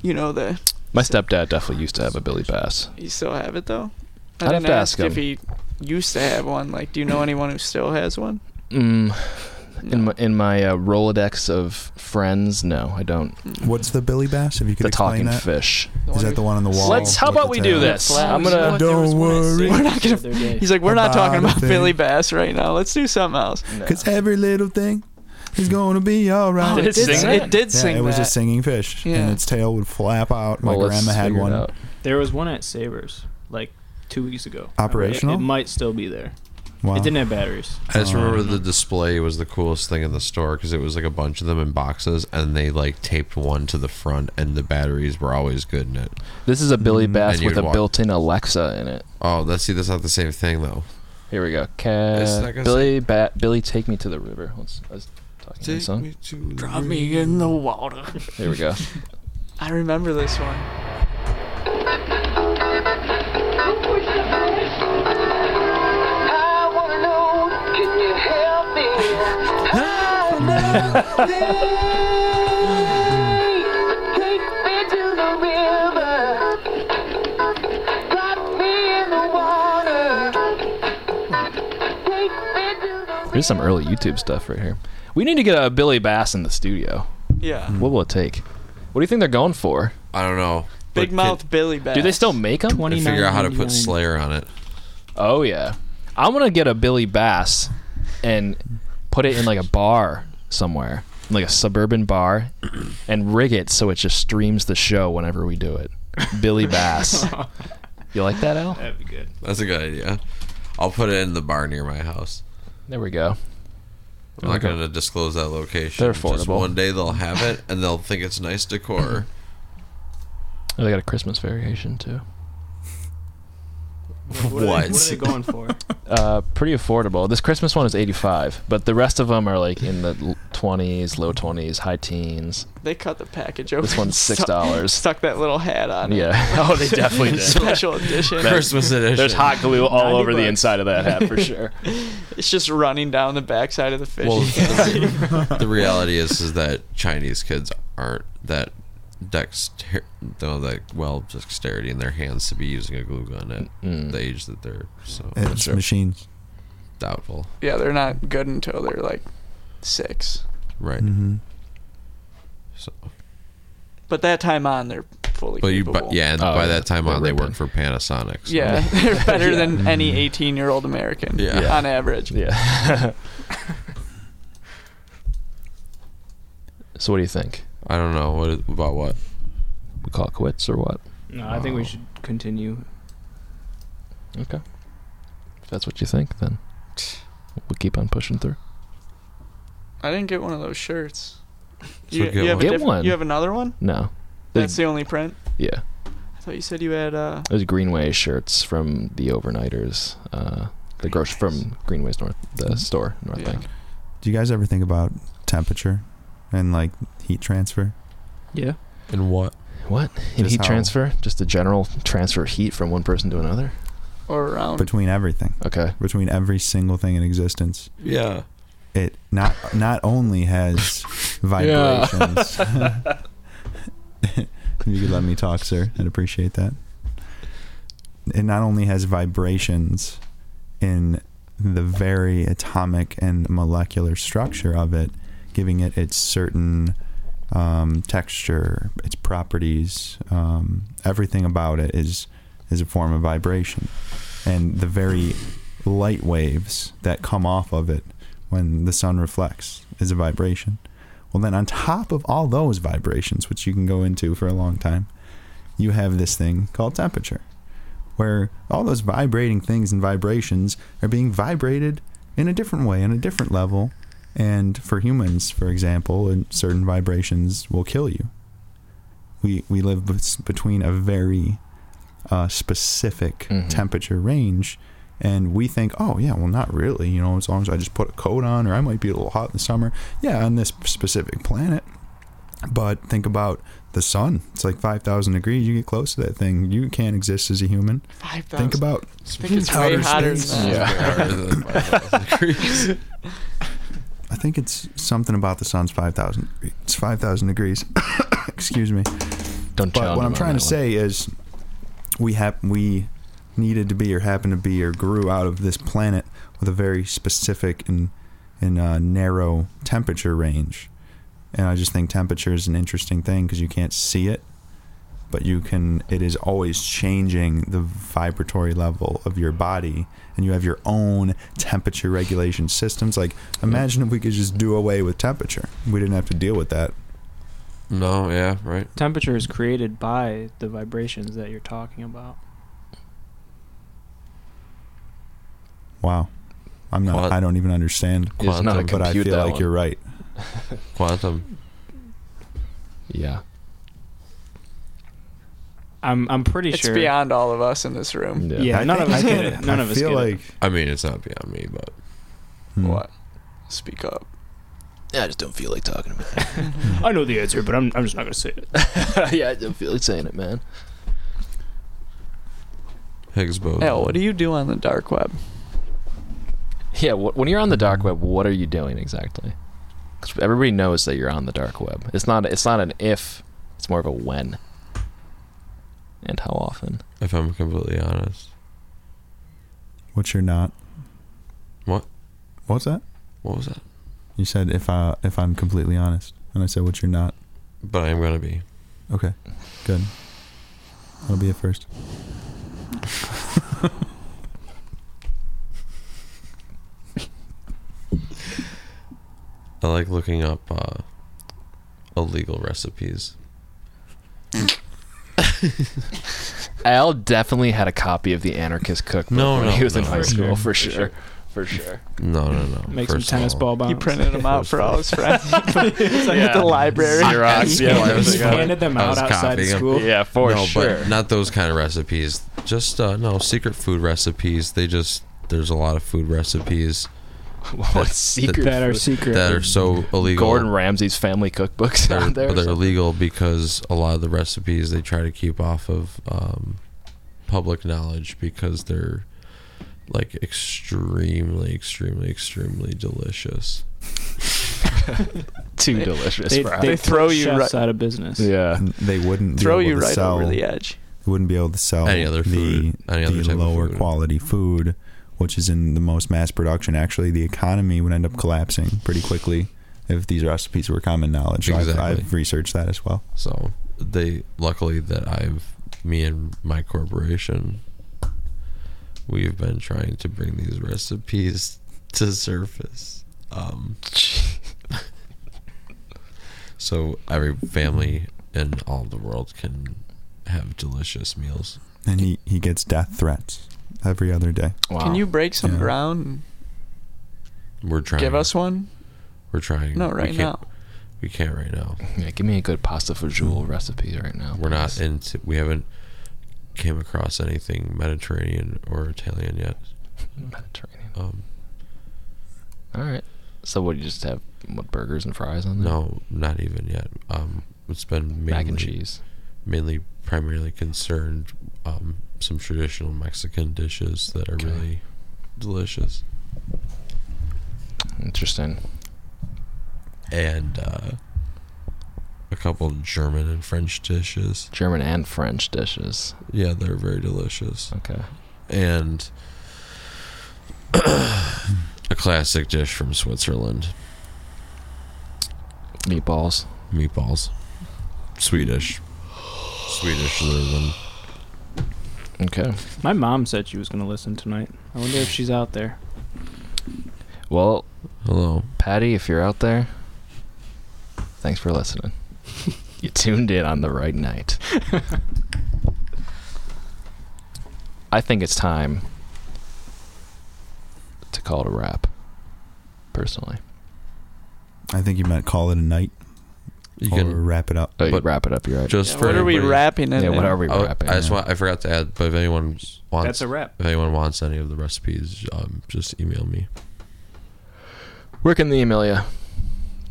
Speaker 9: You know the
Speaker 4: My stepdad definitely used to have a Billy Bass.
Speaker 9: you still have it though. I
Speaker 4: I'd have
Speaker 9: didn't
Speaker 4: to
Speaker 9: ask
Speaker 4: ask
Speaker 9: if he used to have one. Like, do you know anyone who still has one?
Speaker 4: Mm, in
Speaker 9: No.
Speaker 4: my, in my uh, Rolodex of friends, no, I don't.
Speaker 8: What's the Billy Bass? If you could
Speaker 4: The
Speaker 8: explain
Speaker 4: talking
Speaker 8: that. Is
Speaker 4: fish.
Speaker 8: that the one on the wall?
Speaker 4: Let's. How
Speaker 8: with
Speaker 4: about
Speaker 8: the
Speaker 4: we do
Speaker 8: tail?
Speaker 4: this? I'm
Speaker 9: You know
Speaker 4: gonna.
Speaker 9: what? There
Speaker 8: Don't
Speaker 9: was one I
Speaker 8: worry.
Speaker 9: seen
Speaker 8: We're
Speaker 9: the other day. He's like, we're not talking
Speaker 8: About
Speaker 9: about
Speaker 8: a
Speaker 9: Billy
Speaker 8: thing."
Speaker 9: Bass right now. Let's do something else.
Speaker 8: Cause every little thing is gonna be alright.
Speaker 4: Did it
Speaker 9: did,
Speaker 4: sing
Speaker 9: it
Speaker 4: that?
Speaker 9: did
Speaker 8: yeah,
Speaker 9: sing
Speaker 8: it was
Speaker 9: that.
Speaker 8: a singing fish,
Speaker 9: Yeah.
Speaker 8: and its tail would flap out. My
Speaker 4: Well, let's
Speaker 8: grandma had
Speaker 4: figure it
Speaker 8: one.
Speaker 4: out.
Speaker 6: There was one at Sabers like two weeks ago.
Speaker 8: Operational?
Speaker 6: It, it might still be there.
Speaker 8: Wow.
Speaker 6: It didn't have batteries.
Speaker 5: I just
Speaker 6: Oh,
Speaker 5: remember the display was the coolest thing in the store because it was like a bunch of them in boxes, and they like taped one to the front, and the batteries were always good in it.
Speaker 4: This is a Billy Bass
Speaker 5: And
Speaker 4: with
Speaker 5: you'd
Speaker 4: a
Speaker 5: walk.
Speaker 4: built-in Alexa in it.
Speaker 5: Oh, let's see. That's not the same thing though.
Speaker 4: Here we go.
Speaker 5: It's
Speaker 4: Cat,
Speaker 5: like a-
Speaker 4: Billy, ba- Billy, take me to the river. What's, I was talking to the song.
Speaker 5: to
Speaker 9: Drop me in the water.
Speaker 4: Here we go.
Speaker 9: I remember this one.
Speaker 4: Here's some early YouTube stuff right here. We need to get a Billy Bass in the studio.
Speaker 9: Yeah.
Speaker 4: What will it take? What do you think they're going for?
Speaker 5: I don't know. but
Speaker 9: Big
Speaker 5: can-
Speaker 9: Mouth Billy Bass.
Speaker 4: Do they still make them?
Speaker 5: can Figure out how to put
Speaker 6: 29.99.
Speaker 5: Slayer on it.
Speaker 4: Oh yeah, I want to get a Billy Bass and put it in like a bar somewhere, like a suburban bar, and rig it so it just streams the show whenever we do it. Billy Bass. You like that, Al?
Speaker 6: That'd be good.
Speaker 5: That's a good idea. I'll put it in the bar near my house.
Speaker 4: There we go.
Speaker 5: I'm not going to disclose that location.
Speaker 4: They're
Speaker 5: Just
Speaker 4: affordable.
Speaker 5: one day they'll have it and they'll think it's nice decor.
Speaker 4: Oh, they got a Christmas variation too.
Speaker 6: What? Are they, what
Speaker 5: What?
Speaker 6: are they going for?
Speaker 4: Uh, pretty affordable. This Christmas one is 85, but the rest of them are like in the l- 20s, low 20s, high teens.
Speaker 9: They cut the package open.
Speaker 4: This one's
Speaker 9: and
Speaker 4: six
Speaker 9: stuck-
Speaker 4: dollars.
Speaker 9: Stuck that little hat on. it.
Speaker 4: Yeah. Oh, they definitely did.
Speaker 9: Special edition.
Speaker 5: Christmas edition.
Speaker 4: There's hot glue all
Speaker 6: 90
Speaker 4: over the
Speaker 6: bucks.
Speaker 4: inside of that hat for sure.
Speaker 9: It's just running down the backside of the fish.
Speaker 5: Well, the, the reality is is that Chinese kids aren't that dexter no that well dexterity in their hands to be using a glue gun at the age that they're so
Speaker 8: It's machines.
Speaker 5: doubtful.
Speaker 9: yeah, they're not good until they're like six.
Speaker 5: Right.
Speaker 8: Mm-hmm.
Speaker 5: So
Speaker 9: But that time on, they're fully.
Speaker 5: but you
Speaker 9: capable.
Speaker 5: but yeah, and
Speaker 4: Oh,
Speaker 5: by
Speaker 4: yeah.
Speaker 5: that time
Speaker 4: They're
Speaker 5: on they work
Speaker 4: ripping.
Speaker 5: for Panasonic. so-
Speaker 9: Yeah, they're better than any 18 year old American
Speaker 5: Yeah. Yeah.
Speaker 9: on average.
Speaker 4: Yeah. so what do you think?
Speaker 5: I don't know what about what. we call it quits or what?
Speaker 6: No, I think we should continue.
Speaker 4: Okay. If that's what you think, then we'll keep on pushing through.
Speaker 9: I didn't get one of those shirts.
Speaker 5: So
Speaker 9: you,
Speaker 5: get
Speaker 9: you have
Speaker 5: one.
Speaker 9: a
Speaker 4: Get
Speaker 9: diff-
Speaker 4: one.
Speaker 9: You have another one?
Speaker 4: No. They-
Speaker 9: That's the only print.
Speaker 4: yeah.
Speaker 9: I thought you said you had. Uh,
Speaker 4: Those Greenway shirts from the overnighters, uh, the grocery from Greenway's North, the store, North
Speaker 9: Mm-hmm. Yeah.
Speaker 4: Bank.
Speaker 8: Do you guys ever think about temperature and like heat transfer?
Speaker 6: Yeah.
Speaker 5: And what?
Speaker 4: What? In
Speaker 8: Just
Speaker 4: heat
Speaker 8: how-
Speaker 4: transfer? Just a general transfer of heat from one person to another?
Speaker 9: or
Speaker 11: Oh.
Speaker 9: around.
Speaker 8: Between everything,
Speaker 4: Okay.
Speaker 8: between every single thing in existence,
Speaker 5: Yeah.
Speaker 8: it not not only has vibrations. you could let me talk, sir. I'd appreciate that. It not only has vibrations in the very atomic and molecular structure of it, giving it its certain um, texture, its properties, um, everything about it is is a form of vibration, and the very light waves that come off of it when the sun reflects is a vibration. Well, then on top of all those vibrations, which you can go into for a long time, you have this thing called temperature, where all those vibrating things and vibrations are being vibrated in a different way, in a different level. And for humans, for example, and certain vibrations will kill you. We, we live bes- between a very uh, specific
Speaker 4: Mhm.
Speaker 8: temperature range, and we think, oh, yeah, well, not really. You know, as long as I just put a coat on, or I might be a little hot in the summer. Yeah, on this specific planet. But think about the sun. It's like 5,000 degrees. You get close to that thing, you can't exist as a human.
Speaker 9: Five
Speaker 8: Think
Speaker 9: thousand.
Speaker 8: about
Speaker 9: I think it's way
Speaker 8: outer
Speaker 9: hotter
Speaker 8: space.
Speaker 9: than that.
Speaker 8: I think it's something about the sun's 5,000 degrees. It's 5,000 degrees. Excuse me.
Speaker 4: Don't
Speaker 8: But
Speaker 4: challenge him
Speaker 8: what I'm
Speaker 4: on
Speaker 8: trying to
Speaker 4: that one.
Speaker 8: say is we hap- we needed to be or happened to be or grew out of this planet with a very specific and and uh, narrow temperature range. And I just think temperature is an interesting thing because you can't see it, but you can. It is always changing the vibratory level of your body, and you have your own temperature regulation systems. Like, imagine if we could just do away with temperature. We didn't have to deal with that.
Speaker 5: No, yeah, right.
Speaker 6: Temperature is created by the vibrations that you're talking about.
Speaker 8: Wow. I'm not.
Speaker 5: What?
Speaker 8: I don't even understand.
Speaker 4: It's not a
Speaker 8: but I
Speaker 4: compute,
Speaker 8: feel
Speaker 4: that
Speaker 8: like
Speaker 4: one.
Speaker 8: you're right.
Speaker 5: Quantum.
Speaker 4: Yeah.
Speaker 6: I'm I'm pretty
Speaker 9: It's
Speaker 6: sure.
Speaker 9: beyond all of us in this room.
Speaker 4: Yeah.
Speaker 6: Yeah,
Speaker 8: I
Speaker 6: none
Speaker 8: think-
Speaker 6: of us
Speaker 8: I
Speaker 6: get
Speaker 8: think-
Speaker 6: it. None
Speaker 8: I
Speaker 6: of us
Speaker 8: feel
Speaker 6: get it.
Speaker 8: like
Speaker 5: I mean, it's not beyond me, but
Speaker 8: hmm,
Speaker 9: What? Speak up.
Speaker 4: I just don't feel like talking about
Speaker 6: I know the answer, but I'm I'm just not gonna say it.
Speaker 4: it. yeah, I don't feel like saying it, man.
Speaker 5: Higgs boson.
Speaker 9: Hell, what do you do on the dark web?
Speaker 4: Yeah, wh- when you're on the dark web, what are you doing exactly? Because everybody knows that you're on the dark web. It's not. It's not an if. It's more of a when. And how often?
Speaker 5: If I'm completely honest,
Speaker 8: What you're not.
Speaker 5: What?
Speaker 8: What's that?
Speaker 5: what was that?
Speaker 8: You said if I if I'm completely honest, and I said what you're not.
Speaker 5: But I am gonna be.
Speaker 8: Okay, good. That'll be it first.
Speaker 5: I like looking up uh, illegal recipes.
Speaker 4: Al definitely had a copy of the Anarchist Cookbook
Speaker 5: No,
Speaker 4: when
Speaker 5: no,
Speaker 4: he was in
Speaker 5: no,
Speaker 4: high
Speaker 5: for
Speaker 4: school,
Speaker 5: sure,
Speaker 4: for sure, for sure.
Speaker 5: No, no, no.
Speaker 6: Make
Speaker 5: First of
Speaker 6: some tennis
Speaker 5: all-
Speaker 6: ball bounce.
Speaker 9: He printed them out
Speaker 5: First
Speaker 9: for all his friends. He's like
Speaker 4: Yeah.
Speaker 9: at the library.
Speaker 4: Xerox, yeah,
Speaker 5: I was
Speaker 6: He
Speaker 5: copying-
Speaker 6: handed them
Speaker 5: I
Speaker 6: out
Speaker 5: was
Speaker 6: outside
Speaker 5: copying 'em.
Speaker 6: school.
Speaker 4: Yeah, for
Speaker 5: no,
Speaker 4: sure.
Speaker 5: but not those kind of recipes. Just uh, no secret food recipes. They just there's a lot of food recipes
Speaker 4: what secret?
Speaker 6: That are
Speaker 4: food-
Speaker 6: secret.
Speaker 5: that are so illegal.
Speaker 4: Gordon Ramsay's family cookbooks
Speaker 5: they're,
Speaker 4: out there.
Speaker 5: but they're illegal because a lot of the recipes they try to keep off of um, public knowledge because they're like extremely, extremely, extremely delicious.
Speaker 4: Too
Speaker 9: They-
Speaker 4: delicious
Speaker 6: they,
Speaker 4: for
Speaker 6: they
Speaker 4: us.
Speaker 6: throw
Speaker 9: throw
Speaker 6: you
Speaker 9: you
Speaker 6: chefs
Speaker 9: right-
Speaker 6: out of business.
Speaker 4: Yeah.
Speaker 8: And they wouldn't
Speaker 9: Throw
Speaker 8: be able
Speaker 9: you
Speaker 8: to
Speaker 9: right
Speaker 8: sell.
Speaker 9: over the edge.
Speaker 8: They wouldn't be able to sell
Speaker 5: Any other food,
Speaker 8: the
Speaker 5: any other
Speaker 8: the
Speaker 5: type of
Speaker 8: lower
Speaker 5: food.
Speaker 8: quality food, which is in the most mass production. Actually, the economy would end up collapsing pretty quickly if these recipes were common knowledge. So
Speaker 5: Exactly.
Speaker 8: I've, I've researched that as well.
Speaker 5: So they luckily that I've me and my corporation we've been trying to bring these recipes to surface. Um, so every family and all the world can have delicious meals.
Speaker 8: And he, he gets death threats every other day.
Speaker 4: Wow.
Speaker 9: Can you break some
Speaker 8: Yeah.
Speaker 9: ground and
Speaker 5: We're trying.
Speaker 9: give us one?
Speaker 5: We're trying.
Speaker 9: No,
Speaker 5: We
Speaker 9: right
Speaker 5: can't-
Speaker 9: now.
Speaker 5: We can't right now.
Speaker 4: Yeah, give me a good pasta fajoule recipe right now.
Speaker 5: We're not
Speaker 4: please.
Speaker 5: into. We haven't came across anything Mediterranean or Italian yet.
Speaker 4: Mediterranean.
Speaker 5: Um,
Speaker 4: All right. So what? You just have what burgers and fries on there?
Speaker 5: no, not even yet. Um, it's been mainly,
Speaker 4: mac and cheese.
Speaker 5: mainly primarily concerned um, some traditional Mexican dishes that are
Speaker 4: Okay.
Speaker 5: really delicious.
Speaker 4: Interesting.
Speaker 5: and uh, a couple German and French dishes.
Speaker 4: German and French dishes.
Speaker 5: Yeah, they're very delicious.
Speaker 4: Okay.
Speaker 5: And a classic dish from Switzerland
Speaker 4: Meatballs.
Speaker 5: meatballs. Swedish. Swedish rather than.
Speaker 4: Okay.
Speaker 6: My mom said she was going to listen tonight. I wonder if she's out there.
Speaker 4: Well,
Speaker 5: Hello.
Speaker 4: Patty, if you're out there, thanks for listening. you tuned in on the right night. I think it's time to call it a wrap, personally.
Speaker 8: I think you meant call it a night
Speaker 5: You
Speaker 8: or
Speaker 5: can
Speaker 8: wrap it up.
Speaker 4: Oh, you
Speaker 5: But-
Speaker 4: wrap it up. You're right.
Speaker 5: just
Speaker 9: Yeah,
Speaker 5: for
Speaker 9: what are we
Speaker 5: everybody's-
Speaker 9: wrapping it
Speaker 4: yeah, what
Speaker 9: in?
Speaker 4: are we
Speaker 5: Oh,
Speaker 4: wrapping?
Speaker 5: I just
Speaker 4: yeah.
Speaker 5: want, I forgot to add, but if anyone wants,
Speaker 6: That's a wrap.
Speaker 5: if anyone wants any of the recipes, um, just email me.
Speaker 4: Where can the Amelia?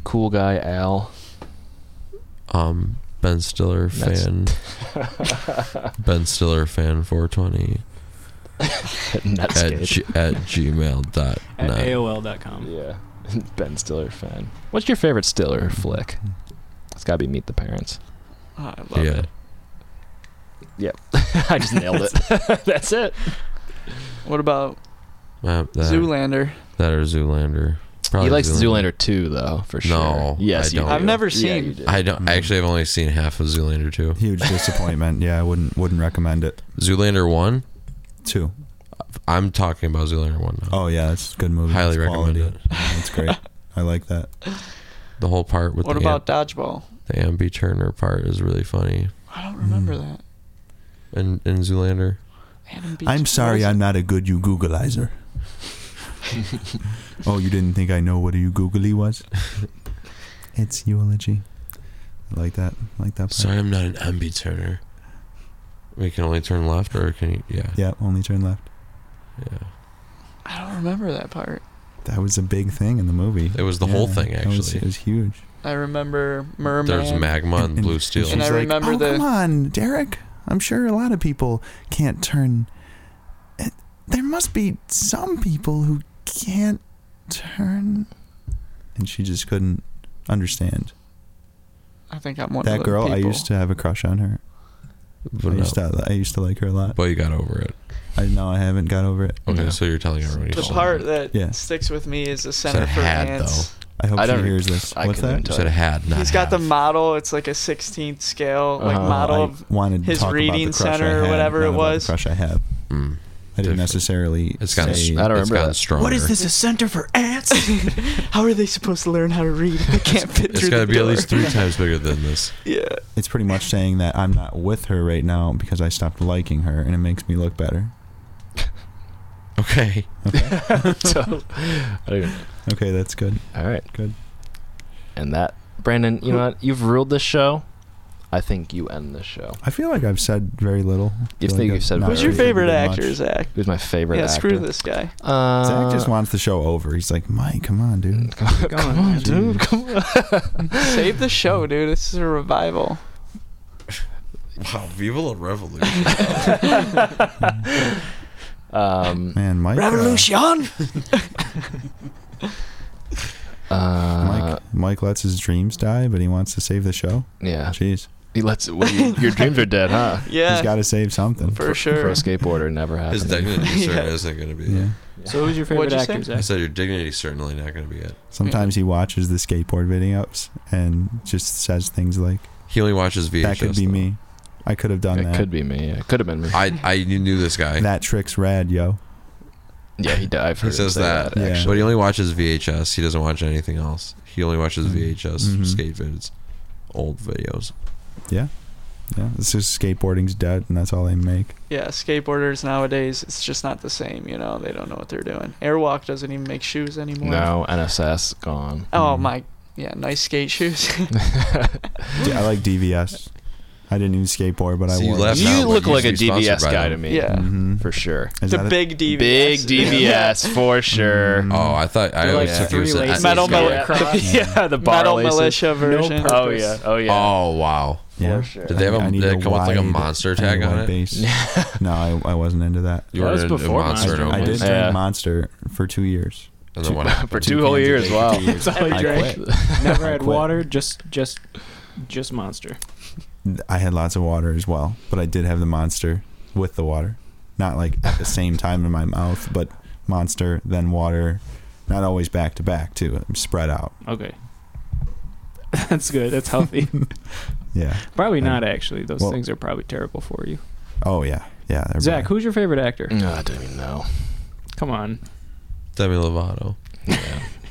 Speaker 4: Cool guy Al.
Speaker 5: Um, Ben Stiller
Speaker 4: That's-
Speaker 5: fan. ben Stiller fan 420. at,
Speaker 4: Netscape.
Speaker 5: g- at gmail dot
Speaker 6: At
Speaker 5: net.
Speaker 6: AOL.com.
Speaker 4: yeah. Ben Stiller fan. What's your favorite Stiller flick? It's got to be Meet the Parents.
Speaker 9: Oh, I love
Speaker 5: yeah
Speaker 9: it.
Speaker 4: I just nailed it. That's it.
Speaker 9: What about
Speaker 5: Uh, that,
Speaker 9: Zoolander?
Speaker 5: that or zoolander
Speaker 4: he likes Zoolander. too, though, for sure.
Speaker 5: No,
Speaker 4: Yes,
Speaker 5: I
Speaker 4: you
Speaker 5: don't.
Speaker 4: do.
Speaker 9: I've never
Speaker 4: Yeah,
Speaker 9: seen-
Speaker 4: you do.
Speaker 5: i don't I actually i've only seen half of zoolander 2
Speaker 8: Huge disappointment. yeah, I wouldn't wouldn't recommend it.
Speaker 5: zoolander 1
Speaker 8: Two.
Speaker 5: i'm talking about zoolander 1 now
Speaker 8: Oh yeah, it's a good movie.
Speaker 5: highly
Speaker 8: It's
Speaker 5: recommend
Speaker 8: quality.
Speaker 5: it
Speaker 8: Yeah, It's great. I like that.
Speaker 5: the whole part with
Speaker 9: What
Speaker 5: the,
Speaker 9: about Dodgeball?
Speaker 5: Am- the ambi turner part is really funny
Speaker 9: I don't remember that.
Speaker 5: and in zoolander
Speaker 9: Adam Beach
Speaker 8: I'm sorry,
Speaker 9: was-
Speaker 8: I'm not a good you Googleizer. oh, you didn't think I know what a you Googly was? It's eulogy. I like that. I like that. part.
Speaker 5: sorry i'm not an ambi turner we can only turn left or can you yeah
Speaker 8: Yeah, only turn left.
Speaker 5: yeah
Speaker 9: I don't remember that part.
Speaker 8: That was a big thing in the movie.
Speaker 5: it was the whole
Speaker 8: Yeah,
Speaker 5: thing
Speaker 8: that was-
Speaker 5: actually
Speaker 8: it was huge.
Speaker 9: I remember Merman.
Speaker 5: there's magma and,
Speaker 8: And-
Speaker 5: blue
Speaker 8: and
Speaker 5: steel
Speaker 9: And I
Speaker 8: she's like,
Speaker 9: remember
Speaker 8: oh,
Speaker 9: the-
Speaker 8: come on, Derek. I'm sure a lot of people can't turn. eh, There must be some people who can't turn. And she just couldn't understand.
Speaker 9: I think I'm one of
Speaker 8: that
Speaker 9: those
Speaker 8: girl, I
Speaker 9: people.
Speaker 8: used to have a crush on her. I
Speaker 5: but, Oh, no,
Speaker 8: used, to, I used to like her a lot.
Speaker 5: but you got over it
Speaker 8: I know I haven't got over it.
Speaker 5: okay
Speaker 4: Yeah.
Speaker 5: so you're telling everyone you
Speaker 9: The
Speaker 5: saw
Speaker 9: part
Speaker 5: it.
Speaker 9: that
Speaker 8: Yeah.
Speaker 9: sticks with me is the center for
Speaker 5: had,
Speaker 9: ants.
Speaker 8: I hope
Speaker 4: I
Speaker 8: she
Speaker 4: don't-
Speaker 8: hears this.
Speaker 4: I
Speaker 8: What's
Speaker 4: couldn't
Speaker 8: that?
Speaker 5: You said had, not
Speaker 9: He's got the
Speaker 5: have.
Speaker 9: model. It's like a 16th scale, like
Speaker 4: Uh-huh.
Speaker 9: model
Speaker 8: I
Speaker 9: of
Speaker 8: wanted to
Speaker 9: his
Speaker 8: talk about the
Speaker 9: reading
Speaker 8: crush I
Speaker 9: center or
Speaker 8: had,
Speaker 9: whatever
Speaker 8: not
Speaker 9: it
Speaker 8: about the
Speaker 9: was.
Speaker 8: crush I have.
Speaker 5: Mm.
Speaker 8: I didn't
Speaker 5: Different.
Speaker 8: necessarily
Speaker 5: It's gotten.
Speaker 8: say.
Speaker 4: I don't
Speaker 5: it's
Speaker 4: remember
Speaker 5: gotten
Speaker 4: that.
Speaker 5: stronger.
Speaker 9: What is this? A center for ants? how are they supposed to learn how to read? They can't fit
Speaker 5: It's
Speaker 9: through
Speaker 5: got to
Speaker 9: the
Speaker 5: be
Speaker 9: door.
Speaker 5: at least three times bigger than this.
Speaker 9: yeah.
Speaker 8: it's pretty much saying that I'm not with her right now because I stopped liking her, and it makes me look better.
Speaker 5: Okay.
Speaker 4: So- I don't even-
Speaker 8: Okay, that's good.
Speaker 4: all right.
Speaker 8: Good.
Speaker 4: And that, Brandon, you know what? You've ruled this show. I think you end this show.
Speaker 8: I feel like I've said very little. I
Speaker 4: You
Speaker 8: feel
Speaker 4: think
Speaker 8: I've
Speaker 4: you've said
Speaker 8: not
Speaker 9: Who's your
Speaker 8: really
Speaker 9: favorite
Speaker 8: done much.
Speaker 9: actor, Zach?
Speaker 4: Who's my favorite
Speaker 9: Yeah,
Speaker 4: actor?
Speaker 9: screw this guy.
Speaker 4: Uh,
Speaker 8: Zach just wants the show over. He's like, Mike, come on, dude.
Speaker 4: come,
Speaker 6: Come on,
Speaker 4: on,
Speaker 6: man.
Speaker 4: dude. Come on.
Speaker 9: Save the show, dude. This is a revival.
Speaker 5: Wow, Viva La Revolution.
Speaker 4: Um,
Speaker 8: Man, Mike. uh,
Speaker 4: uh,
Speaker 8: Mike, Mike lets his dreams die, but he wants to save the show.
Speaker 4: Yeah.
Speaker 8: Jeez,
Speaker 4: He lets it. Well, you, your dreams are dead, huh?
Speaker 8: he's
Speaker 9: Yeah,
Speaker 8: got to save something.
Speaker 9: for
Speaker 4: For
Speaker 9: sure.
Speaker 4: a skateboarder, never
Speaker 5: His
Speaker 4: happened.
Speaker 5: dignity
Speaker 9: Yeah.
Speaker 5: certainly isn't going to be
Speaker 8: yeah.
Speaker 5: it.
Speaker 6: So who's your favorite
Speaker 9: What'd you
Speaker 6: actor,
Speaker 9: say?
Speaker 5: I
Speaker 6: Zach?
Speaker 5: said your dignity is certainly not going to be it.
Speaker 8: Sometimes he watches the skateboard videos and just says things like,
Speaker 5: He only watches VHS.
Speaker 8: "That could be
Speaker 5: though.
Speaker 8: me. I could have done
Speaker 4: It
Speaker 8: that.
Speaker 4: could be me. It could have been me.
Speaker 5: I I knew this guy.
Speaker 8: That trick's rad, yo."
Speaker 4: yeah, he died. I've
Speaker 5: he
Speaker 4: heard him
Speaker 5: says
Speaker 4: say
Speaker 5: that,
Speaker 8: Yeah.
Speaker 5: but he only watches VHS. He doesn't watch anything else. He only watches VHS
Speaker 8: Mhm.
Speaker 5: skate vids, old videos.
Speaker 8: Yeah. Yeah. It's just skateboarding's dead and that's all they make.
Speaker 11: Yeah, skateboarders nowadays, it's just not the same. You know, they don't know what they're doing. Airwalk doesn't even make shoes anymore.
Speaker 4: No, NSS gone.
Speaker 11: Oh my, yeah, nice skate shoes.
Speaker 8: Yeah, I like DVS. I didn't even skateboard, but I
Speaker 5: So you
Speaker 8: wore
Speaker 5: left
Speaker 8: it.
Speaker 5: out.
Speaker 4: you
Speaker 5: what
Speaker 4: look
Speaker 5: used
Speaker 4: like
Speaker 5: to
Speaker 4: a
Speaker 5: be sponsored
Speaker 4: DVS
Speaker 5: by
Speaker 4: guy to
Speaker 5: them.
Speaker 4: me.
Speaker 11: yeah,
Speaker 8: Mhm.
Speaker 4: For sure.
Speaker 8: Is
Speaker 11: the
Speaker 8: that a-
Speaker 11: big DVS.
Speaker 4: Big DVS for sure.
Speaker 5: Oh, I thought I
Speaker 6: They're
Speaker 5: always
Speaker 6: like
Speaker 5: took it was
Speaker 6: three
Speaker 5: an SS
Speaker 6: laces.
Speaker 11: Metal
Speaker 5: guy.
Speaker 11: Mil-
Speaker 4: yeah. yeah, the bar
Speaker 11: Metal
Speaker 4: laces.
Speaker 11: Militia version.
Speaker 4: Oh yeah. Oh yeah.
Speaker 5: Oh wow!
Speaker 8: yeah.
Speaker 5: Did they have a,
Speaker 8: I
Speaker 5: did
Speaker 8: need
Speaker 5: they come with like a
Speaker 8: wide-
Speaker 5: monster
Speaker 8: I need a
Speaker 5: tag on
Speaker 8: wide
Speaker 5: it?
Speaker 8: Base. no, I, I wasn't into that.
Speaker 5: You
Speaker 6: That
Speaker 5: were
Speaker 6: was
Speaker 5: in a
Speaker 6: before
Speaker 5: monster
Speaker 6: Monster
Speaker 5: and
Speaker 8: I
Speaker 5: a
Speaker 8: did
Speaker 5: wolf,
Speaker 8: drink
Speaker 4: Yeah.
Speaker 8: Monster for two years.
Speaker 5: and then what happened?
Speaker 4: For two whole years. Wow.
Speaker 6: all
Speaker 8: I quit.
Speaker 6: Never
Speaker 8: I
Speaker 6: had
Speaker 8: quit.
Speaker 6: water, just just just monster.
Speaker 8: I had lots of water as well, but I did have the monster with the water, not like at the same time in my mouth, but monster then water, not always back to back too, spread out.
Speaker 6: Okay. That's good. That's healthy.
Speaker 8: Yeah.
Speaker 6: probably
Speaker 8: Yeah.
Speaker 6: not actually. Those
Speaker 8: Well-
Speaker 6: things are probably terrible for you.
Speaker 8: Oh yeah. Yeah. they're
Speaker 6: Zach,
Speaker 8: bad.
Speaker 6: who's your favorite actor?
Speaker 4: No, I don't even know.
Speaker 6: Come on.
Speaker 5: Demi Lovato.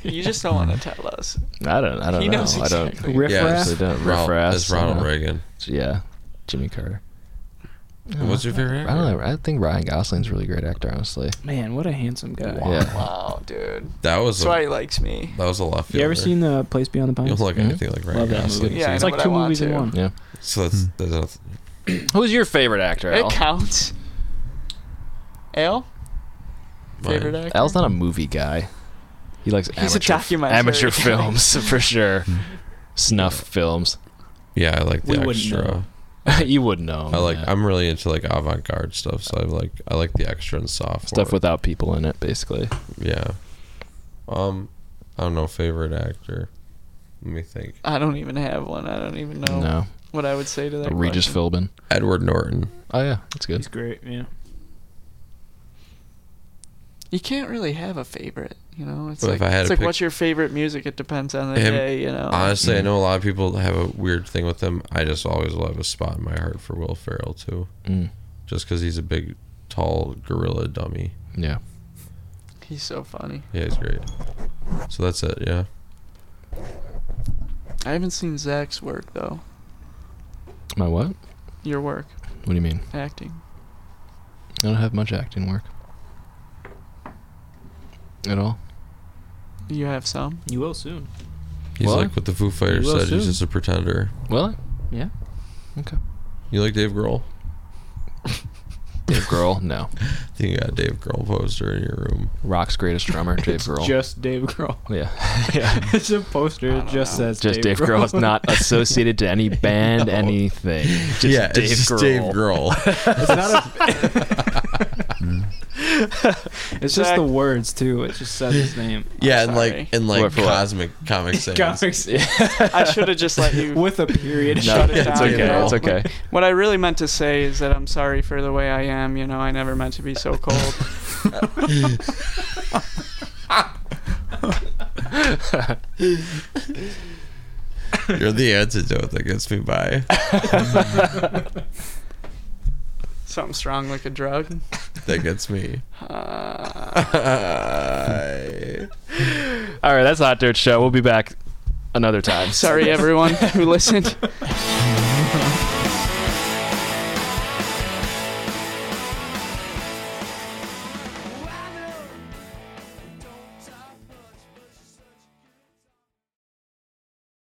Speaker 11: You just don't want to tell us.
Speaker 4: I don't. I don't
Speaker 11: He
Speaker 4: know.
Speaker 11: knows
Speaker 4: I don't.
Speaker 11: exactly.
Speaker 6: Riff
Speaker 5: Yeah,
Speaker 6: Raff?
Speaker 4: They don't
Speaker 5: Ronald,
Speaker 4: riff-raff,
Speaker 5: that's
Speaker 4: I
Speaker 5: Ronald
Speaker 4: don't-
Speaker 5: Reagan.
Speaker 4: Yeah, Jimmy Carter.
Speaker 5: What's your favorite?
Speaker 4: I
Speaker 5: Actor?
Speaker 4: don't know. I think Ryan Gosling's a really great actor, honestly.
Speaker 6: Man, what a handsome guy.
Speaker 4: Yeah.
Speaker 11: Wow, dude.
Speaker 5: That was
Speaker 11: That's
Speaker 5: a,
Speaker 11: why he likes me.
Speaker 5: that was a left fielder.
Speaker 6: You ever seen the Place Beyond the
Speaker 5: You
Speaker 6: Pines?
Speaker 5: don't look
Speaker 4: Mhm.
Speaker 5: anything like Ryan
Speaker 6: Love that
Speaker 5: Gosling.
Speaker 6: movie.
Speaker 11: Yeah, I
Speaker 6: it's
Speaker 11: know,
Speaker 6: like
Speaker 11: but I
Speaker 6: two
Speaker 11: want
Speaker 6: movies in
Speaker 11: to.
Speaker 6: one.
Speaker 4: Yeah.
Speaker 5: So that's, that's not-
Speaker 4: Who's your favorite actor?
Speaker 11: It
Speaker 4: Al?
Speaker 11: counts. Ale? Favorite
Speaker 5: mine.
Speaker 11: actor?
Speaker 4: Al's not a movie guy. He likes
Speaker 11: He's a
Speaker 4: amateur,
Speaker 11: documentary
Speaker 4: amateur
Speaker 11: guy.
Speaker 4: films for sure. Snuff films.
Speaker 5: Yeah, I like the
Speaker 6: We wouldn't
Speaker 5: extra.
Speaker 6: know.
Speaker 4: you wouldn't know.
Speaker 5: I like.
Speaker 4: Oh, yeah.
Speaker 5: I'm really into like avant-garde stuff. So I like. I like the extra and soft
Speaker 4: stuff
Speaker 5: work.
Speaker 4: without people in it, basically.
Speaker 5: Yeah. Um, I don't know. Favorite actor. Let me think.
Speaker 11: I don't even have one. I don't even know
Speaker 4: No,
Speaker 11: what I would say to that.
Speaker 4: Regis
Speaker 11: question.
Speaker 4: Philbin.
Speaker 5: Edward Norton.
Speaker 4: Oh yeah, that's good.
Speaker 6: He's great, yeah.
Speaker 11: You can't really have a favorite, you know. It's
Speaker 5: Well,
Speaker 11: like
Speaker 5: if I had
Speaker 11: it's
Speaker 5: to
Speaker 11: like
Speaker 5: pick-
Speaker 11: what's your favorite music? It depends on the
Speaker 5: Him-
Speaker 11: day, you
Speaker 4: Oh.
Speaker 11: know.
Speaker 5: Honestly,
Speaker 4: Mm.
Speaker 5: I know a lot of people have a weird thing with him. I just always will have a spot in my heart for Will Ferrell too,
Speaker 4: Mm,
Speaker 5: just because he's a big, tall gorilla dummy.
Speaker 4: yeah.
Speaker 11: He's so funny.
Speaker 5: Yeah, he's great. So that's it. Yeah.
Speaker 11: I haven't seen Zach's work though.
Speaker 4: My what? What
Speaker 11: Your work,
Speaker 4: do you mean?
Speaker 11: acting.
Speaker 4: I don't have much acting work at all.
Speaker 11: You have some.
Speaker 6: You will soon.
Speaker 5: He's
Speaker 4: Well,
Speaker 5: like what the Foo Fighters
Speaker 6: you will
Speaker 5: said. He's
Speaker 6: soon.
Speaker 5: just a pretender.
Speaker 4: Well,
Speaker 6: Yeah.
Speaker 5: You like Dave Grohl?
Speaker 4: Dave Grohl, no.
Speaker 5: I think you got a Dave Grohl poster in your room.
Speaker 4: Rock's greatest drummer, Dave Grohl. Oh,
Speaker 6: Just Dave Grohl.
Speaker 4: yeah, yeah.
Speaker 6: it's a poster. It just says
Speaker 4: Just Dave, Grohl is not associated to any band, anything. Just Dave Grohl.
Speaker 5: Grohl.
Speaker 6: It's not a. it's just the words too. It just says his name.
Speaker 5: yeah, and
Speaker 11: sorry.
Speaker 5: like and like
Speaker 4: What for what?
Speaker 5: cosmic comic sans.
Speaker 6: Comics
Speaker 11: I should have just let you.
Speaker 6: with a period.
Speaker 4: No,
Speaker 11: Shut it
Speaker 4: it's
Speaker 11: down,
Speaker 4: okay.
Speaker 11: Grohl.
Speaker 4: It's okay.
Speaker 11: What I really meant to say is that I'm sorry for the way I am. You know, I never meant to be so cold.
Speaker 5: You're the antidote that gets me by.
Speaker 11: Something strong like a drug. Uh,
Speaker 5: that gets me.
Speaker 4: All right, that's Hot Dirt Show. We'll be back another time.
Speaker 11: Sorry, everyone who listened.